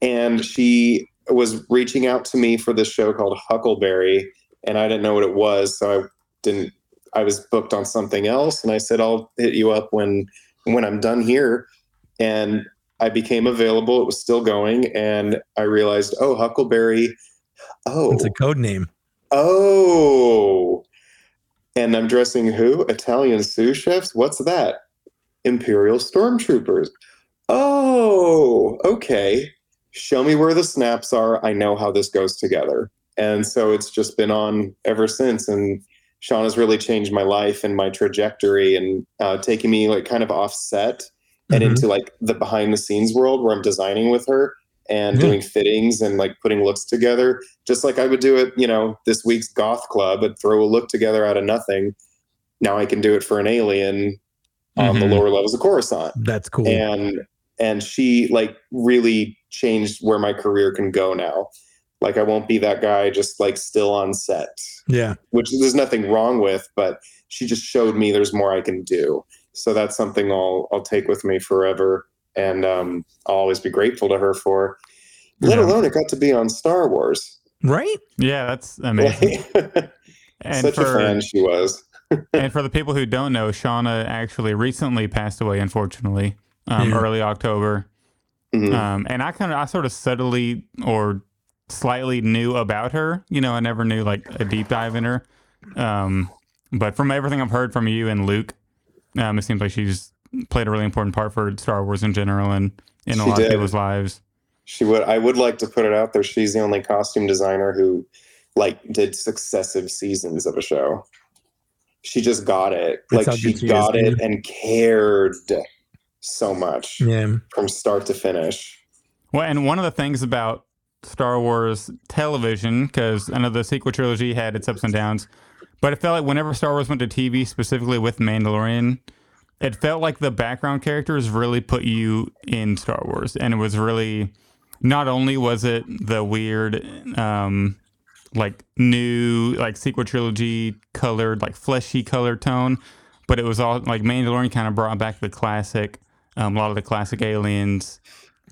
Speaker 3: and she was reaching out to me for this show called Huckleberry and I didn't know what it was, so I didn't I was booked on something else, and I said I'll hit you up when when I'm done here. And I became available. It was still going, and I realized, oh, Huckleberry, oh,
Speaker 1: It's a code name.
Speaker 3: oh, and I'm dressing who? Italian sous chefs. What's that? Imperial stormtroopers. Oh, okay. Show me where the snaps are. I know how this goes together. And so it's just been on ever since. And Sean has really changed my life and my trajectory and uh, taking me like kind of offset and
Speaker 1: Mhm.
Speaker 3: into like the behind the scenes world where I'm designing with her and
Speaker 1: Yeah.
Speaker 3: doing fittings and like putting looks together. Just like I would do it, you know, this week's goth club and throw a look together out of nothing. Now I can do it for an alien on the
Speaker 2: Mhm.
Speaker 3: lower levels of Coruscant
Speaker 1: That's Mm-hmm. cool.
Speaker 3: and and she like really changed where my career can go now like i won't be that guy just like still on set
Speaker 1: yeah.
Speaker 3: which there's nothing wrong with but she just showed me there's more i can do so that's something i'll i'll take with me forever and um i'll always be grateful to her for let
Speaker 2: Yeah.
Speaker 3: alone it got to be on star wars
Speaker 1: Right?
Speaker 2: Yeah, that's amazing.
Speaker 3: such
Speaker 2: and
Speaker 3: a
Speaker 2: for
Speaker 3: fan she was
Speaker 2: and for the people who don't know, Shauna actually recently passed away, unfortunately, um,
Speaker 1: Yeah.
Speaker 2: early October.
Speaker 3: Mhm.
Speaker 1: Uh.
Speaker 2: Um, and I kind of, I sort of subtly or slightly knew about her. You know, I never knew like a deep dive in her. Um, but from everything I've heard from you and Luke, um, it seems like she's played a really important part for Star Wars in general and in a
Speaker 3: She
Speaker 2: lot of
Speaker 3: did.
Speaker 2: people's lives.
Speaker 3: She would. I would like to put it out there. She's the only costume designer who, like, did successive seasons of a show. She just got it.
Speaker 1: That's how
Speaker 3: like she
Speaker 1: good she is,
Speaker 3: got it
Speaker 1: dude.
Speaker 3: and cared so much
Speaker 1: Yeah.
Speaker 3: from start to finish.
Speaker 2: Well, and one of the things about Star Wars television, because I know the sequel trilogy had its ups and downs, but it felt like whenever Star Wars went to TV, specifically with Mandalorian, it felt like the background characters really put you in Star Wars. And it was really, not only was it the weird, um, like new, like sequel trilogy colored, like fleshy color tone, but it was all like Mandalorian kind of brought back the classic, um, a lot of the classic aliens.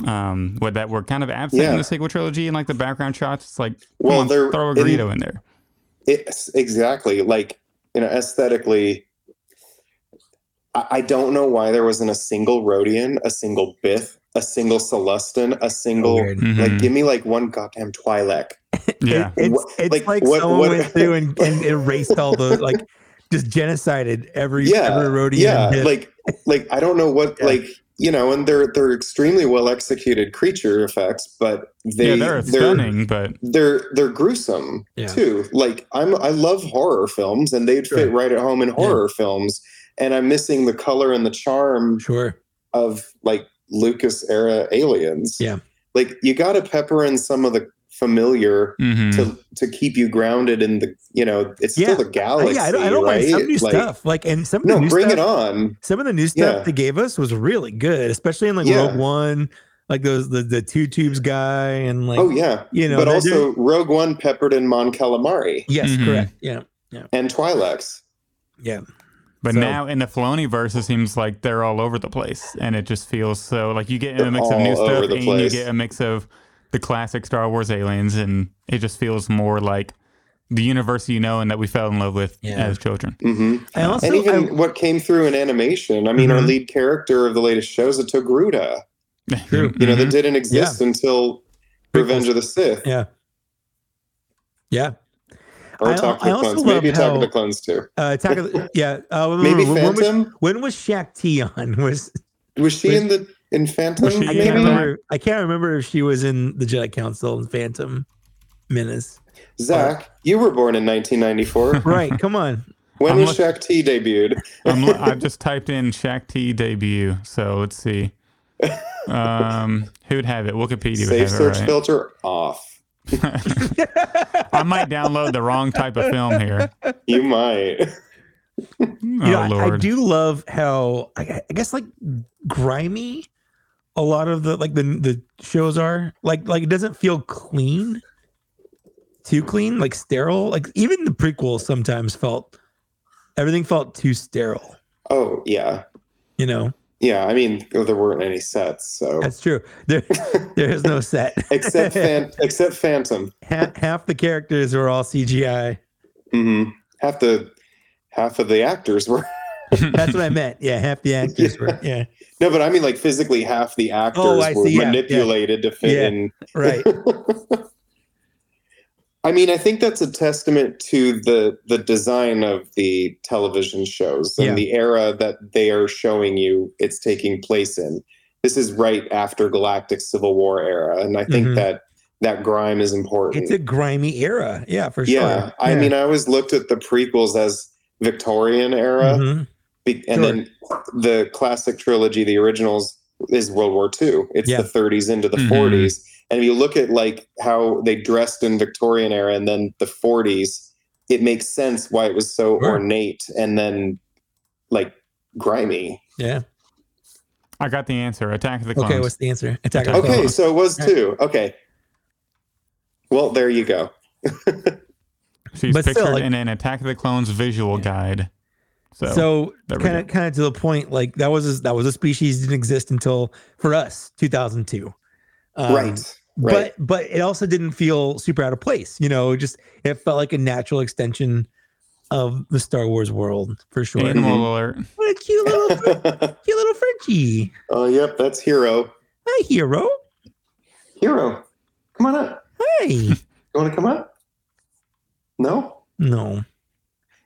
Speaker 2: Um, what that were kind of absent in
Speaker 3: Yeah.
Speaker 2: the sequel trilogy and like the background shots. It's like,
Speaker 3: Well,
Speaker 2: well,
Speaker 3: they're
Speaker 2: throw a
Speaker 3: in-
Speaker 2: Greedo in there.
Speaker 3: It's exactly like you know aesthetically. I, I don't know why there wasn't a single Rhodian, a single Bith, a single Celestin, a single.
Speaker 1: Weird.
Speaker 3: Like,
Speaker 2: Mhm.
Speaker 3: give me like one goddamn Twi'lek.
Speaker 2: yeah.
Speaker 1: It- it's
Speaker 3: Wha-
Speaker 1: it's like,
Speaker 3: like, what-
Speaker 1: someone
Speaker 3: what-
Speaker 1: went through and, and erased all the like just genocided every
Speaker 3: Yeah,
Speaker 1: every Rhodian.
Speaker 3: yeah
Speaker 1: bit.
Speaker 3: like like i don't know what
Speaker 1: Yeah.
Speaker 3: like you know and they're they're extremely well executed creature effects but they
Speaker 2: yeah, they're,
Speaker 3: they're,
Speaker 2: stunning, but
Speaker 3: they're they're gruesome
Speaker 1: Yeah.
Speaker 3: too like i'm i love horror films and they'd
Speaker 1: Sure.
Speaker 3: fit right at home in horror films and i'm missing the color and the charm
Speaker 1: sure.
Speaker 3: of like lucas era aliens
Speaker 1: Yeah.
Speaker 3: like you gotta pepper in some of the familiar
Speaker 2: mhm.
Speaker 3: to to keep you grounded in the you know it's
Speaker 1: Mm. Yeah.
Speaker 3: still the galaxy
Speaker 1: Oh, yeah, I don't, I don't
Speaker 3: right
Speaker 1: mind some new
Speaker 3: like
Speaker 1: stuff. Like and some of the
Speaker 3: no
Speaker 1: new
Speaker 3: bring
Speaker 1: stuff,
Speaker 3: it on
Speaker 1: Some of the new stuff
Speaker 3: Yeah.
Speaker 1: they gave us was really good, especially in like
Speaker 3: Yeah.
Speaker 1: Rogue One, like those the, the two tubes guy and like
Speaker 3: oh yeah
Speaker 1: you know.
Speaker 3: but
Speaker 1: they're doing-
Speaker 3: also Rogue One peppered in Mon Calamari
Speaker 1: yes,
Speaker 2: Mhm.
Speaker 1: correct. Yeah,
Speaker 3: and Twi'leks.
Speaker 1: yeah.
Speaker 2: But
Speaker 1: So-
Speaker 2: now in the Filoni verse, it seems like they're all over the place, and it just feels so like you get in a
Speaker 3: They're
Speaker 2: mix of new
Speaker 3: all
Speaker 2: stuff,
Speaker 3: over
Speaker 2: and
Speaker 3: the
Speaker 2: you
Speaker 3: place.
Speaker 2: get a mix of the classic Star Wars aliens, and it just feels more like the universe you know and that we fell in love with
Speaker 1: Yeah.
Speaker 2: as children.
Speaker 3: hmm
Speaker 1: I also
Speaker 3: and even
Speaker 2: um,
Speaker 1: I-
Speaker 3: what came through in animation. I mean, our
Speaker 1: Mhm.
Speaker 2: Mm-hmm.
Speaker 3: lead character of the latest show is a Togruta.
Speaker 1: True.
Speaker 3: You know,
Speaker 2: Mhm.
Speaker 3: that didn't exist until Revenge of the Sith
Speaker 1: yeah, yeah.
Speaker 3: or
Speaker 1: I-
Speaker 3: Attack of
Speaker 1: I
Speaker 3: the
Speaker 1: also love
Speaker 3: Clones. Maybe Attack
Speaker 1: how-
Speaker 3: of the Clones too.
Speaker 1: Uh, attack of the, yeah. Uh,
Speaker 2: Mm,
Speaker 1: when-
Speaker 3: Maybe
Speaker 1: when, when was,
Speaker 3: Phantom.
Speaker 1: when was Shaq T on? Was
Speaker 3: Was she
Speaker 1: was-
Speaker 3: in the in Phantom?
Speaker 2: Was she
Speaker 1: I
Speaker 2: in
Speaker 1: can't
Speaker 2: Phantom?
Speaker 3: maybe?
Speaker 1: remember. I can't remember if she was in the Jedi Council and Phantom Menace.
Speaker 3: Zach, you were born in 1994.
Speaker 1: Right. come on.
Speaker 3: when
Speaker 2: I'm
Speaker 3: was
Speaker 2: looking-
Speaker 3: Shaq T debuted?
Speaker 2: I'm, li- I've just typed in Shaq T debut, so let's see. Um, who'd have it? Wikipedia would
Speaker 3: Safe
Speaker 2: have
Speaker 3: search
Speaker 2: it, right?
Speaker 3: filter off.
Speaker 2: I might download the wrong type of film here.
Speaker 3: You might.
Speaker 2: Oh
Speaker 1: You know, I- I,
Speaker 2: lord!
Speaker 1: do love how I, I guess like grimy a lot of the like the the shows are like like it doesn't feel clean, too clean, like sterile. Like even the prequels sometimes felt everything felt too sterile.
Speaker 3: Oh yeah,
Speaker 1: You know
Speaker 3: yeah. I mean, oh, there weren't any sets, so
Speaker 1: that's true. There there is no set
Speaker 3: except fan- except Phantom.
Speaker 1: half, half the characters are all CGI.
Speaker 3: hmm Half the half of the actors were
Speaker 1: That's what I meant. Yeah, half the actors were. Yeah,
Speaker 3: no, but I mean, like physically, half the actors
Speaker 1: Oh, I
Speaker 3: were
Speaker 1: see, yeah, yeah.
Speaker 3: manipulated to fit
Speaker 1: Yeah.
Speaker 3: in
Speaker 1: right.
Speaker 3: I mean, I think that's a testament to the the design of the television shows and
Speaker 1: Yeah.
Speaker 3: the era that they are showing you it's taking place in. This is right after Galactic Civil War era, and I think
Speaker 1: Mhm.
Speaker 3: that that grime is important.
Speaker 1: It's a grimy era. Yeah, for sure.
Speaker 3: yeah, I mean, I always looked at the prequels as Victorian era,
Speaker 1: Mhm.
Speaker 3: be- and
Speaker 1: Sure.
Speaker 3: then the classic trilogy, the originals, is World War II. It's
Speaker 1: Yeah.
Speaker 3: the 30s into the
Speaker 2: Mhm.
Speaker 3: 40s. And if you look at like how they dressed in Victorian era and then the 40s, it makes sense why it was so
Speaker 1: Sure.
Speaker 3: ornate and then like grimy.
Speaker 1: yeah.
Speaker 2: I got the answer. Attack of the Clones.
Speaker 1: Okay, what's the answer? Attack of the
Speaker 3: Okay,
Speaker 1: Clones.
Speaker 3: so it was
Speaker 1: Yeah.
Speaker 3: too. Okay. Well, there you go.
Speaker 2: She's
Speaker 1: But
Speaker 2: pictured
Speaker 1: still, like-
Speaker 2: in an Attack of the Clones visual guide. So,
Speaker 1: So
Speaker 2: there we
Speaker 1: kind of
Speaker 2: go.
Speaker 1: kind of to the point, like that was a, that was a species didn't exist until for us 2002. Um,
Speaker 3: right. right.
Speaker 1: But but it also didn't feel super out of place. You know, it just it felt like a natural extension of the Star Wars world for sure.
Speaker 2: animal alert.
Speaker 1: What a cute little fr- cute little Frenchie.
Speaker 3: oh, yep. That's Hero.
Speaker 1: Hi, hero.
Speaker 3: Hero. Come on up.
Speaker 1: Hi.
Speaker 3: You want to come up? No?
Speaker 1: no.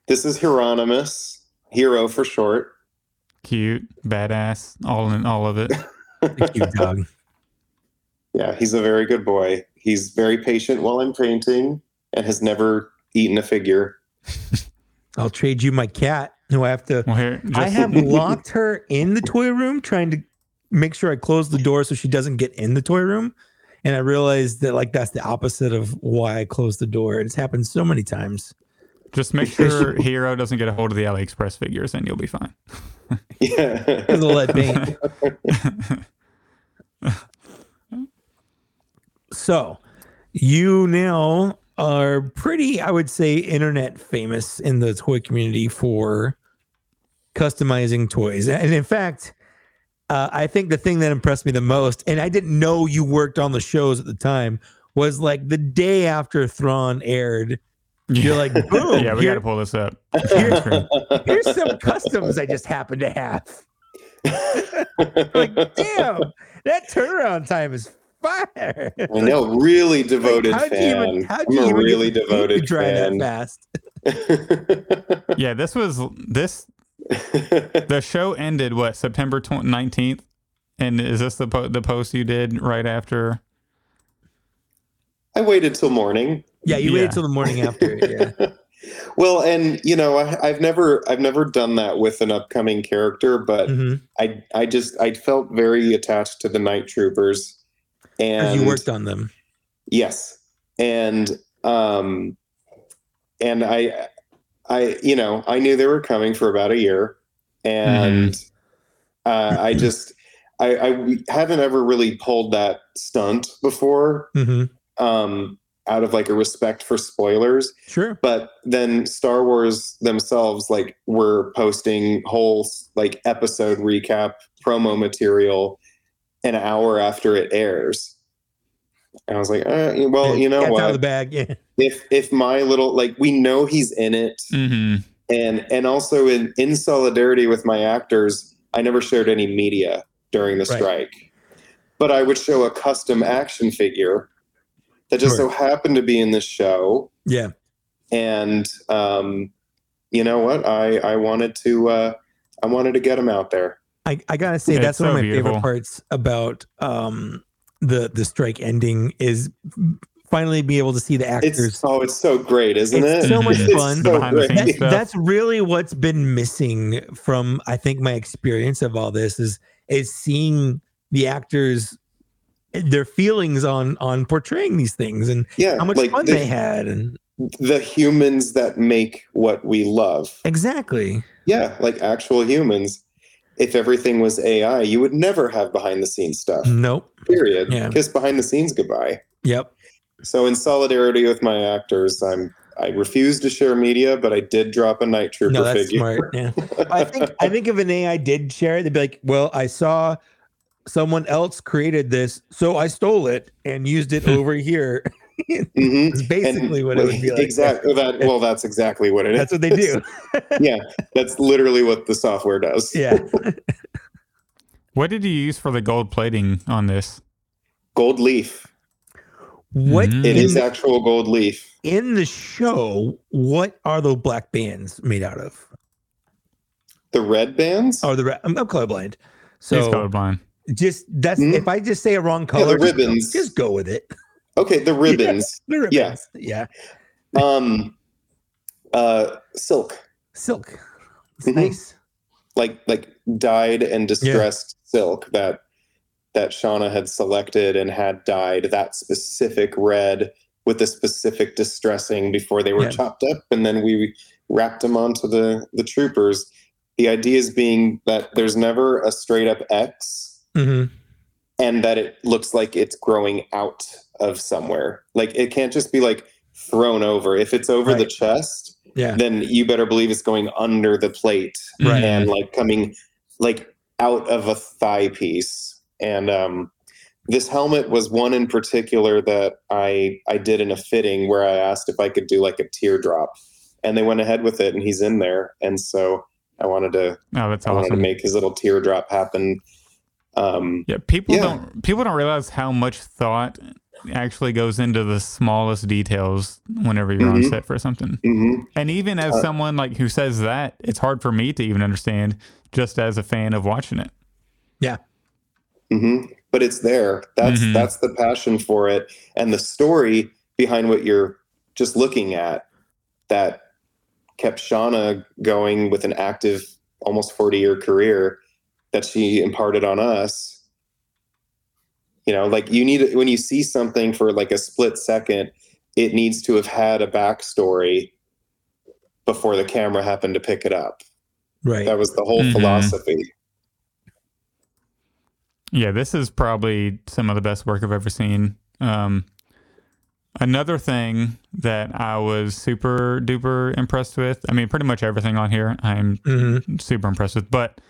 Speaker 3: This is Hieronymus, hero for short.
Speaker 2: Cute, badass, all in all of it.
Speaker 1: A cute dog.
Speaker 3: Yeah, he's a very good boy. He's very patient while I'm painting and has never eaten a figure.
Speaker 1: I'll trade you my cat who I have to
Speaker 2: Well, here, just,
Speaker 1: I have locked her in the toy room, trying to make sure I close the door so she doesn't get in the toy room. And I realized that like that's the opposite of why I closed the door. It's happened so many times.
Speaker 2: just make sure Hero doesn't get a hold of the AliExpress figures, and you'll be fine.
Speaker 3: Yeah.
Speaker 1: Because of lead paint. So you now are pretty, I would say, internet famous in the toy community for customizing toys. And in fact, uh, I think the thing that impressed me the most, and I didn't know you worked on the shows at the time, was like the day after Thrawn aired. You're like, boom,
Speaker 2: yeah, we got
Speaker 1: here-
Speaker 2: to pull this up.
Speaker 1: here- here's some customs I just happen to have. Like, damn, that turnaround time is fire.
Speaker 3: I know, really devoted
Speaker 1: how'd you
Speaker 3: fan.
Speaker 1: even- how'd
Speaker 3: I'm
Speaker 1: you
Speaker 3: a
Speaker 1: even
Speaker 3: really
Speaker 1: get- You
Speaker 3: devoted
Speaker 1: dry that
Speaker 3: fan.
Speaker 1: fast.
Speaker 2: Yeah, this was this. The show ended what September nineteenth, and is this the po- the post you did right after?
Speaker 3: I waited till morning.
Speaker 1: Yeah, you
Speaker 2: Yeah.
Speaker 1: waited till the morning after. Yeah.
Speaker 3: Well, and you know, I, I've never, I've never done that with an upcoming character, but
Speaker 1: hmm
Speaker 3: I I just I felt very attached to the night troopers and
Speaker 1: you worked on them.
Speaker 3: yes and um and I I you know I knew they were coming for about a year and uh, I just I, I haven't ever really pulled that stunt before
Speaker 1: hmm
Speaker 3: um out of like a respect for spoilers
Speaker 1: Sure.
Speaker 3: but then Star Wars themselves like were posting whole like episode recap promo material an hour after it airs. And I was like, uh, well, you know
Speaker 1: Cat's out of
Speaker 3: what?
Speaker 1: the bag. Yeah.
Speaker 3: if if my little like we know he's in it
Speaker 2: Mm-hmm.
Speaker 3: and and also in in solidarity with my actors i never shared any media during the
Speaker 1: Right.
Speaker 3: strike but i would show a custom action figure that just so happened to be in this show
Speaker 1: Yeah.
Speaker 3: and um you know what i i wanted to uh i wanted to get him out there
Speaker 1: I, I gotta say
Speaker 2: It's
Speaker 1: that's one
Speaker 2: so
Speaker 1: of my
Speaker 2: beautiful.
Speaker 1: favorite parts about um the the strike ending is finally be able to see the
Speaker 3: it's
Speaker 1: actors.
Speaker 3: oh it's so great isn't
Speaker 1: It's
Speaker 3: it
Speaker 2: so much
Speaker 3: It's
Speaker 1: fun.
Speaker 3: so
Speaker 2: Behind the scenes.
Speaker 3: great.
Speaker 1: That,
Speaker 2: stuff.
Speaker 1: that's really what's been missing from I think my experience of all this is is seeing the actors their feelings on on portraying these things and
Speaker 3: yeah
Speaker 1: how much
Speaker 3: like
Speaker 1: fun
Speaker 3: the,
Speaker 1: they had and
Speaker 3: the humans that make what we love
Speaker 1: exactly
Speaker 3: Yeah, like actual humans. If everything was AI, you would never have behind the scenes stuff.
Speaker 1: nope
Speaker 3: Period.
Speaker 1: Mm. Yeah.
Speaker 3: Kiss behind the scenes goodbye.
Speaker 1: yep
Speaker 3: So in solidarity with my actors, I'm I refuse to share media, but I did drop a night trooper
Speaker 1: no that's
Speaker 3: figure.
Speaker 1: smart yeah I think I think if an AI did share it, they'd be like, "Well, I saw someone else created this, so I stole it and used it over here."
Speaker 3: Mhm.
Speaker 1: It's basically
Speaker 3: And-
Speaker 1: what it would be like.
Speaker 3: Exactly. That, well, that's exactly what it is.
Speaker 1: That's what they do.
Speaker 3: That's literally what the software does.
Speaker 1: Yeah,
Speaker 2: What did you use for the gold plating on this?
Speaker 3: Gold leaf.
Speaker 1: What
Speaker 2: Mhm.
Speaker 3: It
Speaker 1: Mm-hmm. in,
Speaker 3: is actual gold leaf.
Speaker 1: in the show? What are those black bands made out of?
Speaker 3: The red bands?
Speaker 1: Are the re- I'm, I'm colorblind,
Speaker 2: He's
Speaker 1: so
Speaker 2: colorblind.
Speaker 1: just that's
Speaker 3: Hmm?
Speaker 1: if I just say a wrong
Speaker 3: Yeah,
Speaker 1: color,
Speaker 3: the
Speaker 1: just,
Speaker 3: ribbons.
Speaker 1: just go with it.
Speaker 3: Okay, the ribbons.
Speaker 1: The ribbons.
Speaker 3: Yeah.
Speaker 1: yeah,
Speaker 3: Um uh silk.
Speaker 1: silk. It's
Speaker 3: Mhm.
Speaker 1: Nice.
Speaker 3: like like dyed and distressed silk that that Shauna had selected and had dyed that specific red with the specific distressing before they were
Speaker 1: Yeah.
Speaker 3: chopped up and then we wrapped them onto the the troopers the idea is being that there's never a straight up x
Speaker 1: hmm
Speaker 3: and that it looks like it's growing out of somewhere like it can't just be like thrown over if it's over the
Speaker 1: Right.
Speaker 3: chest
Speaker 1: Yeah.
Speaker 3: then you better believe it's going under the plate
Speaker 2: Mm-hmm.
Speaker 1: Right.
Speaker 3: and like coming like out of a thigh piece and um this helmet was one in particular that i i did in a fitting where i asked if i could do like a teardrop and they went ahead with it and he's in there and so i wanted to
Speaker 2: Oh, that's
Speaker 3: i wanted to
Speaker 2: awesome.
Speaker 3: make his little teardrop happen um
Speaker 2: Yeah, people
Speaker 3: Yeah.
Speaker 2: don't people don't realize how much thought actually goes into the smallest details whenever you're on
Speaker 3: Mhm.
Speaker 2: set for something.
Speaker 3: mhm.
Speaker 2: And even as
Speaker 3: Uh,
Speaker 2: someone like who says that, it's hard for me to even understand just as a fan of watching it.
Speaker 3: hmm But it's there. That's
Speaker 2: Mhm.
Speaker 3: that's the passion for it and the story behind what you're just looking at that kept Shauna going with an active almost 40 year career that she imparted on us. You know, like you need when you see something for like a split second, it needs to have had a backstory before the camera happened to pick it up.
Speaker 1: Right.
Speaker 3: That was the whole
Speaker 2: Mhm.
Speaker 3: philosophy.
Speaker 2: Yeah, this is probably some of the best work I've ever seen. Um, another thing that I was super duper impressed with, I mean, pretty much everything on here I'm
Speaker 1: hmm
Speaker 2: super impressed with, but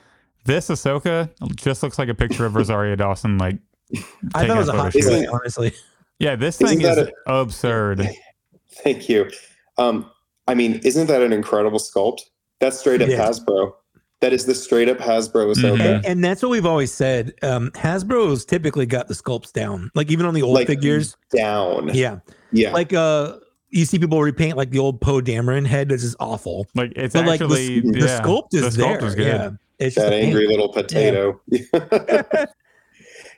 Speaker 2: this Ahsoka just looks like a picture of Rosario Dawson. Like,
Speaker 1: I thought
Speaker 2: taking
Speaker 1: it was
Speaker 2: a
Speaker 1: a hot
Speaker 2: photo shoot.
Speaker 1: play, honestly.
Speaker 2: Yeah, this
Speaker 3: Isn't
Speaker 2: thing is
Speaker 3: that
Speaker 2: absurd.
Speaker 3: Thank you. Um, I mean, isn't that an incredible sculpt? That's straight up
Speaker 1: Yeah. Mm-hmm.
Speaker 3: Hasbro. That is the straight up Hasbro Ahsoka.
Speaker 2: Mhm.
Speaker 1: And, and that's what we've always said. Um, Hasbro's typically got the sculpts down, like even on the old
Speaker 3: Like-
Speaker 1: figures.
Speaker 3: Down.
Speaker 1: Yeah.
Speaker 3: Yeah.
Speaker 1: Like uh, you see people repaint like the old Poe Dameron head, which is awful.
Speaker 2: Like, it's
Speaker 1: But like the,
Speaker 2: actually
Speaker 1: the
Speaker 2: yeah,
Speaker 1: sculpt is
Speaker 2: the sculpt
Speaker 1: there.
Speaker 2: is good.
Speaker 1: Yeah. It's just
Speaker 3: that
Speaker 1: the paint.
Speaker 3: angry little potato.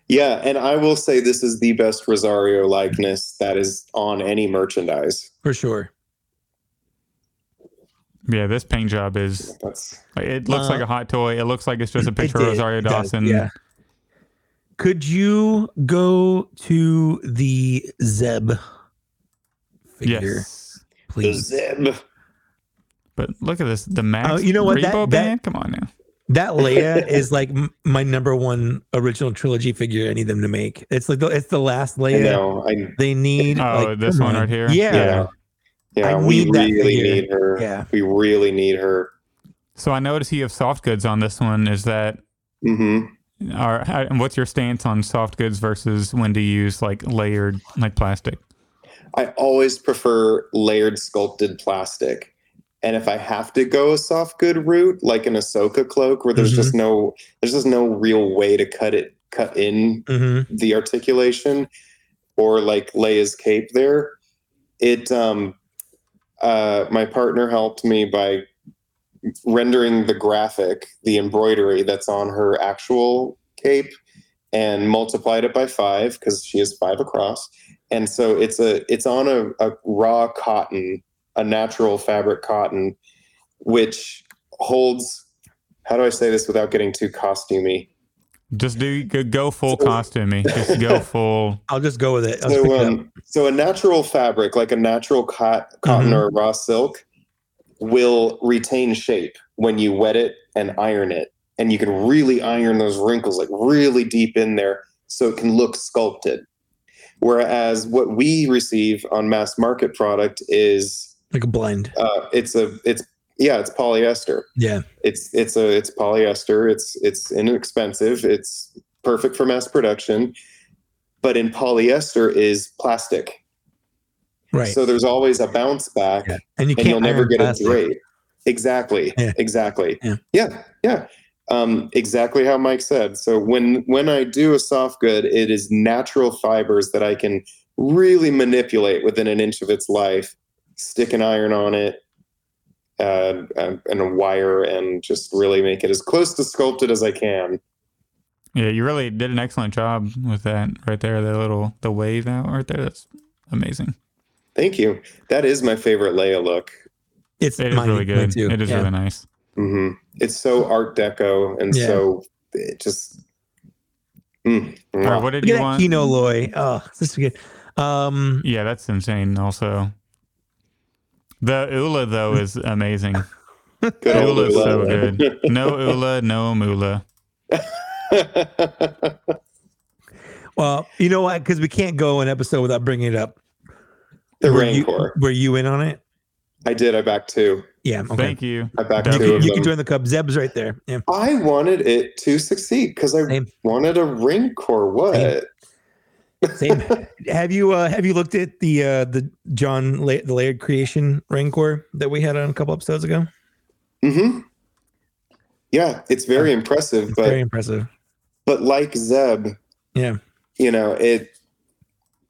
Speaker 3: yeah. And I will say this is the best Rosario likeness that is on any merchandise.
Speaker 1: for sure.
Speaker 2: Yeah, this paint job is
Speaker 3: That's
Speaker 2: Like, It looks
Speaker 1: Uh,
Speaker 2: like a hot toy. It looks like it's just a
Speaker 1: It
Speaker 2: picture of
Speaker 1: did.
Speaker 2: Rosario
Speaker 1: It does,
Speaker 2: Dawson.
Speaker 1: yeah. Could you go to the Zeb figure,
Speaker 2: Yes.
Speaker 3: the
Speaker 1: please?
Speaker 3: Zeb.
Speaker 2: But look at this. The Max
Speaker 1: Oh, you know what? That-
Speaker 2: Rebo
Speaker 1: that-
Speaker 2: band? Come on now.
Speaker 1: That Leia is like m- my number one original trilogy figure. I need them to make. It's like the, it's the last
Speaker 3: I
Speaker 1: Leia
Speaker 3: know. I,
Speaker 1: they need.
Speaker 2: Oh,
Speaker 1: like,
Speaker 2: this
Speaker 1: come
Speaker 2: one
Speaker 1: on.
Speaker 2: right here?
Speaker 1: Yeah.
Speaker 3: yeah. Yeah.
Speaker 1: I
Speaker 3: we
Speaker 1: need that
Speaker 3: really
Speaker 1: figure.
Speaker 3: need her.
Speaker 1: Yeah.
Speaker 3: We really need her.
Speaker 2: So I notice you have soft goods on this one. Is that
Speaker 3: hmm
Speaker 2: are how- and what's your stance on soft goods versus when to use like layered like plastic?
Speaker 3: I always prefer layered sculpted plastic. And if I have to go a soft good route, like an Ahsoka cloak, where there's
Speaker 1: Mhm.
Speaker 3: just no there's just no real way to cut it cut in
Speaker 1: Mm-hmm.
Speaker 3: the articulation, or like Leia's cape there, it um uh my partner helped me by rendering the graphic, the embroidery that's on her actual cape and multiplied it by five because she is five across. And so it's a it's on a, a raw cotton, a natural fabric cotton, which holds how do I say this without getting too costumey?
Speaker 2: Just do go- go full
Speaker 3: So-
Speaker 2: costumey. Just go full.
Speaker 1: I'll just go with it. I'll just pick it
Speaker 3: so,
Speaker 1: up.
Speaker 3: um, so a natural fabric, like a natural cot- cotton
Speaker 1: Mhm.
Speaker 3: or raw silk, will retain shape when you wet it and iron it, and you can really iron those wrinkles like really deep in there, so it can look sculpted. Whereas what we receive on mass market product is
Speaker 1: like a blend.
Speaker 3: uh, it's a it's yeah it's polyester
Speaker 1: Yeah.
Speaker 3: it's it's a it's polyester it's it's inexpensive it's perfect for mass production but in polyester is plastic
Speaker 1: Right.
Speaker 3: so there's always a bounce back
Speaker 1: yeah. And you
Speaker 3: and
Speaker 1: can't
Speaker 3: you'll never
Speaker 1: iron
Speaker 3: get
Speaker 1: plastic.
Speaker 3: a grade exactly
Speaker 1: Yeah.
Speaker 3: exactly
Speaker 1: Yeah.
Speaker 3: yeah yeah. um exactly how mike said so when when i do a soft good it is natural fibers that i can really manipulate within an inch of its life stick an iron on it uh, and and a wire and just really make it as close to sculpted as i can
Speaker 2: Yeah, you really did an excellent job with that right there. The little the wave out right there. That's amazing.
Speaker 3: thank you that is my favorite leia look
Speaker 1: It's
Speaker 2: It is
Speaker 1: mine,
Speaker 2: really
Speaker 1: mine
Speaker 2: good.
Speaker 1: too.
Speaker 2: It is
Speaker 1: Yeah.
Speaker 2: really nice.
Speaker 3: hmm it's so art deco and
Speaker 1: Yeah.
Speaker 3: so it just Mm.
Speaker 2: All right, what did
Speaker 1: Look at
Speaker 2: you
Speaker 1: that
Speaker 2: want?
Speaker 1: Kino Loy. Oh, this is good. Um,
Speaker 2: Yeah, that's insane. Also, the Ula though is amazing.
Speaker 3: Good old
Speaker 2: Ula's so
Speaker 3: Ula.
Speaker 2: good. No Ula, no Mula.
Speaker 1: well, you know what? Because we can't go an episode without bringing it up.
Speaker 3: the
Speaker 1: were you,
Speaker 3: Rancor.
Speaker 1: Were you in on it?
Speaker 3: I did. I backed two.
Speaker 1: Yeah. Okay.
Speaker 2: Thank you.
Speaker 3: I backed
Speaker 2: You
Speaker 1: You,
Speaker 3: two
Speaker 1: can,
Speaker 3: of
Speaker 1: you
Speaker 3: them.
Speaker 1: can join the Cubs. Zeb's right there. Yeah.
Speaker 3: I wanted it to succeed because I
Speaker 1: Same.
Speaker 3: wanted a Rancor. What?
Speaker 1: Same. Same. have you uh, have you looked at the uh, the John La- the Laird creation Rancor that we had on a couple episodes ago?
Speaker 3: hmm Yeah, it's very impressive,
Speaker 1: It's
Speaker 3: but
Speaker 1: very impressive.
Speaker 3: but like Zeb,
Speaker 1: Yeah.
Speaker 3: you know it.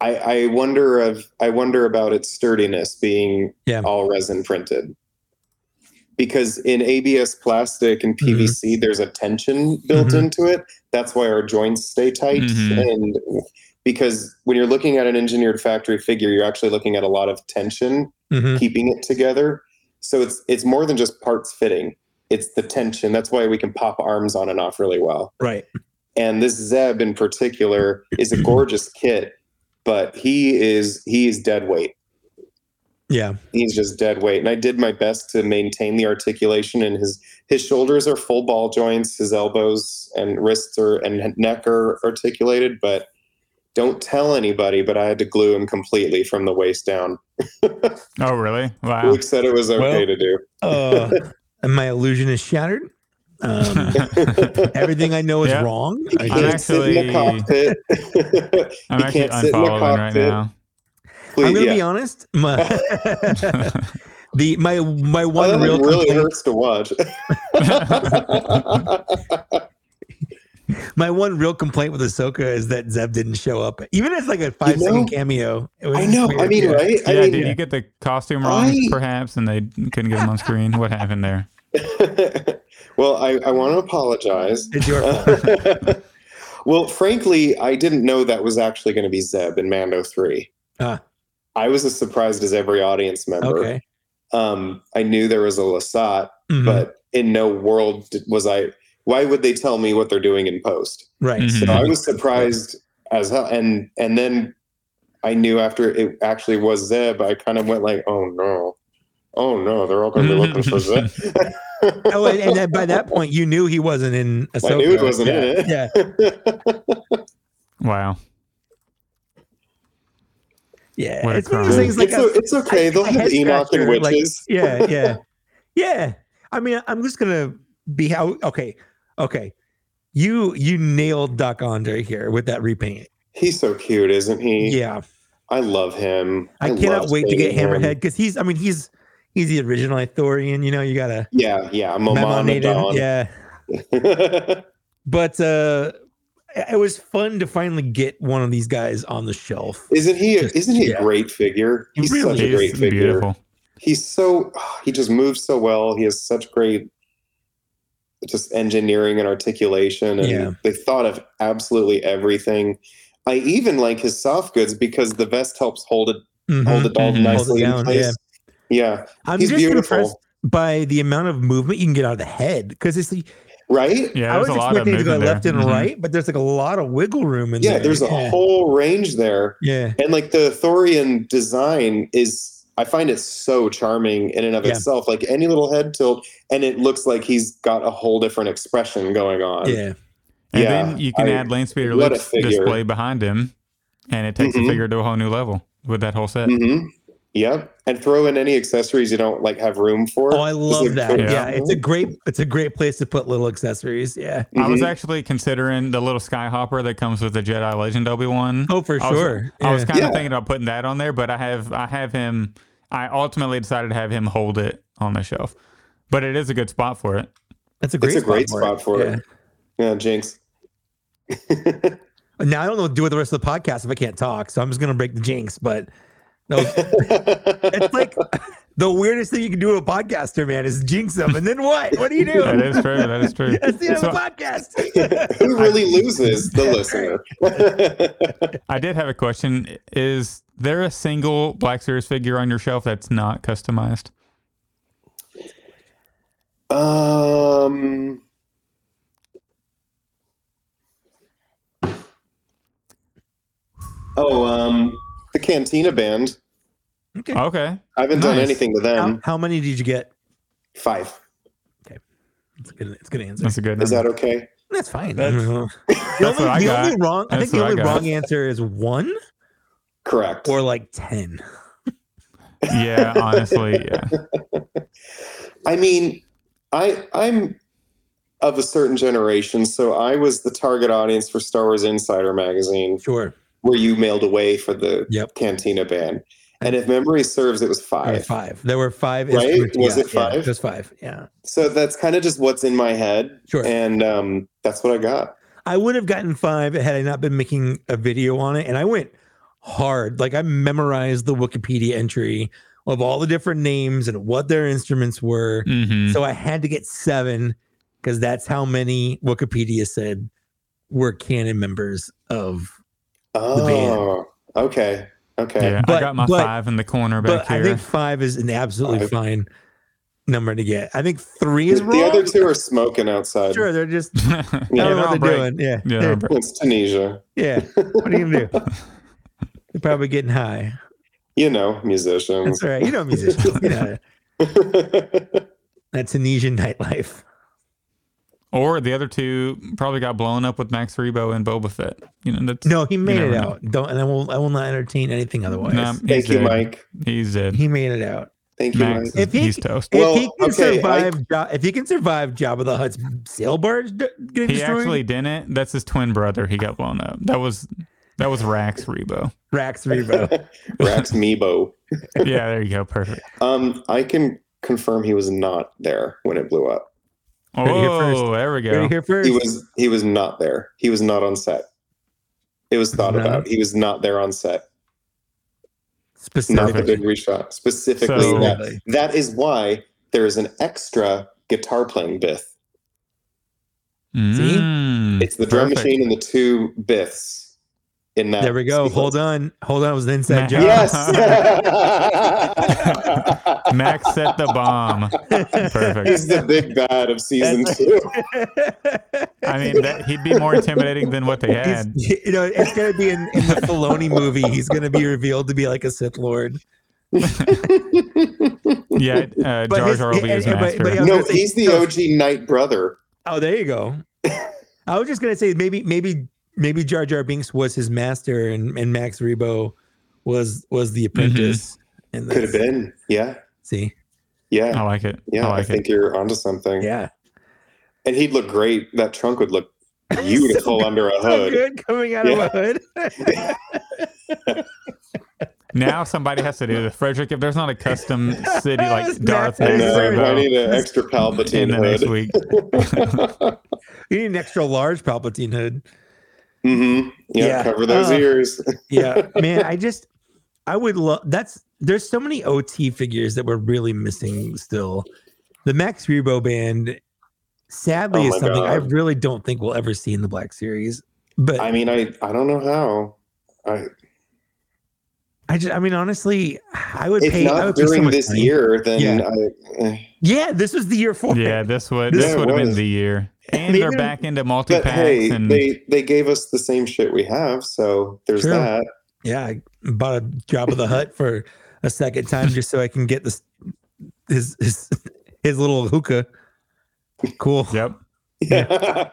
Speaker 3: I I wonder of I wonder about its sturdiness being
Speaker 1: Yeah.
Speaker 3: all resin printed. Because in ABS plastic and
Speaker 1: Mm-hmm.
Speaker 3: PVC, there's a tension built
Speaker 1: Mhm.
Speaker 3: into it. That's why our joints stay tight.
Speaker 2: Mhm.
Speaker 3: And because when you're looking at an engineered factory figure, you're actually looking at a lot of tension
Speaker 1: Mhm.
Speaker 3: keeping it together. So it's it's more than just parts fitting. It's the tension. That's why we can pop arms on and off really well.
Speaker 1: Right.
Speaker 3: And this Zeb in particular is a gorgeous kit, but he is he is dead weight.
Speaker 1: Yeah.
Speaker 3: He's just dead weight. And I did my best to maintain the articulation and his his shoulders are full ball joints, his elbows and wrists are and neck are articulated, but don't tell anybody, but I had to glue him completely from the waist down.
Speaker 2: Oh, really? Wow.
Speaker 3: Luke said it was
Speaker 1: Well,
Speaker 3: okay to do.
Speaker 1: Uh, and my illusion is shattered. Um, everything I know is
Speaker 2: Yeah.
Speaker 1: wrong. I
Speaker 2: I'm
Speaker 3: He can't
Speaker 1: guess.
Speaker 2: actually-
Speaker 3: sit in the cockpit.
Speaker 2: I'm
Speaker 3: You
Speaker 2: actually
Speaker 3: can't sit in the
Speaker 2: unfollowing right
Speaker 3: cockpit.
Speaker 2: now.
Speaker 1: I'm
Speaker 3: Please,
Speaker 1: gonna be
Speaker 3: yeah.
Speaker 1: honest. My, the my my
Speaker 3: Well,
Speaker 1: one
Speaker 3: that
Speaker 1: real
Speaker 3: really
Speaker 1: complaint,
Speaker 3: hurts to watch.
Speaker 1: my one real complaint with Ahsoka is that Zeb didn't show up, even as like a five second
Speaker 3: know-
Speaker 1: cameo. It was
Speaker 3: I know. I
Speaker 1: weird,
Speaker 3: mean,
Speaker 1: yeah.
Speaker 3: right?
Speaker 2: yeah,
Speaker 3: I
Speaker 2: did
Speaker 3: mean,
Speaker 2: you get the costume wrong,
Speaker 3: I-
Speaker 2: perhaps, and they couldn't get him on screen? What happened there?
Speaker 3: well, I, I want to apologize.
Speaker 1: It's your fault.
Speaker 3: well, frankly, I didn't know that was actually going to be Zeb in Mando 3.
Speaker 1: Ah.
Speaker 3: I was as surprised as every audience member.
Speaker 1: Okay.
Speaker 3: Um, I knew there was a Lasat,
Speaker 1: Mhm.
Speaker 3: but in no world did- was I. Why would they tell me what they're doing in post?
Speaker 1: right.
Speaker 2: Mhm.
Speaker 3: So I was surprised as hell, and and then I knew after it actually was Zeb. I kind of went like, oh no, oh no, they're all going to be looking for Zeb.
Speaker 1: Oh, and, and then by that point, you knew he wasn't in Ahsoka.
Speaker 3: I knew he wasn't
Speaker 1: yeah.
Speaker 3: in
Speaker 1: Yeah. Mm-hmm.
Speaker 3: it.
Speaker 2: Wow.
Speaker 1: Yeah.
Speaker 2: What a
Speaker 1: It's one of those
Speaker 2: crime.
Speaker 1: things like
Speaker 3: it's, o- it's okay. They'll
Speaker 1: a
Speaker 3: have
Speaker 1: head
Speaker 3: Enoch and
Speaker 1: scratcher, like-
Speaker 3: witches.
Speaker 1: yeah, yeah, yeah. I mean, I'm just gonna be how okay, okay. You you nailed Doc Andre here with that repaint.
Speaker 3: He's so cute, isn't he?
Speaker 1: Yeah,
Speaker 3: I love him.
Speaker 1: I, cannot
Speaker 3: love
Speaker 1: wait to
Speaker 3: seeing
Speaker 1: get
Speaker 3: him.
Speaker 1: Hammerhead because he's. I mean, he's he's the original Ithorian. You know, you gotta
Speaker 3: Yeah, yeah. Momon
Speaker 1: memonate him.
Speaker 3: Don.
Speaker 1: Yeah, but uh it was fun to finally get one of these guys on the shelf.
Speaker 3: isn't he? A,
Speaker 1: Just-
Speaker 3: isn't he
Speaker 1: yeah.
Speaker 3: a great figure?
Speaker 1: He
Speaker 3: He's
Speaker 1: really
Speaker 3: such a
Speaker 1: is
Speaker 3: great figure.
Speaker 2: beautiful.
Speaker 3: He's so he just moves so well. He has such great just engineering and articulation, and
Speaker 1: Yeah.
Speaker 3: they thought of absolutely everything. I even like his soft goods because the vest helps hold it
Speaker 1: Mhm.
Speaker 3: hold it all
Speaker 2: Mhm.
Speaker 1: Hold it
Speaker 3: nicely
Speaker 1: down,
Speaker 3: in place. Yeah,
Speaker 1: I'm
Speaker 3: Oh, he's
Speaker 1: just
Speaker 3: beautiful.
Speaker 1: impressed by the amount of movement you can get out of the head because it's like
Speaker 3: right?
Speaker 2: Yeah,
Speaker 1: I was
Speaker 2: there's a lot of
Speaker 1: expecting it to
Speaker 2: movement
Speaker 1: go
Speaker 2: there.
Speaker 1: left and
Speaker 2: Mhm.
Speaker 1: right, but there's like a lot of wiggle room in
Speaker 3: Yeah,
Speaker 1: there.
Speaker 3: there's a whole range there.
Speaker 1: yeah.
Speaker 3: And like the Thorian design is, I find it so charming in and of
Speaker 1: Yeah.
Speaker 3: itself. Like any little head tilt, and it looks like he's got a whole different expression going on.
Speaker 1: Yeah.
Speaker 2: And
Speaker 3: Yeah,
Speaker 2: then you can
Speaker 3: I-
Speaker 2: add Lane Speeder
Speaker 3: what a
Speaker 2: Luke's
Speaker 3: figure.
Speaker 2: display behind him, and it takes
Speaker 3: Mhm.
Speaker 2: the figure to a whole new level with that whole set.
Speaker 3: hmm Yep. And throw in any accessories you don't like have room for.
Speaker 1: Oh, I love
Speaker 3: It's like-
Speaker 1: that. Yeah.
Speaker 2: Yeah.
Speaker 1: it's a great it's a great place to put little accessories. Yeah.
Speaker 2: I was
Speaker 3: Mhm.
Speaker 2: actually considering the little skyhopper that comes with the Jedi Legend Obi Wan.
Speaker 1: Oh, for
Speaker 2: I was-
Speaker 1: sure.
Speaker 2: I was
Speaker 1: Yeah.
Speaker 2: kind of
Speaker 3: Yeah.
Speaker 2: thinking about putting that on there, but I have I have him. I ultimately decided to have him hold it on the shelf, but it is a good spot for it.
Speaker 1: That's a great
Speaker 3: it's a great
Speaker 1: spot for it.
Speaker 3: Mm-hmm. yeah, Jinx.
Speaker 1: Yeah. Now I don't know what to do with the rest of the podcast if I can't talk, so I'm just gonna break the jinx. But no, it's like the weirdest thing you can do to a podcaster, man, is jinx them, and then what? What do you
Speaker 2: That
Speaker 1: do?
Speaker 2: is true. That is true.
Speaker 1: That's the end
Speaker 2: So
Speaker 1: of the podcast.
Speaker 3: Who really loses? The listener.
Speaker 2: I did have a question. Is there a single Black Series figure on your shelf that's not customized?
Speaker 3: um, oh, um, the Cantina Band.
Speaker 1: okay.
Speaker 2: Okay.
Speaker 3: I haven't done
Speaker 2: Nice.
Speaker 3: anything to
Speaker 1: How,
Speaker 3: them.
Speaker 1: how many did you get?
Speaker 3: Five.
Speaker 1: It's a good, it's a good answer.
Speaker 2: That's a good
Speaker 3: Is
Speaker 2: number.
Speaker 3: that
Speaker 1: Um,
Speaker 3: okay?
Speaker 1: That's fine.
Speaker 2: That's-
Speaker 1: the
Speaker 2: That's what I
Speaker 1: only, the
Speaker 2: got.
Speaker 1: only wrong, I think
Speaker 2: That's
Speaker 1: the
Speaker 2: what I
Speaker 1: only
Speaker 2: got.
Speaker 1: wrong answer is one
Speaker 3: Correct.
Speaker 1: or like ten.
Speaker 2: Yeah, honestly. Yeah.
Speaker 3: I mean, I I'm of a certain generation, so I was the target audience for Star Wars Insider magazine,
Speaker 1: Sure.
Speaker 3: where you mailed away for the
Speaker 1: Yep.
Speaker 3: Cantina band. And if memory serves, it was
Speaker 1: There were
Speaker 3: five.
Speaker 1: five. There were five.
Speaker 3: Right?
Speaker 1: instruments.
Speaker 3: Was it
Speaker 1: Yeah,
Speaker 3: five?
Speaker 1: just five. Yeah.
Speaker 3: So that's kind of just what's in my head,
Speaker 1: Sure.
Speaker 3: and um, that's what I got.
Speaker 1: I would have gotten five had I not been making a video on it. And I went hard. Like I memorized the Wikipedia entry of all the different names and what their instruments were.
Speaker 2: hmm
Speaker 1: So I had to get seven because that's how many Wikipedia said were canon members of
Speaker 3: Oh, okay, okay.
Speaker 2: Yeah,
Speaker 1: But-
Speaker 2: I got my
Speaker 1: but-
Speaker 2: five in the corner back
Speaker 1: but I
Speaker 2: here.
Speaker 1: think five is an absolutely
Speaker 3: Five.
Speaker 1: fine number to get. I think three
Speaker 3: The,
Speaker 1: is
Speaker 3: the
Speaker 1: wrong.
Speaker 3: other two are smoking outside.
Speaker 1: sure, they're just I
Speaker 2: yeah,
Speaker 1: don't
Speaker 2: they're
Speaker 1: know
Speaker 2: on
Speaker 1: what
Speaker 2: break.
Speaker 1: they're doing. Yeah,
Speaker 2: Yeah, they're
Speaker 1: they're-
Speaker 2: on break.
Speaker 3: It's Tunisia.
Speaker 1: yeah. What are you gonna do? They're probably getting high.
Speaker 3: You know, musicians.
Speaker 1: That's all right. You know, musicians. You know, that Tunisian nightlife.
Speaker 2: Or the other two probably got blown up with Max Rebo and Boba Fett. You know, that's
Speaker 1: No, he made
Speaker 2: never
Speaker 1: it
Speaker 2: know.
Speaker 1: out. Don't, and I will. I will not entertain anything otherwise.
Speaker 2: Nah, he's
Speaker 3: Thank you,
Speaker 2: dead.
Speaker 3: Mike.
Speaker 2: He's dead.
Speaker 1: He made it out.
Speaker 3: Thank you,
Speaker 2: Max,
Speaker 3: Mike.
Speaker 1: If he-
Speaker 2: he's toast.
Speaker 1: If
Speaker 3: Well,
Speaker 1: he can
Speaker 3: okay, I-
Speaker 1: survive, Jo- if he can survive Jabba the Hutt's sail barge d- getting
Speaker 2: He
Speaker 1: destroyed,
Speaker 2: actually didn't. That's his twin brother. He got blown up. That was that was Rax Rebo.
Speaker 1: Rax Rebo.
Speaker 3: Rax Mebo.
Speaker 2: Yeah, there you go. Perfect.
Speaker 3: Um, I can confirm he was not there when it blew up.
Speaker 1: it here first.
Speaker 2: Oh, there we
Speaker 1: Heard it
Speaker 2: go.
Speaker 1: here first.
Speaker 3: He was he was not there. He was not on set. It was thought
Speaker 1: No.
Speaker 3: about. He was not there on set. Not the
Speaker 1: Specifically.
Speaker 3: big reshot. Specifically,
Speaker 2: So-
Speaker 3: that, that is why there is an extra guitar playing Bith.
Speaker 1: See?
Speaker 2: Mm,
Speaker 3: It's the drum
Speaker 2: perfect.
Speaker 3: machine and the two Biths in that.
Speaker 1: There we go. Hold on. Hold on. It was an inside
Speaker 2: Matt-
Speaker 1: job.
Speaker 3: Yes.
Speaker 2: Max set the bomb. Perfect.
Speaker 3: He's the big bad of season
Speaker 1: That's-
Speaker 3: two.
Speaker 2: I mean, that, he'd be more intimidating than what they
Speaker 1: He's-
Speaker 2: had.
Speaker 1: you know, it's gonna be in, in the Filoni movie. He's gonna be revealed to be like a Sith Lord.
Speaker 2: Yeah, uh,
Speaker 1: But
Speaker 2: Jar
Speaker 1: his-
Speaker 2: Jar will be his
Speaker 1: yeah, but-
Speaker 2: master.
Speaker 1: but yeah, I was
Speaker 3: No,
Speaker 1: gonna say-
Speaker 3: he's the OG Knight brother.
Speaker 1: Oh, there you go. I was just gonna say maybe maybe maybe Jar Jar Binks was his master and, and Max Rebo was was the apprentice. And
Speaker 3: Could have been. Yeah.
Speaker 1: See,
Speaker 3: Yeah.
Speaker 2: I like it.
Speaker 3: Yeah.
Speaker 2: Oh, I
Speaker 3: I,
Speaker 2: like it.
Speaker 3: think you're onto something.
Speaker 1: yeah,
Speaker 3: And he'd look great. That trunk would look beautiful under a
Speaker 1: So
Speaker 3: hood.
Speaker 1: good coming out
Speaker 3: Yeah.
Speaker 1: of a hood.
Speaker 2: Now somebody has to do this. Frederick, if there's not a custom city like
Speaker 1: That's
Speaker 2: Darth
Speaker 3: I
Speaker 1: Thanks,
Speaker 3: know,
Speaker 1: Bravo.
Speaker 3: uh, I
Speaker 2: Vader
Speaker 3: need an extra
Speaker 2: in
Speaker 3: Palpatine
Speaker 2: the next week.
Speaker 3: hood.
Speaker 1: you need an extra large Palpatine hood.
Speaker 3: hmm Yeah,
Speaker 1: Yeah.
Speaker 3: cover those
Speaker 1: Uh,
Speaker 3: ears.
Speaker 1: Yeah, man. I just, I would love. That's there's so many OT figures that we're really missing still. The Max Rebo band, sadly,
Speaker 3: Oh
Speaker 1: is
Speaker 3: my
Speaker 1: something I
Speaker 3: God.
Speaker 1: really don't think we'll ever see in the Black Series. But
Speaker 3: I
Speaker 1: i
Speaker 3: mean, I I don't know how. I,
Speaker 1: just, I mean, honestly, I would
Speaker 3: if
Speaker 1: pay. I
Speaker 3: not
Speaker 1: would pay so
Speaker 3: during
Speaker 1: much
Speaker 3: this
Speaker 1: money.
Speaker 3: year, then
Speaker 1: Yeah.
Speaker 3: I, eh.
Speaker 1: Yeah, this was the year for.
Speaker 2: Yeah,
Speaker 1: it.
Speaker 2: this would
Speaker 3: Yeah,
Speaker 2: this
Speaker 3: it
Speaker 2: would have been
Speaker 3: was.
Speaker 2: the year. And
Speaker 1: Maybe
Speaker 2: they're
Speaker 1: they're-
Speaker 2: back into multi
Speaker 3: but
Speaker 2: packs
Speaker 3: hey,
Speaker 2: and
Speaker 3: they they gave us the same shit we have, so there's
Speaker 1: True.
Speaker 3: that.
Speaker 1: yeah. I bought a job of the hut for a second time just so I can get this his his his little hookah. Cool.
Speaker 2: Yep.
Speaker 3: Yeah.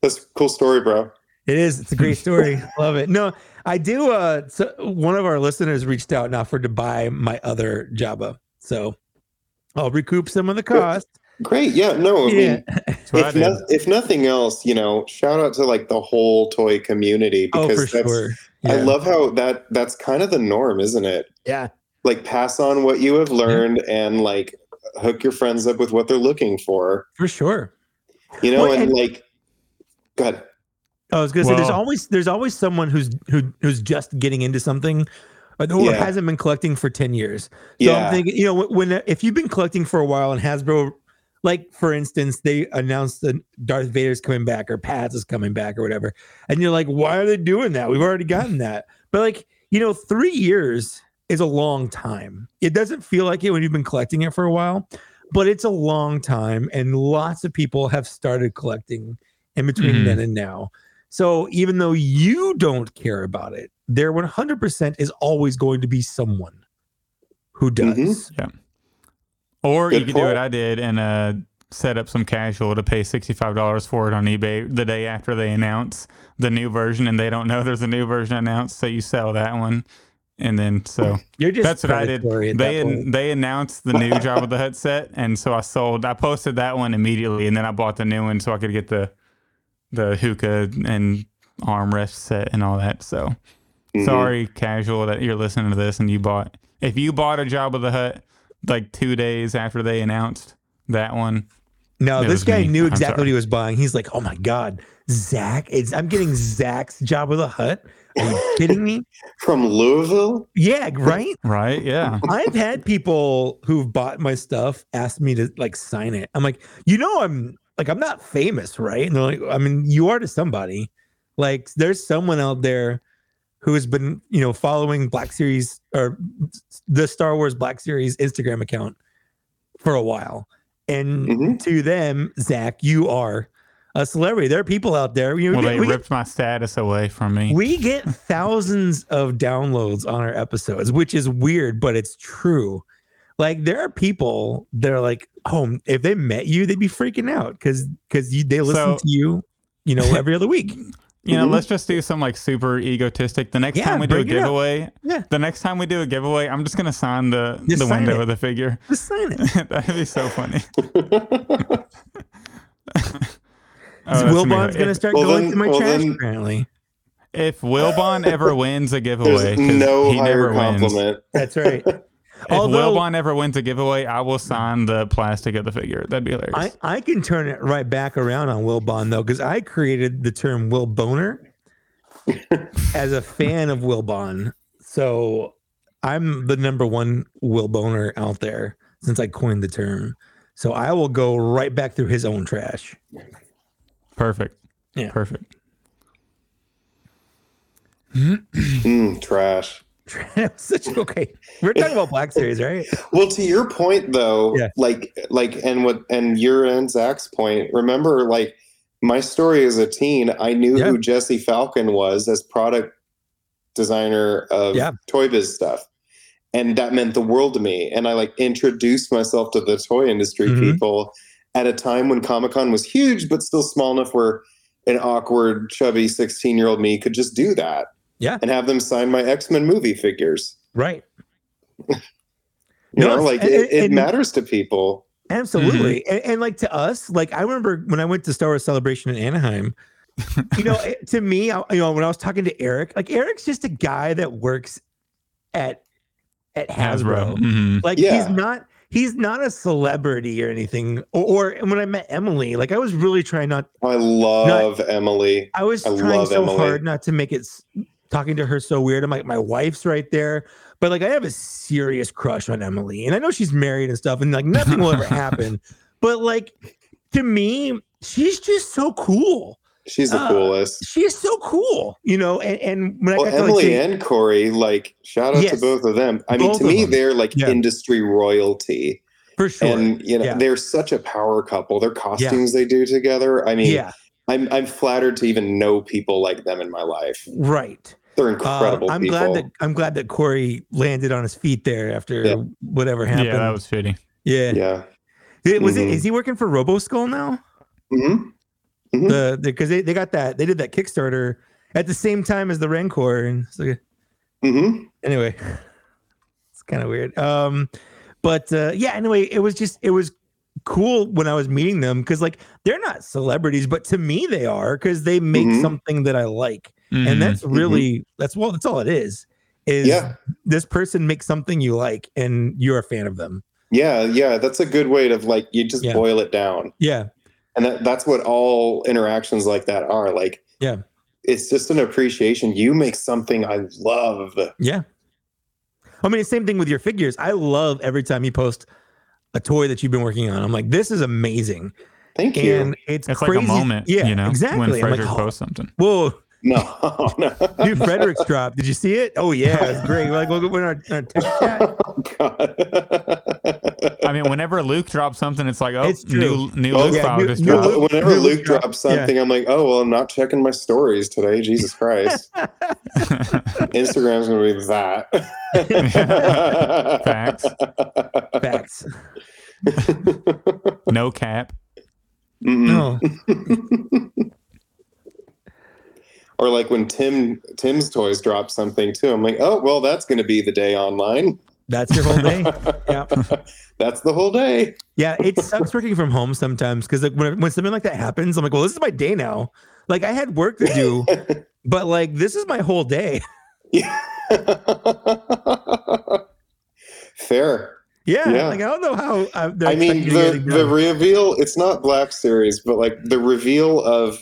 Speaker 3: That's a cool story, bro.
Speaker 1: It is. It's a great story. Love it. No, I do. Uh, so one of our listeners reached out and offered to buy my other Jabba, so I'll recoup some of the cost.
Speaker 3: Great. Yeah. No, I mean,
Speaker 2: That's what I
Speaker 3: if,
Speaker 2: did.
Speaker 3: no, if nothing else, you know, shout out to like the whole toy community
Speaker 1: Oh,
Speaker 3: because
Speaker 1: for
Speaker 3: that's,
Speaker 1: sure.
Speaker 3: I
Speaker 1: Yeah.
Speaker 3: love how that that's kind of the norm, isn't it?
Speaker 1: Yeah.
Speaker 3: Like pass on what you have learned and like hook your friends up with what they're looking for.
Speaker 1: for sure.
Speaker 3: You know,
Speaker 1: Well,
Speaker 3: and,
Speaker 1: and-
Speaker 3: like God,
Speaker 1: I was gonna say there's
Speaker 2: Well-
Speaker 1: always there's always someone who's who who's just getting into something, uh, or who
Speaker 3: Yeah.
Speaker 1: hasn't been collecting for ten years. So I'm
Speaker 3: yeah.
Speaker 1: thinking, you know, when, when if you've been collecting for a while and Hasbro, like for instance, they announced that Darth Vader's coming back or Paz is coming back or whatever, and you're like, why are they doing that? We've already gotten that. But like, you know, three years is a long time. It doesn't feel like it when you've been collecting it for a while, but it's a long time, and lots of people have started collecting in between
Speaker 3: Mm-hmm.
Speaker 2: Mhm.
Speaker 1: then and now. So even though you don't care about it, there 100% is always going to be someone who does.
Speaker 3: Mhm.
Speaker 2: Or you
Speaker 3: Good
Speaker 2: could do
Speaker 3: call.
Speaker 2: what I did and uh, set up some casual to pay $65 for it on eBay the day after they announce the new version and they don't know there's a new version announced. So you sell that one. And then so
Speaker 1: You're just
Speaker 2: that's what I did.
Speaker 1: predatory at
Speaker 2: They
Speaker 1: that point.
Speaker 2: an- they announced the new Job of the Hut set. And so I sold, I posted that one immediately and then I bought the new one so I could get the the hookah and armrest set and all that. So
Speaker 3: Mhm.
Speaker 2: sorry casual that you're listening to this and you bought if you bought a job of the hut like two days after they announced that one
Speaker 1: no,
Speaker 2: it
Speaker 1: this
Speaker 2: was
Speaker 1: guy
Speaker 2: me.
Speaker 1: knew
Speaker 2: I'm
Speaker 1: exactly
Speaker 2: sorry.
Speaker 1: what he was buying. He's like, "Oh my god, Zach! It's, I'm getting Zach's job with a hut. Are you kidding me?
Speaker 3: From Louisville?
Speaker 1: Yeah, right.
Speaker 2: right yeah
Speaker 1: I've had people who've bought my stuff ask me to like sign it. I'm like, you know, I'm like, I'm not famous, right? And they're like, I mean, you are to somebody. Like, there's someone out there who has been, you know, following Black Series or the Star Wars Black Series Instagram account for a while. And
Speaker 3: Mhm.
Speaker 1: to them, Zach, you are a celebrity. There are people out there. You know,
Speaker 2: well
Speaker 1: we-
Speaker 2: they
Speaker 1: we,
Speaker 2: ripped my status away from me
Speaker 1: we get thousands of downloads on our episodes, which is weird, but it's true. Like there are people that are like, oh, if they met you, they'd be freaking out because because you they listen
Speaker 2: So-
Speaker 1: to you, you know, every other week.
Speaker 2: you know
Speaker 3: Mhm.
Speaker 2: let's just do some like super egotistic the next
Speaker 1: Mm-hmm. Yeah,
Speaker 2: time we do a
Speaker 1: bring it up.
Speaker 2: giveaway
Speaker 1: Yeah.
Speaker 2: the next time we do a giveaway i'm just gonna sign the
Speaker 1: Just
Speaker 2: the
Speaker 1: sign
Speaker 2: window
Speaker 1: it.
Speaker 2: of the figure
Speaker 1: Just sign it.
Speaker 2: that'd be so funny Oh, that's gonna be
Speaker 1: Wilbon's
Speaker 2: hu-
Speaker 1: gonna
Speaker 2: if,
Speaker 1: start
Speaker 3: Well,
Speaker 1: going
Speaker 3: then-
Speaker 1: to my
Speaker 3: well,
Speaker 1: trash
Speaker 3: then-
Speaker 1: apparently.
Speaker 2: if Wilbon ever wins a giveaway
Speaker 3: There's
Speaker 2: 'cause
Speaker 3: no
Speaker 2: he
Speaker 3: higher
Speaker 2: never wins
Speaker 3: compliment.
Speaker 1: That's right.
Speaker 2: If
Speaker 1: Although-
Speaker 2: Wilbon ever wins a giveaway, I will sign the plastic of the figure. That'd be hilarious.
Speaker 1: I, I can turn it right back around on Will Bond though, because I created the term Will Boner as a fan of Will Bond. So I'm the number one Will Boner out there since I coined the term. So I will go right back through his own trash.
Speaker 2: Perfect.
Speaker 1: Yeah.
Speaker 2: Perfect.
Speaker 3: Mm, trash.
Speaker 1: That was Such okay. We're talking about Black Series, right?
Speaker 3: Well, to your point though,
Speaker 1: Yeah.
Speaker 3: like like and what and your and Zach's point, remember like my story as a teen, I knew
Speaker 1: Yeah.
Speaker 3: who Jesse Falcon was as product designer of
Speaker 1: Yeah.
Speaker 3: Toy Biz stuff. And that meant the world to me. And I like introduced myself to the toy industry
Speaker 1: Mhm.
Speaker 3: people at a time when Comic Con was huge, but still small enough where an awkward, chubby 16 year old me could just do that.
Speaker 1: Yeah.
Speaker 3: And have them sign my X Men movie figures.
Speaker 1: Right.
Speaker 3: You
Speaker 1: No,
Speaker 3: know,
Speaker 1: it's-
Speaker 3: like it,
Speaker 1: and-
Speaker 3: it
Speaker 1: and-
Speaker 3: matters to people.
Speaker 1: Absolutely. And, and like to us, like I remember when I went to Star Wars Celebration in Anaheim, you know, it- to me, I, you know, when I was talking to Eric, like Eric's just a guy that works at at Hasbro.
Speaker 2: Hasbro. Mhm.
Speaker 1: Like
Speaker 3: Yeah.
Speaker 1: he's not he's not a celebrity or anything. Or, or and when I met Emily, like I was really trying not
Speaker 3: I love Emily.
Speaker 1: I was
Speaker 3: I
Speaker 1: trying
Speaker 3: love
Speaker 1: so
Speaker 3: Emily.
Speaker 1: hard not to make it s- talking to her so weird. I'm like, my wife's right there, but like, I have a serious crush on Emily, and I know she's married and stuff, and like, nothing will ever happen. But like, to me, she's just so cool.
Speaker 3: She's the
Speaker 1: uh,
Speaker 3: coolest.
Speaker 1: She is so cool, you know. And, and when
Speaker 3: Well,
Speaker 1: I got to like,
Speaker 3: Emily
Speaker 1: see-
Speaker 3: and Corey, like, shout out to
Speaker 1: Yes.
Speaker 3: both of them. I mean,
Speaker 1: Both
Speaker 3: to
Speaker 1: of
Speaker 3: me,
Speaker 1: them.
Speaker 3: they're like
Speaker 1: Yeah.
Speaker 3: industry royalty,
Speaker 1: for sure,
Speaker 3: and you know,
Speaker 1: Yeah.
Speaker 3: they're such a power couple. Their costumes they do together. I mean,
Speaker 1: yeah,
Speaker 3: I'm I'm flattered to even know people like them in my life.
Speaker 1: right.
Speaker 3: They're
Speaker 1: Uh,
Speaker 3: incredible
Speaker 1: I'm
Speaker 3: people.
Speaker 1: glad that I'm glad that Corey landed on his feet there after
Speaker 3: Yeah.
Speaker 1: whatever happened.
Speaker 2: Yeah, that was shitty.
Speaker 1: yeah.
Speaker 3: yeah.
Speaker 1: It- was it?
Speaker 3: Mhm.
Speaker 1: Is he working for RoboSkull now?
Speaker 3: hmm Mhm.
Speaker 1: the because they, they got that they did that Kickstarter at the same time as the Rancor and it's like-
Speaker 3: hmm
Speaker 1: anyway, it's kind of weird. Um, but uh, yeah, anyway, it was just it was cool when I was meeting them because like they're not celebrities, but to me they are because they make
Speaker 3: Mhm.
Speaker 1: something that I like,
Speaker 2: Mhm.
Speaker 1: and that's really that's well that's all it is is
Speaker 3: Mm-hmm. Yeah.
Speaker 1: this person makes something you like and you're a fan of them.
Speaker 3: Yeah. Yeah. That's a good way to like you just
Speaker 1: Yeah.
Speaker 3: boil it down.
Speaker 1: Yeah,
Speaker 3: And that, that's what all interactions like that are. Like
Speaker 1: Yeah.
Speaker 3: It's just an appreciation. You make something I love.
Speaker 1: Yeah. I mean, same thing with your figures. I love every time you post a toy that you've been working on. I'm like, this is amazing.
Speaker 3: Thank you.
Speaker 1: And it's,
Speaker 2: It's
Speaker 1: crazy.
Speaker 2: like a moment,
Speaker 1: Yeah,
Speaker 2: you know, when
Speaker 1: exactly. I'm like,
Speaker 2: Frederick
Speaker 1: "Oh,
Speaker 2: posts something.
Speaker 1: whoa,
Speaker 3: no, no.
Speaker 1: dude, Frederick's drop. Did you see it? Oh, yeah, it's great. We're like, we're, we're in our, in our text chat.
Speaker 3: Oh, God.
Speaker 2: I mean, whenever Luke drops something, it's like, oh,
Speaker 1: It's true.
Speaker 2: new new
Speaker 3: Oh,
Speaker 2: Luke
Speaker 1: yeah,
Speaker 2: file
Speaker 1: new-
Speaker 2: just
Speaker 1: new
Speaker 2: dropped.
Speaker 1: Luke-
Speaker 3: Well, whenever
Speaker 1: Luke
Speaker 3: Luke
Speaker 1: drops-
Speaker 3: drops something, I'm like, oh well, I'm not checking my stories today. Jesus Christ, Instagram's gonna be that.
Speaker 2: Facts.
Speaker 1: Facts.
Speaker 2: no cap.
Speaker 3: Mm-mm.
Speaker 1: No.
Speaker 3: Or like when Tim Tim's toys dropped something too. I'm like, oh well, that's gonna be the day online.
Speaker 1: That's your whole day. Yeah.
Speaker 3: That's the whole day.
Speaker 1: Yeah. It sucks working from home sometimes because like when, when something like that happens, I'm like, well, this is my day now. Like I had work to do, but like this is my whole day.
Speaker 3: Yeah. Fair.
Speaker 1: Yeah.
Speaker 3: Yeah.
Speaker 1: Like I don't know how uh, I,
Speaker 3: I mean, the, the reveal, it's not Black Series, but like the reveal of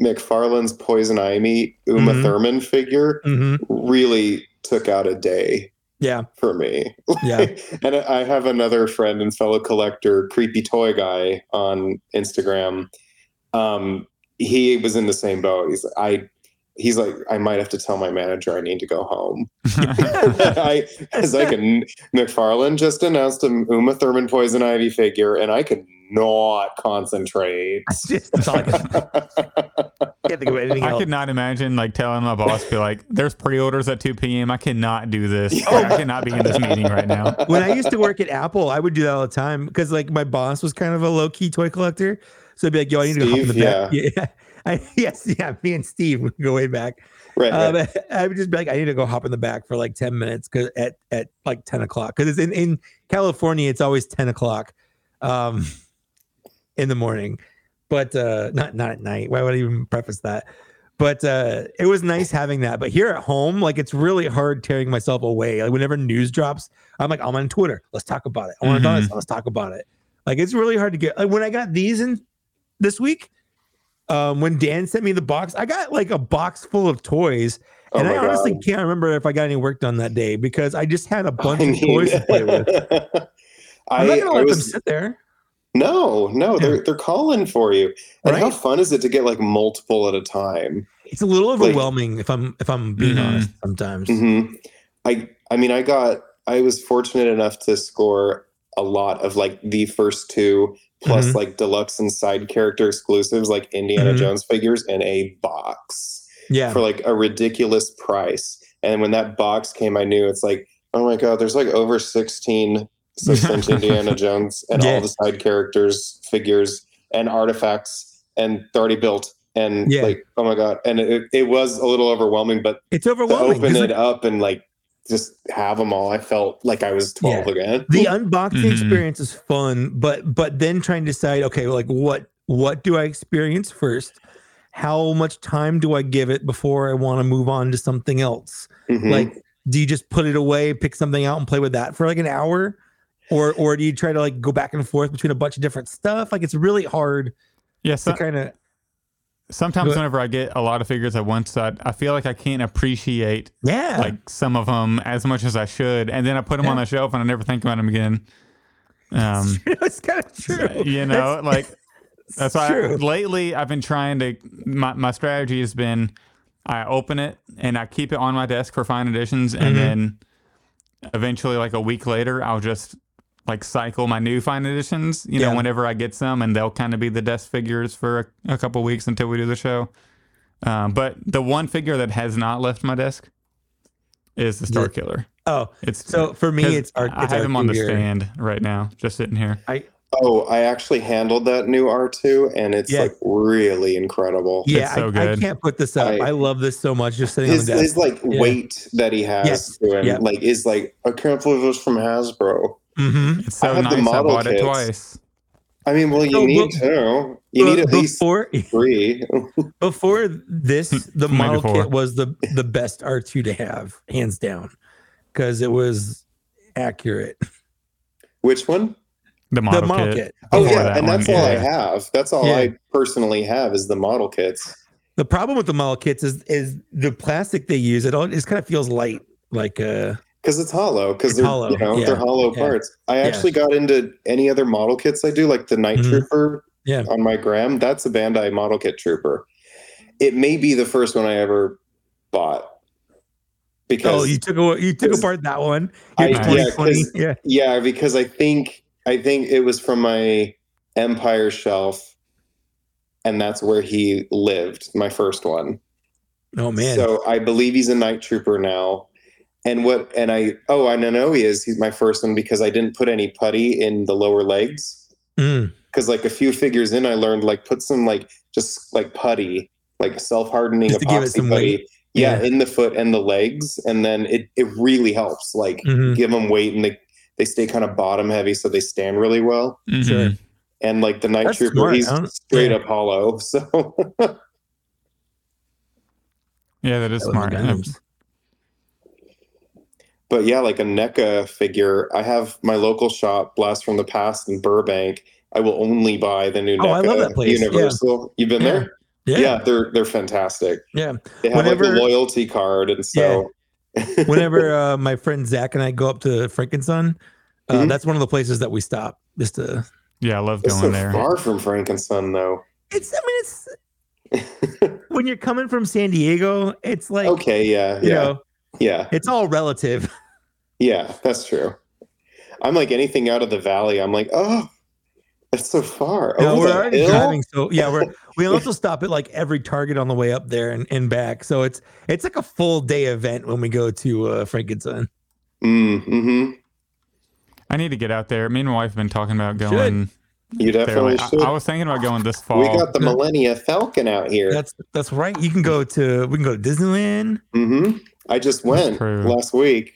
Speaker 3: McFarlane's Poison Ivy Uma
Speaker 1: Mhm.
Speaker 3: Thurman figure
Speaker 1: hmm
Speaker 3: really took out a day
Speaker 1: Yeah.
Speaker 3: for me.
Speaker 1: Yeah.
Speaker 3: and I have another friend and fellow collector, Creepy Toy Guy, on Instagram. Um, he was in the same boat. He's I. He's like, I might have to tell my manager I need to go home. I was like, "N- McFarlane just announced an Uma Thurman Poison Ivy figure, and I could not concentrate.
Speaker 1: It's just it's all I can- can't think of anything
Speaker 2: I
Speaker 1: else.
Speaker 2: could not imagine like telling my boss, be like, "There's pre-orders at 2 p.m. I cannot do this. Like, I cannot be in this meeting right now."
Speaker 1: when I used to work at Apple, I would do that all the time because like my boss was kind of a low key toy collector. So I'd be like, yo, I need to go hop in the
Speaker 3: Steve,
Speaker 1: back. Yeah. I, yes, yeah, me and Steve would go way back.
Speaker 3: right.
Speaker 1: Uh,
Speaker 3: right.
Speaker 1: but I would just be like, I need to go hop in the back for like 10 minutes because at, at like 10 o'clock. Because it's in, in California, it's always 10 o'clock um in the morning. But uh not not at night. Why would I even preface that? But uh it was nice having that. But here at home, like it's really hard tearing myself away. Like whenever news drops, I'm like, I'm on Twitter. Let's talk about it. I want to
Speaker 3: Mm-hmm.
Speaker 2: Mhm.
Speaker 1: this. Let's talk about it. Like it's really hard to get. Like when I got these in this week, um, when Dan sent me the box, I got like a box full of toys,
Speaker 3: Oh
Speaker 1: and I
Speaker 3: my
Speaker 1: honestly
Speaker 3: God.
Speaker 1: can't remember if I got any work done that day because I just had a bunch
Speaker 3: I
Speaker 1: of toys
Speaker 3: mean-
Speaker 1: to play with.
Speaker 3: I,
Speaker 1: I'm not gonna
Speaker 3: I
Speaker 1: let them
Speaker 3: was,
Speaker 1: sit there.
Speaker 3: no, no,
Speaker 1: Yeah.
Speaker 3: they're they're calling for you. And how
Speaker 1: Right?
Speaker 3: fun is it to get like multiple at a time?
Speaker 1: It's a little
Speaker 3: Like-
Speaker 1: overwhelming if I'm if I'm being
Speaker 3: Mm-hmm.
Speaker 2: Mhm.
Speaker 1: honest. Sometimes
Speaker 3: hmm I I mean, I got I was fortunate enough to score a lot of like the first two plus
Speaker 1: Mhm.
Speaker 3: like deluxe and side character exclusives like Indiana
Speaker 1: Mhm.
Speaker 3: Jones figures in a box
Speaker 1: yeah,
Speaker 3: for like a ridiculous price. And when that box came, I knew it's like, oh my god, there's like over sixteen six-inch Indiana Jones and all
Speaker 1: Yeah.
Speaker 3: the side characters, figures, and artifacts, and they're already built. And
Speaker 1: Yeah.
Speaker 3: like, oh my god! And it, it was a little overwhelming, but
Speaker 1: it's
Speaker 3: to
Speaker 1: overwhelming. 'cause,
Speaker 3: open
Speaker 1: like,
Speaker 3: it up and like just have them all. I felt like I was 12 again.
Speaker 1: the unboxing
Speaker 2: Mhm.
Speaker 1: experience is fun, but but then trying to decide, okay, like what what do I experience first? how much time do I give it before I want to move on to something else?
Speaker 3: Mhm.
Speaker 1: Like, do you just put it away, pick something out, and play with that for like an hour, or or do you try to like go back and forth between a bunch of different stuff? Like, it's really hard
Speaker 2: Yeah, so-
Speaker 1: to kind of
Speaker 2: sometimes
Speaker 1: Go-
Speaker 2: whenever I get a lot of figures at once, I, I feel like I can't appreciate
Speaker 1: yeah.
Speaker 2: like some of them as much as I should, and then I put them on
Speaker 1: Yeah.
Speaker 2: the shelf and I never think about them again. Um,
Speaker 1: it's kind of true.
Speaker 2: you know, like
Speaker 1: It's
Speaker 2: that's why
Speaker 1: true.
Speaker 2: lately I've been trying to. My my strategy has been, I open it and I keep it on my desk for fine editions, and
Speaker 1: Mhm.
Speaker 2: then eventually, like a week later, I'll just like cycle my new fine editions. You
Speaker 1: Yeah.
Speaker 2: know, whenever I get some, and they'll kind of be the desk figures for a, a couple weeks until we do the show. Um, but the one figure that has not left my desk is the Star
Speaker 1: The-
Speaker 2: Killer.
Speaker 1: oh,
Speaker 2: It's
Speaker 1: so for me,
Speaker 2: 'cause
Speaker 1: it's our,
Speaker 2: I
Speaker 1: it's
Speaker 2: have
Speaker 1: our
Speaker 2: him on the
Speaker 1: computer.
Speaker 2: stand right now, just sitting here.
Speaker 3: Oh, I actually handled that new R2 and it's
Speaker 1: Yeah.
Speaker 3: like really incredible.
Speaker 1: Yeah,
Speaker 2: It's so
Speaker 1: I, I
Speaker 2: good.
Speaker 1: can't put this up.
Speaker 3: I-
Speaker 1: I, love this so much. Just sitting
Speaker 3: His,
Speaker 1: on the desk.
Speaker 3: his like
Speaker 1: Yeah.
Speaker 3: weight that he has
Speaker 1: Yes.
Speaker 3: to him,
Speaker 1: Yeah.
Speaker 3: like is like I can't believe it was from Hasbro.
Speaker 1: Mhm.
Speaker 2: It's
Speaker 3: I
Speaker 2: so
Speaker 3: have the
Speaker 2: nice. I
Speaker 3: model
Speaker 2: bought it
Speaker 3: kits.
Speaker 2: twice.
Speaker 3: I mean, well, you
Speaker 1: No,
Speaker 3: need
Speaker 1: but-
Speaker 3: to. You
Speaker 1: Well,
Speaker 3: need at least
Speaker 1: before
Speaker 3: three.
Speaker 1: before this, the
Speaker 2: Maybe
Speaker 1: model
Speaker 2: four.
Speaker 1: kit was the the best R two to have, hands down, because it was accurate.
Speaker 3: Which one?
Speaker 2: The model,
Speaker 1: the model kit.
Speaker 2: kit.
Speaker 3: Oh
Speaker 2: Before
Speaker 3: yeah,
Speaker 2: that
Speaker 3: and
Speaker 2: one,
Speaker 3: that's all I
Speaker 2: yeah.
Speaker 3: have. That's all
Speaker 1: Yeah.
Speaker 3: I personally have is the model kits.
Speaker 1: The problem with the model kits is is the plastic they use. It all just kind of feels light, like uh
Speaker 3: Because it's hollow. Because
Speaker 1: It's
Speaker 3: they're
Speaker 1: hollow,
Speaker 3: you know
Speaker 1: yeah,
Speaker 3: they're hollow
Speaker 1: yeah,
Speaker 3: parts. I actually got into any other model kits I do, like the Night
Speaker 1: Mhm.
Speaker 3: Trooper
Speaker 1: Yeah.
Speaker 3: on my gram. That's a Bandai model kit trooper. It may be the first one I ever bought. Because
Speaker 1: oh, you took away you took
Speaker 3: because
Speaker 1: apart that one.
Speaker 3: I-
Speaker 1: Your
Speaker 2: yeah,
Speaker 1: 2020
Speaker 3: 'cause-
Speaker 1: yeah.
Speaker 3: yeah, because I think I think it was from my Empire shelf, and that's where he lived. My first one.
Speaker 1: Oh man.
Speaker 3: So I believe he's a night trooper now. And what and I oh and I know he is. He's my first one because I didn't put any putty in the lower legs.
Speaker 1: Mm.
Speaker 3: Cause like a few figures in I learned like put some like just like putty, like self hardening
Speaker 1: Just to give it
Speaker 3: epoxy
Speaker 1: some
Speaker 3: putty.
Speaker 1: weight.
Speaker 3: Yeah,
Speaker 1: Yeah.
Speaker 3: in the foot and the legs. And then it it really helps. Like
Speaker 1: Mhm.
Speaker 3: give them weight and they they stay kind of bottom heavy so they stand really well.
Speaker 1: Sure.
Speaker 2: Mhm.
Speaker 3: And like the night
Speaker 1: That's
Speaker 3: trooper,
Speaker 1: smart.
Speaker 3: he's
Speaker 1: I don't-
Speaker 3: straight
Speaker 1: yeah.
Speaker 3: up hollow. So
Speaker 2: Yeah, that is
Speaker 1: That was
Speaker 2: smart.
Speaker 1: Gundams.
Speaker 3: but yeah, like a NECA figure, I have my local shop, Blast from the Past in Burbank. I will only buy the new
Speaker 1: Oh, I
Speaker 3: NECA
Speaker 1: love that place. Yeah.
Speaker 3: Universal. You've been
Speaker 1: Yeah.
Speaker 3: there? Yeah. they're they're fantastic.
Speaker 1: Yeah.
Speaker 3: They have like
Speaker 1: Whenever-
Speaker 3: a loyalty card and so
Speaker 1: whenever uh, my friend Zach and I go up to Frankenstein, uh,
Speaker 3: Mhm.
Speaker 1: that's one of the places that we stop. Just to,
Speaker 2: Yeah, I love
Speaker 3: it's
Speaker 2: going
Speaker 3: so
Speaker 2: there.
Speaker 3: far from Frankenstein though.
Speaker 1: it's. I mean, it's when you're coming from San Diego, it's like
Speaker 3: okay, yeah,
Speaker 1: you
Speaker 3: yeah,
Speaker 1: know,
Speaker 3: yeah,
Speaker 1: it's all relative.
Speaker 3: yeah. That's true. I'm like anything out of the valley. I'm like, oh, that's so far.
Speaker 1: Yeah,
Speaker 3: oh,
Speaker 1: we're
Speaker 3: the
Speaker 1: already
Speaker 3: hill?
Speaker 1: driving, so yeah, we're we also stop at like every Target on the way up there and, and back. So it's it's like a full day event when we go to uh, Frankenstein.
Speaker 3: Mm, hmm
Speaker 2: I need to get out there. Me and my wife have been talking about
Speaker 1: Should.
Speaker 2: going
Speaker 3: You
Speaker 2: there.
Speaker 3: definitely
Speaker 2: Like, I,
Speaker 3: should.
Speaker 2: I was thinking about going this fall.
Speaker 3: we got the Millennia Falcon out here.
Speaker 1: That's that's right. You can go to we can go to Disneyland.
Speaker 3: hmm I just went
Speaker 2: true.
Speaker 3: last week.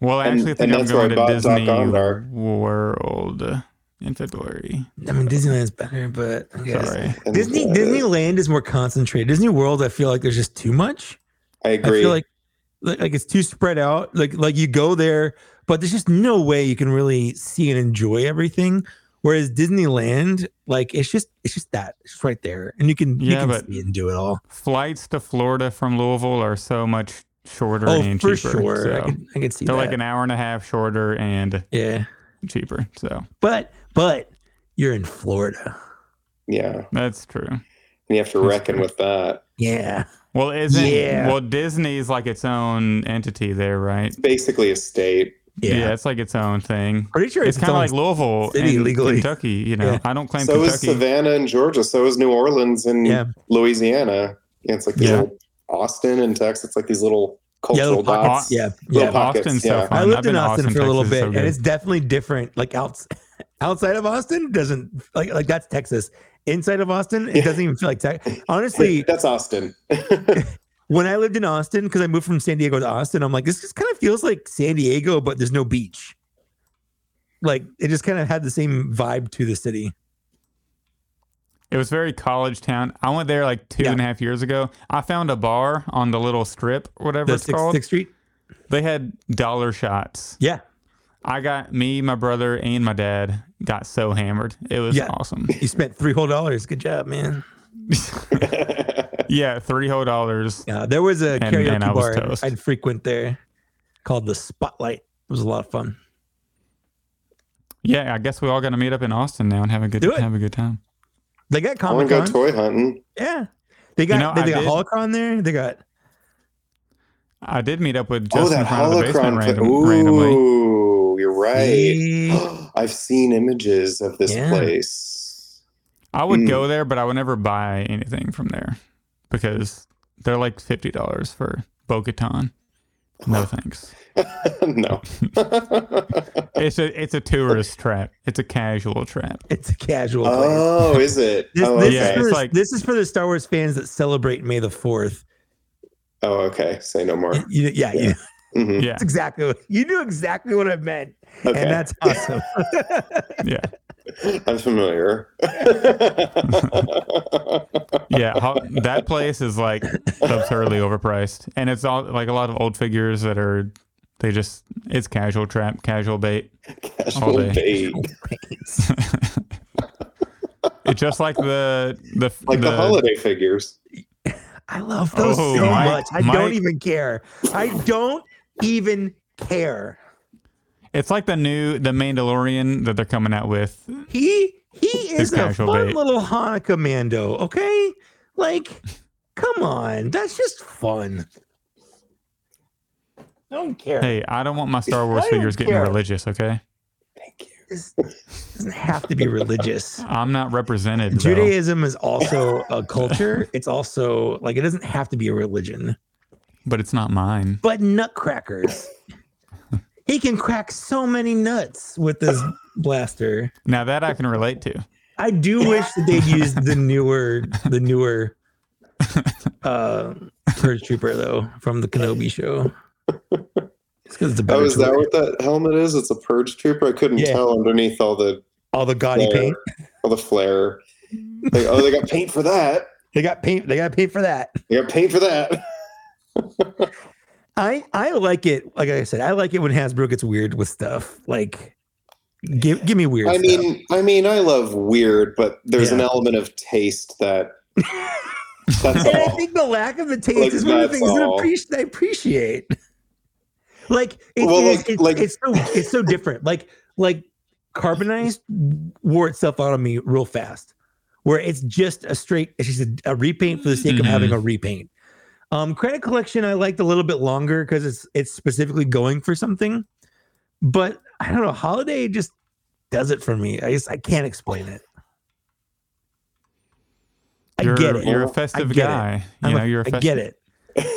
Speaker 2: well, I
Speaker 3: and-
Speaker 2: actually think
Speaker 3: and
Speaker 2: I'm
Speaker 3: that's where
Speaker 2: going
Speaker 3: I
Speaker 2: to
Speaker 3: bought Doc
Speaker 2: Disney
Speaker 3: Ondar.
Speaker 2: World in February.
Speaker 1: I mean Disneyland's better, but I guess.
Speaker 2: Sorry.
Speaker 3: and,
Speaker 1: Disney
Speaker 3: uh,
Speaker 1: Disneyland is more concentrated. Disney World, I feel like there's just too much.
Speaker 3: I
Speaker 1: I
Speaker 3: agree.
Speaker 1: feel like, like like it's too spread out. Like like you go there, but there's just no way you can really see and enjoy everything. Whereas Disneyland, like it's just it's just that it's just right there, and you can you
Speaker 2: Yeah,
Speaker 1: can
Speaker 2: but-
Speaker 1: see and do it all.
Speaker 2: Flights to Florida from Louisville are so much shorter
Speaker 1: Oh,
Speaker 2: and
Speaker 1: for
Speaker 2: cheaper.
Speaker 1: sure, I
Speaker 2: so
Speaker 1: can I can see
Speaker 2: they're
Speaker 1: that.
Speaker 2: like an hour and a half shorter and
Speaker 1: yeah,
Speaker 2: cheaper. So
Speaker 1: but but you're in Florida.
Speaker 3: yeah, and
Speaker 2: that's true.
Speaker 3: you have to
Speaker 2: That's
Speaker 3: reckon
Speaker 2: true.
Speaker 3: with that.
Speaker 1: Yeah,
Speaker 2: Well, isn't
Speaker 1: Yeah.
Speaker 2: well Disney's like its own entity there, right?
Speaker 3: It's basically a state.
Speaker 1: yeah.
Speaker 2: it's like its own thing.
Speaker 1: Pretty sure
Speaker 2: It's,
Speaker 1: it's,
Speaker 2: kind of like
Speaker 1: its own-
Speaker 2: Louisville
Speaker 1: city
Speaker 2: and
Speaker 1: legally.
Speaker 2: Kentucky. You know,
Speaker 1: Yeah.
Speaker 2: I don't claim
Speaker 3: so is
Speaker 2: Kentucky.
Speaker 3: Savannah in Georgia. So is New Orleans in
Speaker 1: Yeah.
Speaker 3: Louisiana. Yeah, It's like these
Speaker 2: Yeah.
Speaker 3: little Austin in Texas. It's like these little
Speaker 1: yeah,
Speaker 3: cultural
Speaker 1: little pockets.
Speaker 3: dots.
Speaker 1: Yeah,
Speaker 3: Little
Speaker 1: yeah.
Speaker 3: pockets,
Speaker 2: Austin's
Speaker 3: yeah.
Speaker 2: so fun.
Speaker 1: I
Speaker 2: I've
Speaker 1: lived
Speaker 2: been
Speaker 1: in
Speaker 2: to
Speaker 1: Austin, for a little
Speaker 2: Texas,
Speaker 1: bit,
Speaker 2: so
Speaker 1: and
Speaker 2: good.
Speaker 1: it's definitely different. Like outs, outside of Austin doesn't like like that's Texas. Inside of Austin, it doesn't even feel like Texas. Honestly,
Speaker 3: That's Austin.
Speaker 1: when I lived in Austin, because I moved from San Diego to Austin, I'm like, this just kind of feels like San Diego, but there's no beach. Like it just kind of had the same vibe to the city.
Speaker 2: It was very college town. I went there like two
Speaker 1: Yeah.
Speaker 2: and a half years ago. I found a bar on the little strip, or whatever
Speaker 1: The
Speaker 2: it's
Speaker 1: Sixth
Speaker 2: called.
Speaker 1: Sixth Street.
Speaker 2: They had dollar shots.
Speaker 1: Yeah,
Speaker 2: I got me, my brother, and my dad got so hammered. It was
Speaker 1: Yeah.
Speaker 2: awesome.
Speaker 1: you spent three whole dollars. Good job, man.
Speaker 2: yeah, three whole dollars.
Speaker 1: Yeah, there was a
Speaker 2: And-
Speaker 1: karaoke
Speaker 2: and I was
Speaker 1: bar
Speaker 2: toast.
Speaker 1: I'd frequent there called the Spotlight. It was a lot of fun.
Speaker 2: Yeah, I guess we all got to meet up in Austin now and have a good
Speaker 1: Do it.
Speaker 2: have a good time.
Speaker 1: They got
Speaker 3: I
Speaker 1: Comic
Speaker 3: want to go
Speaker 1: Con.
Speaker 3: toy hunting.
Speaker 1: yeah, they got
Speaker 2: know,
Speaker 1: they, they got
Speaker 2: I did-
Speaker 1: Holocron there. They got
Speaker 2: I did meet up with
Speaker 3: oh,
Speaker 2: Justin in
Speaker 3: that
Speaker 2: front of the
Speaker 3: holocron.
Speaker 2: basement
Speaker 3: Fi-
Speaker 2: random,
Speaker 1: eh?
Speaker 2: randomly.
Speaker 3: Ooh, you're right.
Speaker 1: See?
Speaker 3: I've seen images of this
Speaker 1: Yeah.
Speaker 3: place.
Speaker 2: I would
Speaker 3: Mm.
Speaker 2: go there, but I would never buy anything from there because they're like fifty dollars for Bogotan. No thanks.
Speaker 3: no.
Speaker 2: It's a it's a tourist trap. It's a casual trap.
Speaker 1: it's a casual. place.
Speaker 3: oh, is it?
Speaker 1: This,
Speaker 3: oh,
Speaker 1: this,
Speaker 3: okay.
Speaker 1: is
Speaker 2: Yeah,
Speaker 1: for
Speaker 2: it's
Speaker 1: the,
Speaker 2: like-
Speaker 1: this is for the Star Wars fans that celebrate May the 4th.
Speaker 3: Oh, okay. Say no more.
Speaker 1: You- you- yeah, you-
Speaker 3: Yeah. Mhm.
Speaker 2: Yeah,
Speaker 1: that's exactly what, you knew exactly what I meant.
Speaker 3: Okay.
Speaker 1: And that's awesome.
Speaker 2: yeah,
Speaker 3: I'm familiar.
Speaker 2: yeah. Ho- that place is like absurdly overpriced, and it's all like a lot of old figures that are they just it's casual trap, casual bait.
Speaker 3: Casual
Speaker 2: All
Speaker 3: bait.
Speaker 2: It's just like the the
Speaker 3: Like the, holiday figures.
Speaker 1: I love those
Speaker 2: Oh,
Speaker 1: so
Speaker 2: Mike,
Speaker 1: much. I
Speaker 2: Mike.
Speaker 1: don't even care. I don't even care.
Speaker 2: It's like the new the Mandalorian that they're coming out with.
Speaker 1: He he is a
Speaker 2: casual
Speaker 1: fun
Speaker 2: bait.
Speaker 1: little Hanukkah mando, okay? Like, come on. That's just fun. I don't care.
Speaker 2: Hey, I don't want my Star Wars
Speaker 1: I don't
Speaker 2: figures getting
Speaker 1: care.
Speaker 2: religious. Okay,
Speaker 1: This doesn't have to be religious.
Speaker 2: I'm not represented. though.
Speaker 1: Judaism is also a culture. It's also like it doesn't have to be a religion.
Speaker 2: but it's not mine.
Speaker 1: But nutcrackers. he can crack so many nuts with this blaster.
Speaker 2: Now that I can relate to.
Speaker 1: I do wish that they'd used the newer the newer uh purge trooper though from the Kenobi show. It's because it's a
Speaker 3: Oh,
Speaker 1: better
Speaker 3: is that
Speaker 1: trooper.
Speaker 3: what that helmet is? It's a purge trooper. I couldn't
Speaker 1: Yeah.
Speaker 3: tell underneath all the
Speaker 1: all the gaudy
Speaker 3: flare,
Speaker 1: paint.
Speaker 3: all the flare. Like, oh, they got paint for that.
Speaker 1: They got paint they got paint for that.
Speaker 3: They got paint for that.
Speaker 1: I I like it. Like I said, I like it when Hasbro gets weird with stuff. Like, give give me weird.
Speaker 3: I
Speaker 1: stuff.
Speaker 3: mean, I mean, I love weird, but there's an
Speaker 1: Yeah.
Speaker 3: element of taste that. That's
Speaker 1: and I
Speaker 3: all.
Speaker 1: think the lack of the taste
Speaker 3: Like,
Speaker 1: is one of the
Speaker 3: that's
Speaker 1: things that,
Speaker 3: all.
Speaker 1: appreci- that I appreciate. Like it
Speaker 3: Well,
Speaker 1: is-
Speaker 3: like-
Speaker 1: it's,
Speaker 3: like-
Speaker 1: it's so it's so different. Like like carbonized wore itself out on me real fast. Where it's just a straight, it's just a, a repaint for the sake of
Speaker 2: Mhm.
Speaker 1: having a repaint. Um, credit collection I liked a little bit longer because it's it's specifically going for something. But I don't know, holiday just does it for me. I just I can't explain it. I
Speaker 2: You're,
Speaker 1: get it.
Speaker 2: You're a
Speaker 3: I
Speaker 2: festive
Speaker 1: get it.
Speaker 2: guy.
Speaker 1: I'm
Speaker 2: You
Speaker 1: a-
Speaker 2: know, you're a
Speaker 1: I
Speaker 2: festive.
Speaker 1: get it.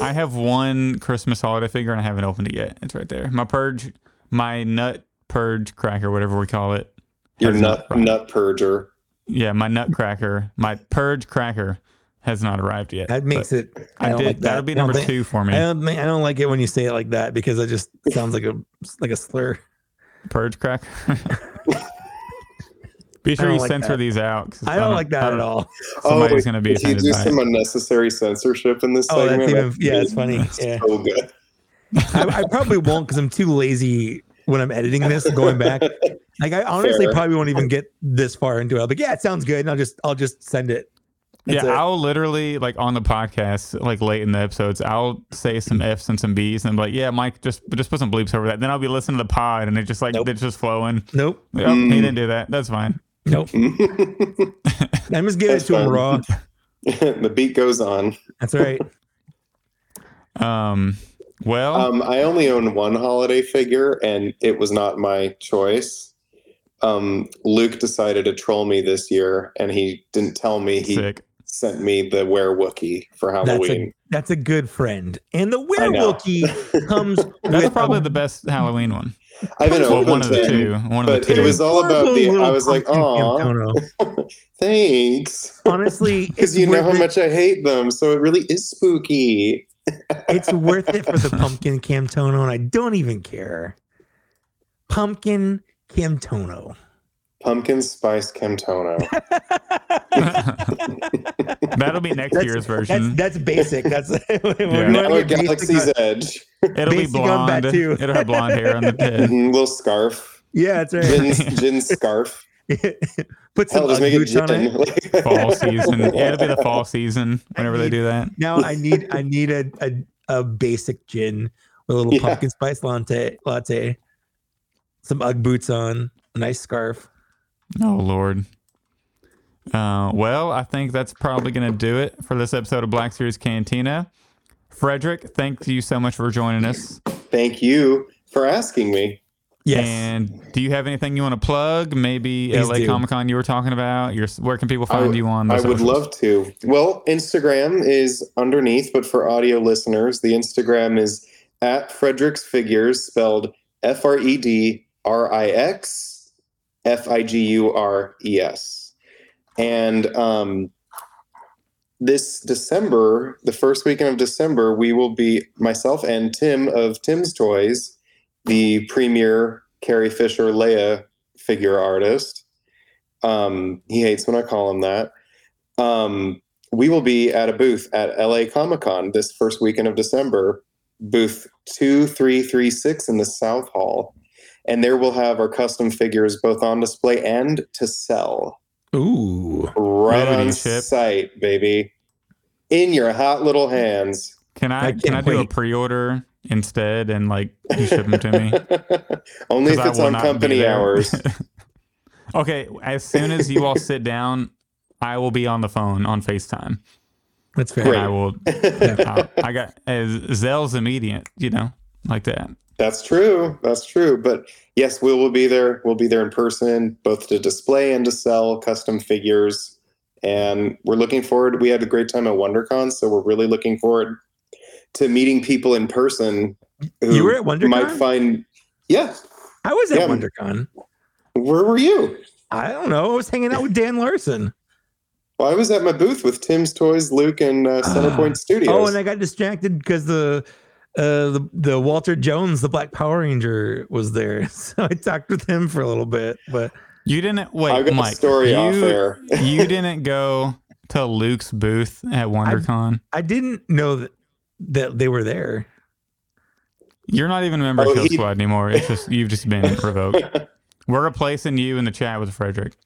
Speaker 2: I have one Christmas holiday figure and I haven't opened it yet. It's right there. My purge, my nut purge cracker, whatever we call it.
Speaker 3: You're
Speaker 2: has
Speaker 3: nut
Speaker 2: arrived.
Speaker 3: nut purger.
Speaker 2: Yeah, my nutcracker, my purge cracker has not arrived yet.
Speaker 1: That makes it.
Speaker 2: but
Speaker 1: I, don't
Speaker 2: did.
Speaker 1: like that.
Speaker 2: That'll be
Speaker 1: I don't
Speaker 2: number
Speaker 1: think-
Speaker 2: two for
Speaker 1: I
Speaker 2: me.
Speaker 1: don't. think- I don't like it when you say it like that because it just sounds like a like a slur.
Speaker 2: Purge cracker. be
Speaker 1: I
Speaker 2: sure
Speaker 1: don't
Speaker 2: you
Speaker 1: like
Speaker 2: censor
Speaker 1: that.
Speaker 2: these out. 'cause
Speaker 1: I don't like
Speaker 2: I
Speaker 1: that at
Speaker 2: don't-
Speaker 1: all.
Speaker 2: Somebody's
Speaker 3: oh,
Speaker 2: gonna be
Speaker 3: if you
Speaker 2: offended
Speaker 3: do
Speaker 2: by it.
Speaker 3: some unnecessary censorship in this
Speaker 1: Oh, that's
Speaker 3: segment.
Speaker 1: even. Yeah, it's
Speaker 3: that's
Speaker 1: funny. Yeah,
Speaker 3: so good.
Speaker 1: I, I probably won't because I'm too lazy when I'm editing this. Going back, like I honestly
Speaker 3: Fair.
Speaker 1: probably won't even get this far into it. I'll be like, yeah, it sounds good, and I'll just I'll just send it. That's
Speaker 2: yeah,
Speaker 1: it.
Speaker 2: I'll literally like on the podcast, like late in the episodes, I'll say some F's and some B's, and I'm like, yeah, Mike, just just put some bleeps over that. Then I'll be listening to the pod, and it just like
Speaker 1: Nope.
Speaker 2: it's just flowing.
Speaker 1: nope,
Speaker 2: Like, oh,
Speaker 3: Mm.
Speaker 2: He didn't do that. That's fine.
Speaker 1: nope. I'm just giving it
Speaker 3: That's
Speaker 1: to him
Speaker 3: fine.
Speaker 1: raw.
Speaker 3: the beat goes on.
Speaker 1: That's all right.
Speaker 2: Um,
Speaker 1: Oh.
Speaker 2: well,
Speaker 3: Um, I only own one holiday figure, and it was not my choice. Um, Luke decided to troll me this year, and he didn't tell me. He
Speaker 2: sick.
Speaker 3: sent me the Were Wookie for
Speaker 1: That's a
Speaker 3: Halloween.
Speaker 1: that's a good friend. And the
Speaker 3: I know.
Speaker 1: werewolkie comes.
Speaker 2: That's
Speaker 1: with
Speaker 2: probably
Speaker 1: a
Speaker 2: the best Halloween one.
Speaker 3: I've been
Speaker 2: Well,
Speaker 3: open
Speaker 2: one of the
Speaker 3: since,
Speaker 2: two. One of
Speaker 3: but
Speaker 2: the
Speaker 3: it
Speaker 2: two.
Speaker 3: was all about
Speaker 1: adorable
Speaker 3: the. I
Speaker 1: little
Speaker 3: was like,
Speaker 1: pumpkin
Speaker 3: oh,
Speaker 1: Campono.
Speaker 3: thanks,
Speaker 1: honestly
Speaker 3: because
Speaker 1: it's
Speaker 3: you know
Speaker 1: worth
Speaker 3: how
Speaker 1: it.
Speaker 3: much I hate them. So it really is spooky.
Speaker 1: it's worth it for the pumpkin camtono and i don't even care pumpkin camtono
Speaker 3: Pumpkin spice Camtono.
Speaker 2: That'll be next
Speaker 1: That's-
Speaker 2: year's
Speaker 1: That's
Speaker 2: version.
Speaker 1: that's basic. That's we're
Speaker 2: Hmm. Yeah.
Speaker 1: gonna
Speaker 3: Now a
Speaker 1: get basic
Speaker 3: Oh, Galaxy's
Speaker 1: on-
Speaker 3: Edge.
Speaker 2: It'll be
Speaker 1: basic on that
Speaker 2: blonde.
Speaker 1: too.
Speaker 2: It'll have blonde hair on the head.
Speaker 3: Mhm, little scarf.
Speaker 1: Yeah, that's right.
Speaker 3: Jin's, Jin's scarf.
Speaker 1: Put some
Speaker 3: Hell,
Speaker 1: Ugg
Speaker 3: just make it
Speaker 1: boots on
Speaker 3: Jin.
Speaker 1: it.
Speaker 3: Like-
Speaker 2: Fall season. Yeah, it'll be the fall season whenever they do that.
Speaker 1: Now I need I need a a, a basic gin with a little
Speaker 3: Yeah.
Speaker 1: pumpkin spice latte latte, some UGG boots on, a nice scarf.
Speaker 2: Oh Lord. Uh, well, I think that's probably going to do it for this episode of Black Series Cantina. Frederick, thank you so much for joining us.
Speaker 3: Thank you for asking me.
Speaker 1: Yes.
Speaker 2: And do you have anything you want to plug? Maybe
Speaker 1: Please
Speaker 2: LA
Speaker 1: do.
Speaker 2: Comic Con you were talking about. Your where can people
Speaker 3: I
Speaker 2: find
Speaker 3: would-
Speaker 2: you on? the
Speaker 3: I would
Speaker 2: socials?
Speaker 3: love to. Well, Instagram is underneath, but for audio listeners, the Instagram is at Frederick's Figures, spelled F R E D R I X F I G U R E S. And um, this December, the first weekend of December, we will be myself and Tim of Tim's Toys, the premier Carrie Fisher Leia figure artist. Um, he hates when I call him that um, we will be at a booth at LA Comic Con this first weekend of December, booth 2336 in the South Hall. And there we'll have our custom figures both on display and to sell
Speaker 1: Ooh.
Speaker 3: right
Speaker 2: Riveting
Speaker 3: on
Speaker 2: ship.
Speaker 3: site, baby. In your hot little hands.
Speaker 2: Can I,
Speaker 1: I
Speaker 2: can I
Speaker 1: can't
Speaker 2: do a
Speaker 1: wait.
Speaker 2: pre-order instead and like you ship them to me?
Speaker 3: Only
Speaker 2: 'Cause
Speaker 3: if
Speaker 2: I
Speaker 3: it's
Speaker 2: will
Speaker 3: on
Speaker 2: not be
Speaker 3: company
Speaker 2: there.
Speaker 3: hours.
Speaker 2: Okay, as soon as you all sit down, I will be on the phone on Facetime.
Speaker 1: That's fair.
Speaker 2: And
Speaker 3: Great.
Speaker 2: I will. I, I got as Zell's immediate, you know, like that.
Speaker 3: That's true. That's true. But yes, we will be there. We'll be there in person, both to display and to sell custom figures. And we're looking forward. We had a great time at WonderCon, so we're really looking forward to meeting people in person. Who
Speaker 1: You were at WonderCon?
Speaker 3: Might find. Yeah,
Speaker 1: I was at
Speaker 3: Yeah.
Speaker 1: WonderCon.
Speaker 3: where were you?
Speaker 1: I don't know. I was hanging out with Dan Larson.
Speaker 3: Well, I was at my booth with Tim's Toys, Luke, and uh, Centerpoint Studios.
Speaker 1: Oh, and I got distracted because the uh the, the Walter Jones, the Black Power Ranger, was there. So I talked with him for a little bit. But
Speaker 2: You didn't wait,
Speaker 3: I've got
Speaker 2: Mike.
Speaker 3: a story
Speaker 2: you,
Speaker 3: off air.
Speaker 2: you didn't go to Luke's booth at WonderCon.
Speaker 1: I didn't know that that they were there.
Speaker 2: You're not even a member
Speaker 3: Oh,
Speaker 2: of Kill
Speaker 3: he-
Speaker 2: Squad anymore. It's just you've just been revoked. We're replacing you in the chat with Frederick.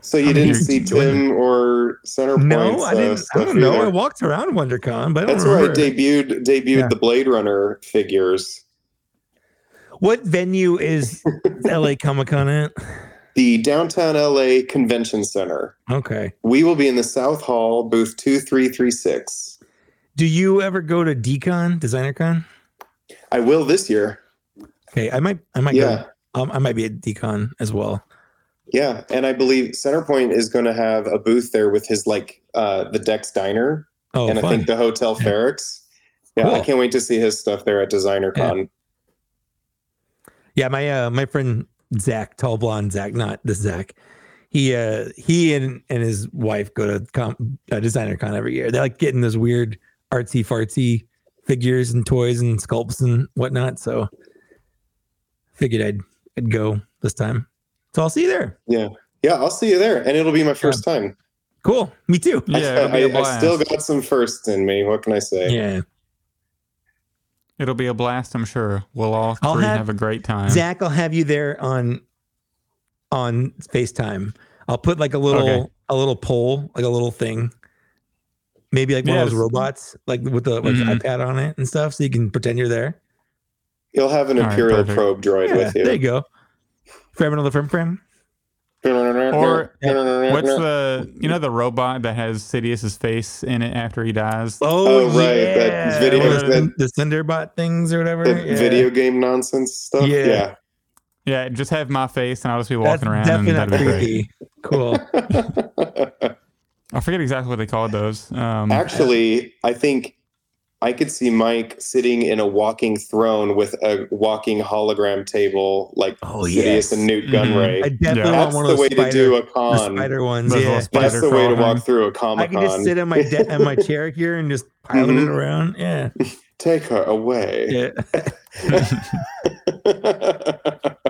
Speaker 3: So you
Speaker 1: I'm
Speaker 3: didn't
Speaker 1: here.
Speaker 3: see Tim or Centerpoint?
Speaker 1: No, I
Speaker 3: uh,
Speaker 1: didn't. I
Speaker 3: stuff
Speaker 1: don't know. I
Speaker 3: either.
Speaker 1: walked around WonderCon,
Speaker 2: Oh,
Speaker 1: but I don't
Speaker 3: That's where I
Speaker 1: remember.
Speaker 3: debuted debuted
Speaker 1: Yeah.
Speaker 3: the Blade Runner figures.
Speaker 1: What venue is LA Comic Con at?
Speaker 3: The downtown LA Convention Center.
Speaker 1: Okay.
Speaker 3: We will be in the South Hall, booth two three three six.
Speaker 1: Do you ever go to DCon, DesignerCon?
Speaker 3: I will this year.
Speaker 2: Oh
Speaker 1: Okay, I might, I might
Speaker 3: yeah,
Speaker 1: go. Um, I might be at DCon as well.
Speaker 3: yeah. And I believe Centerpoint is going to have a booth there with his like uh, the Dex Diner
Speaker 1: Oh,
Speaker 3: and I
Speaker 1: fun.
Speaker 3: think the Hotel
Speaker 1: Yeah.
Speaker 3: Ferrex. Yeah, I
Speaker 1: Cool.
Speaker 3: can't wait to see his stuff there at Designer Con.
Speaker 1: Yeah, my uh, my friend Zach, tall blonde Zach, not this Zach. He uh he and and his wife go to com- uh, designer con every year. They like getting those weird artsy fartsy figures and toys and sculpts and whatnot. So figured I'd I'd go this time. So I'll see you there.
Speaker 3: Yeah, I'll see you there, and it'll be my first time.
Speaker 1: Cool. Me too.
Speaker 3: I-
Speaker 2: Yeah, it'll be a
Speaker 3: I,
Speaker 2: blast.
Speaker 3: I still got some firsts in me. What can I say?
Speaker 1: Yeah.
Speaker 2: It'll be a blast, I'm sure. We'll all
Speaker 1: I'll
Speaker 2: three have,
Speaker 1: have
Speaker 2: a great time.
Speaker 1: Zach, I'll have you there on on FaceTime. I'll put like a little
Speaker 2: Okay.
Speaker 1: a little poll, like a little thing. Maybe like one of
Speaker 2: Yes.
Speaker 1: those robots, like with the like
Speaker 2: Mhm.
Speaker 1: iPad on it and stuff, so you can pretend you're there.
Speaker 3: You'll have an
Speaker 2: All right,
Speaker 3: Imperial
Speaker 2: perfect.
Speaker 3: probe droid
Speaker 1: Yeah,
Speaker 3: with you.
Speaker 1: there you go. Frame another frame frame.
Speaker 3: Or
Speaker 2: What's the you know the robot that has Sidious's face in it after he dies?
Speaker 1: Oh,
Speaker 3: right,
Speaker 1: yeah.
Speaker 3: that video-
Speaker 1: One of the,
Speaker 3: that-
Speaker 1: the Cinderbot things or whatever.
Speaker 3: the
Speaker 1: yeah.
Speaker 3: video game nonsense stuff?
Speaker 1: Yeah.
Speaker 3: Yeah.
Speaker 2: Yeah, just have my face and I'll just be
Speaker 1: That's
Speaker 2: walking around. And
Speaker 1: definitely not
Speaker 2: that'd be great.
Speaker 1: creepy. cool.
Speaker 2: I forget exactly what they called those. Um,
Speaker 3: Actually, I think I could see Mike sitting in a walking throne with a walking hologram table like
Speaker 1: Oh,
Speaker 3: Sidious
Speaker 1: yes. Mm-hmm.
Speaker 3: and Newt
Speaker 2: Mhm.
Speaker 3: Gunray.
Speaker 1: I definitely
Speaker 2: Yeah.
Speaker 1: want one
Speaker 3: That's the
Speaker 1: of those
Speaker 3: way
Speaker 1: spider,
Speaker 3: to do a
Speaker 1: the
Speaker 3: con.
Speaker 1: spider ones. Yeah.
Speaker 2: Those little
Speaker 3: That's the
Speaker 2: Spider
Speaker 3: way to
Speaker 2: crawling.
Speaker 3: walk through a
Speaker 1: I
Speaker 3: comic
Speaker 1: can just
Speaker 3: con.
Speaker 1: sit in my de- in my chair here and just pilot it
Speaker 3: Mhm.
Speaker 1: around. Yeah.
Speaker 3: Take her away.
Speaker 1: Yeah.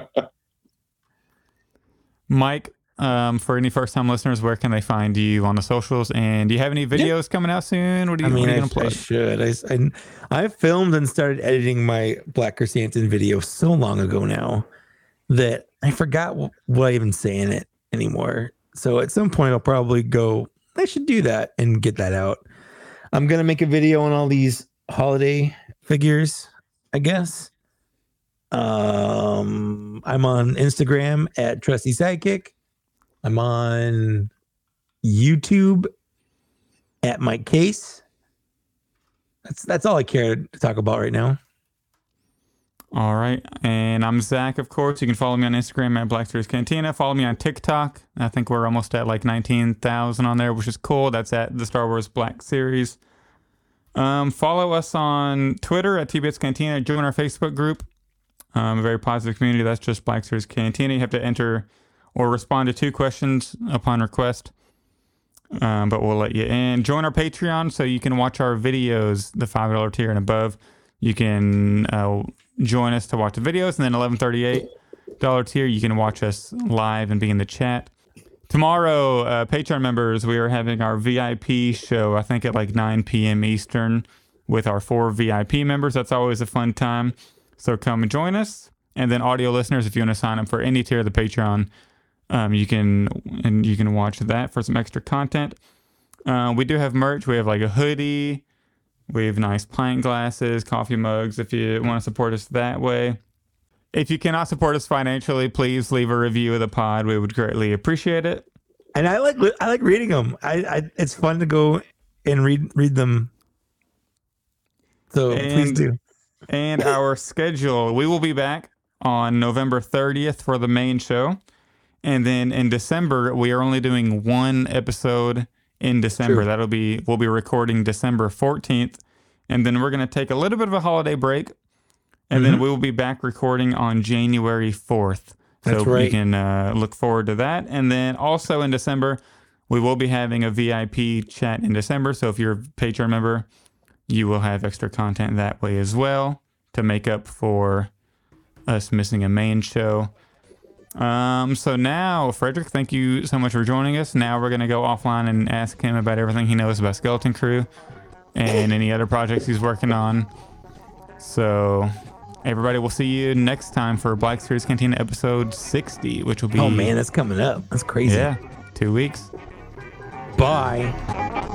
Speaker 2: Mike, um, for any first time listeners, where can they find you on the socials? And do you have any videos coming out soon? What are
Speaker 1: I
Speaker 2: you,
Speaker 1: mean,
Speaker 2: what are
Speaker 1: I,
Speaker 2: you going to
Speaker 1: I
Speaker 2: play?
Speaker 1: should. I, s- I- I filmed and started editing my Black Chrysanthemum video so long ago now that I forgot wh- what I even say in it anymore. So at some point, I'll probably go, I should do that and get that out. I'm going to make a video on all these holiday figures, I guess. Um, I'm on Instagram at Trusty Sidekick. I'm on YouTube at Mike Case. That's that's all I care to talk about right now.
Speaker 2: All right. And I'm Zach, of course. You can follow me on Instagram at Black Series Cantina. Follow me on TikTok. I think we're almost at like 19,000 on there, which is cool. That's at the Star Wars Black Series. Um, follow us on Twitter at TBS Cantina. Join our Facebook group. Um, very positive community. That's just Black Series Cantina. You have to enter or respond to two questions upon request. Um, but we'll let you in. Join our Patreon so you can watch our videos, the $5 tier and above. You can uh, join us to watch the videos, and then eleven thirty eight dollar tier, you can watch us live and be in the chat. Tomorrow, uh, Patreon members, we are having our VIP show. I think at like nine p.m. Eastern with our four VIP members. That's always a fun time. So come and join us. And then audio listeners, if you want to sign up for any tier of the Patreon, um, you can and you can watch that for some extra content. Uh, we do have merch. We have like a hoodie. We have nice pint glasses, coffee mugs if you want to support us that way. If you cannot support us financially, please leave a review of the pod. We would greatly appreciate it.
Speaker 1: And I like I like reading them. I, I it's fun to go and read read them. So please
Speaker 2: And-
Speaker 1: do.
Speaker 2: And our schedule we will be back on November 30th for the main show. And then in December, we are only doing one episode in December.
Speaker 1: True.
Speaker 2: That'll be, we'll be recording December 14th. And then we're going to take a little bit of a holiday break. And
Speaker 1: Mm-hmm.
Speaker 2: then we will be back recording on January 4th.
Speaker 1: That's
Speaker 2: so you
Speaker 1: right.
Speaker 2: can uh, look forward to that. And then also in December, we will be having a VIP chat in December. So if you're a Patreon member, you will have extra content that way as well to make up for us missing a main show. Um, so now, Frederick, thank you so much for joining us. Now we're gonna go offline and ask him about everything he knows about Skeleton Crew and any other projects he's working on. So, everybody, we'll see you next time for Black Series Cantina episode 60, which will be
Speaker 1: Oh man, that's coming up. That's crazy.
Speaker 2: yeah, two weeks.
Speaker 1: Bye.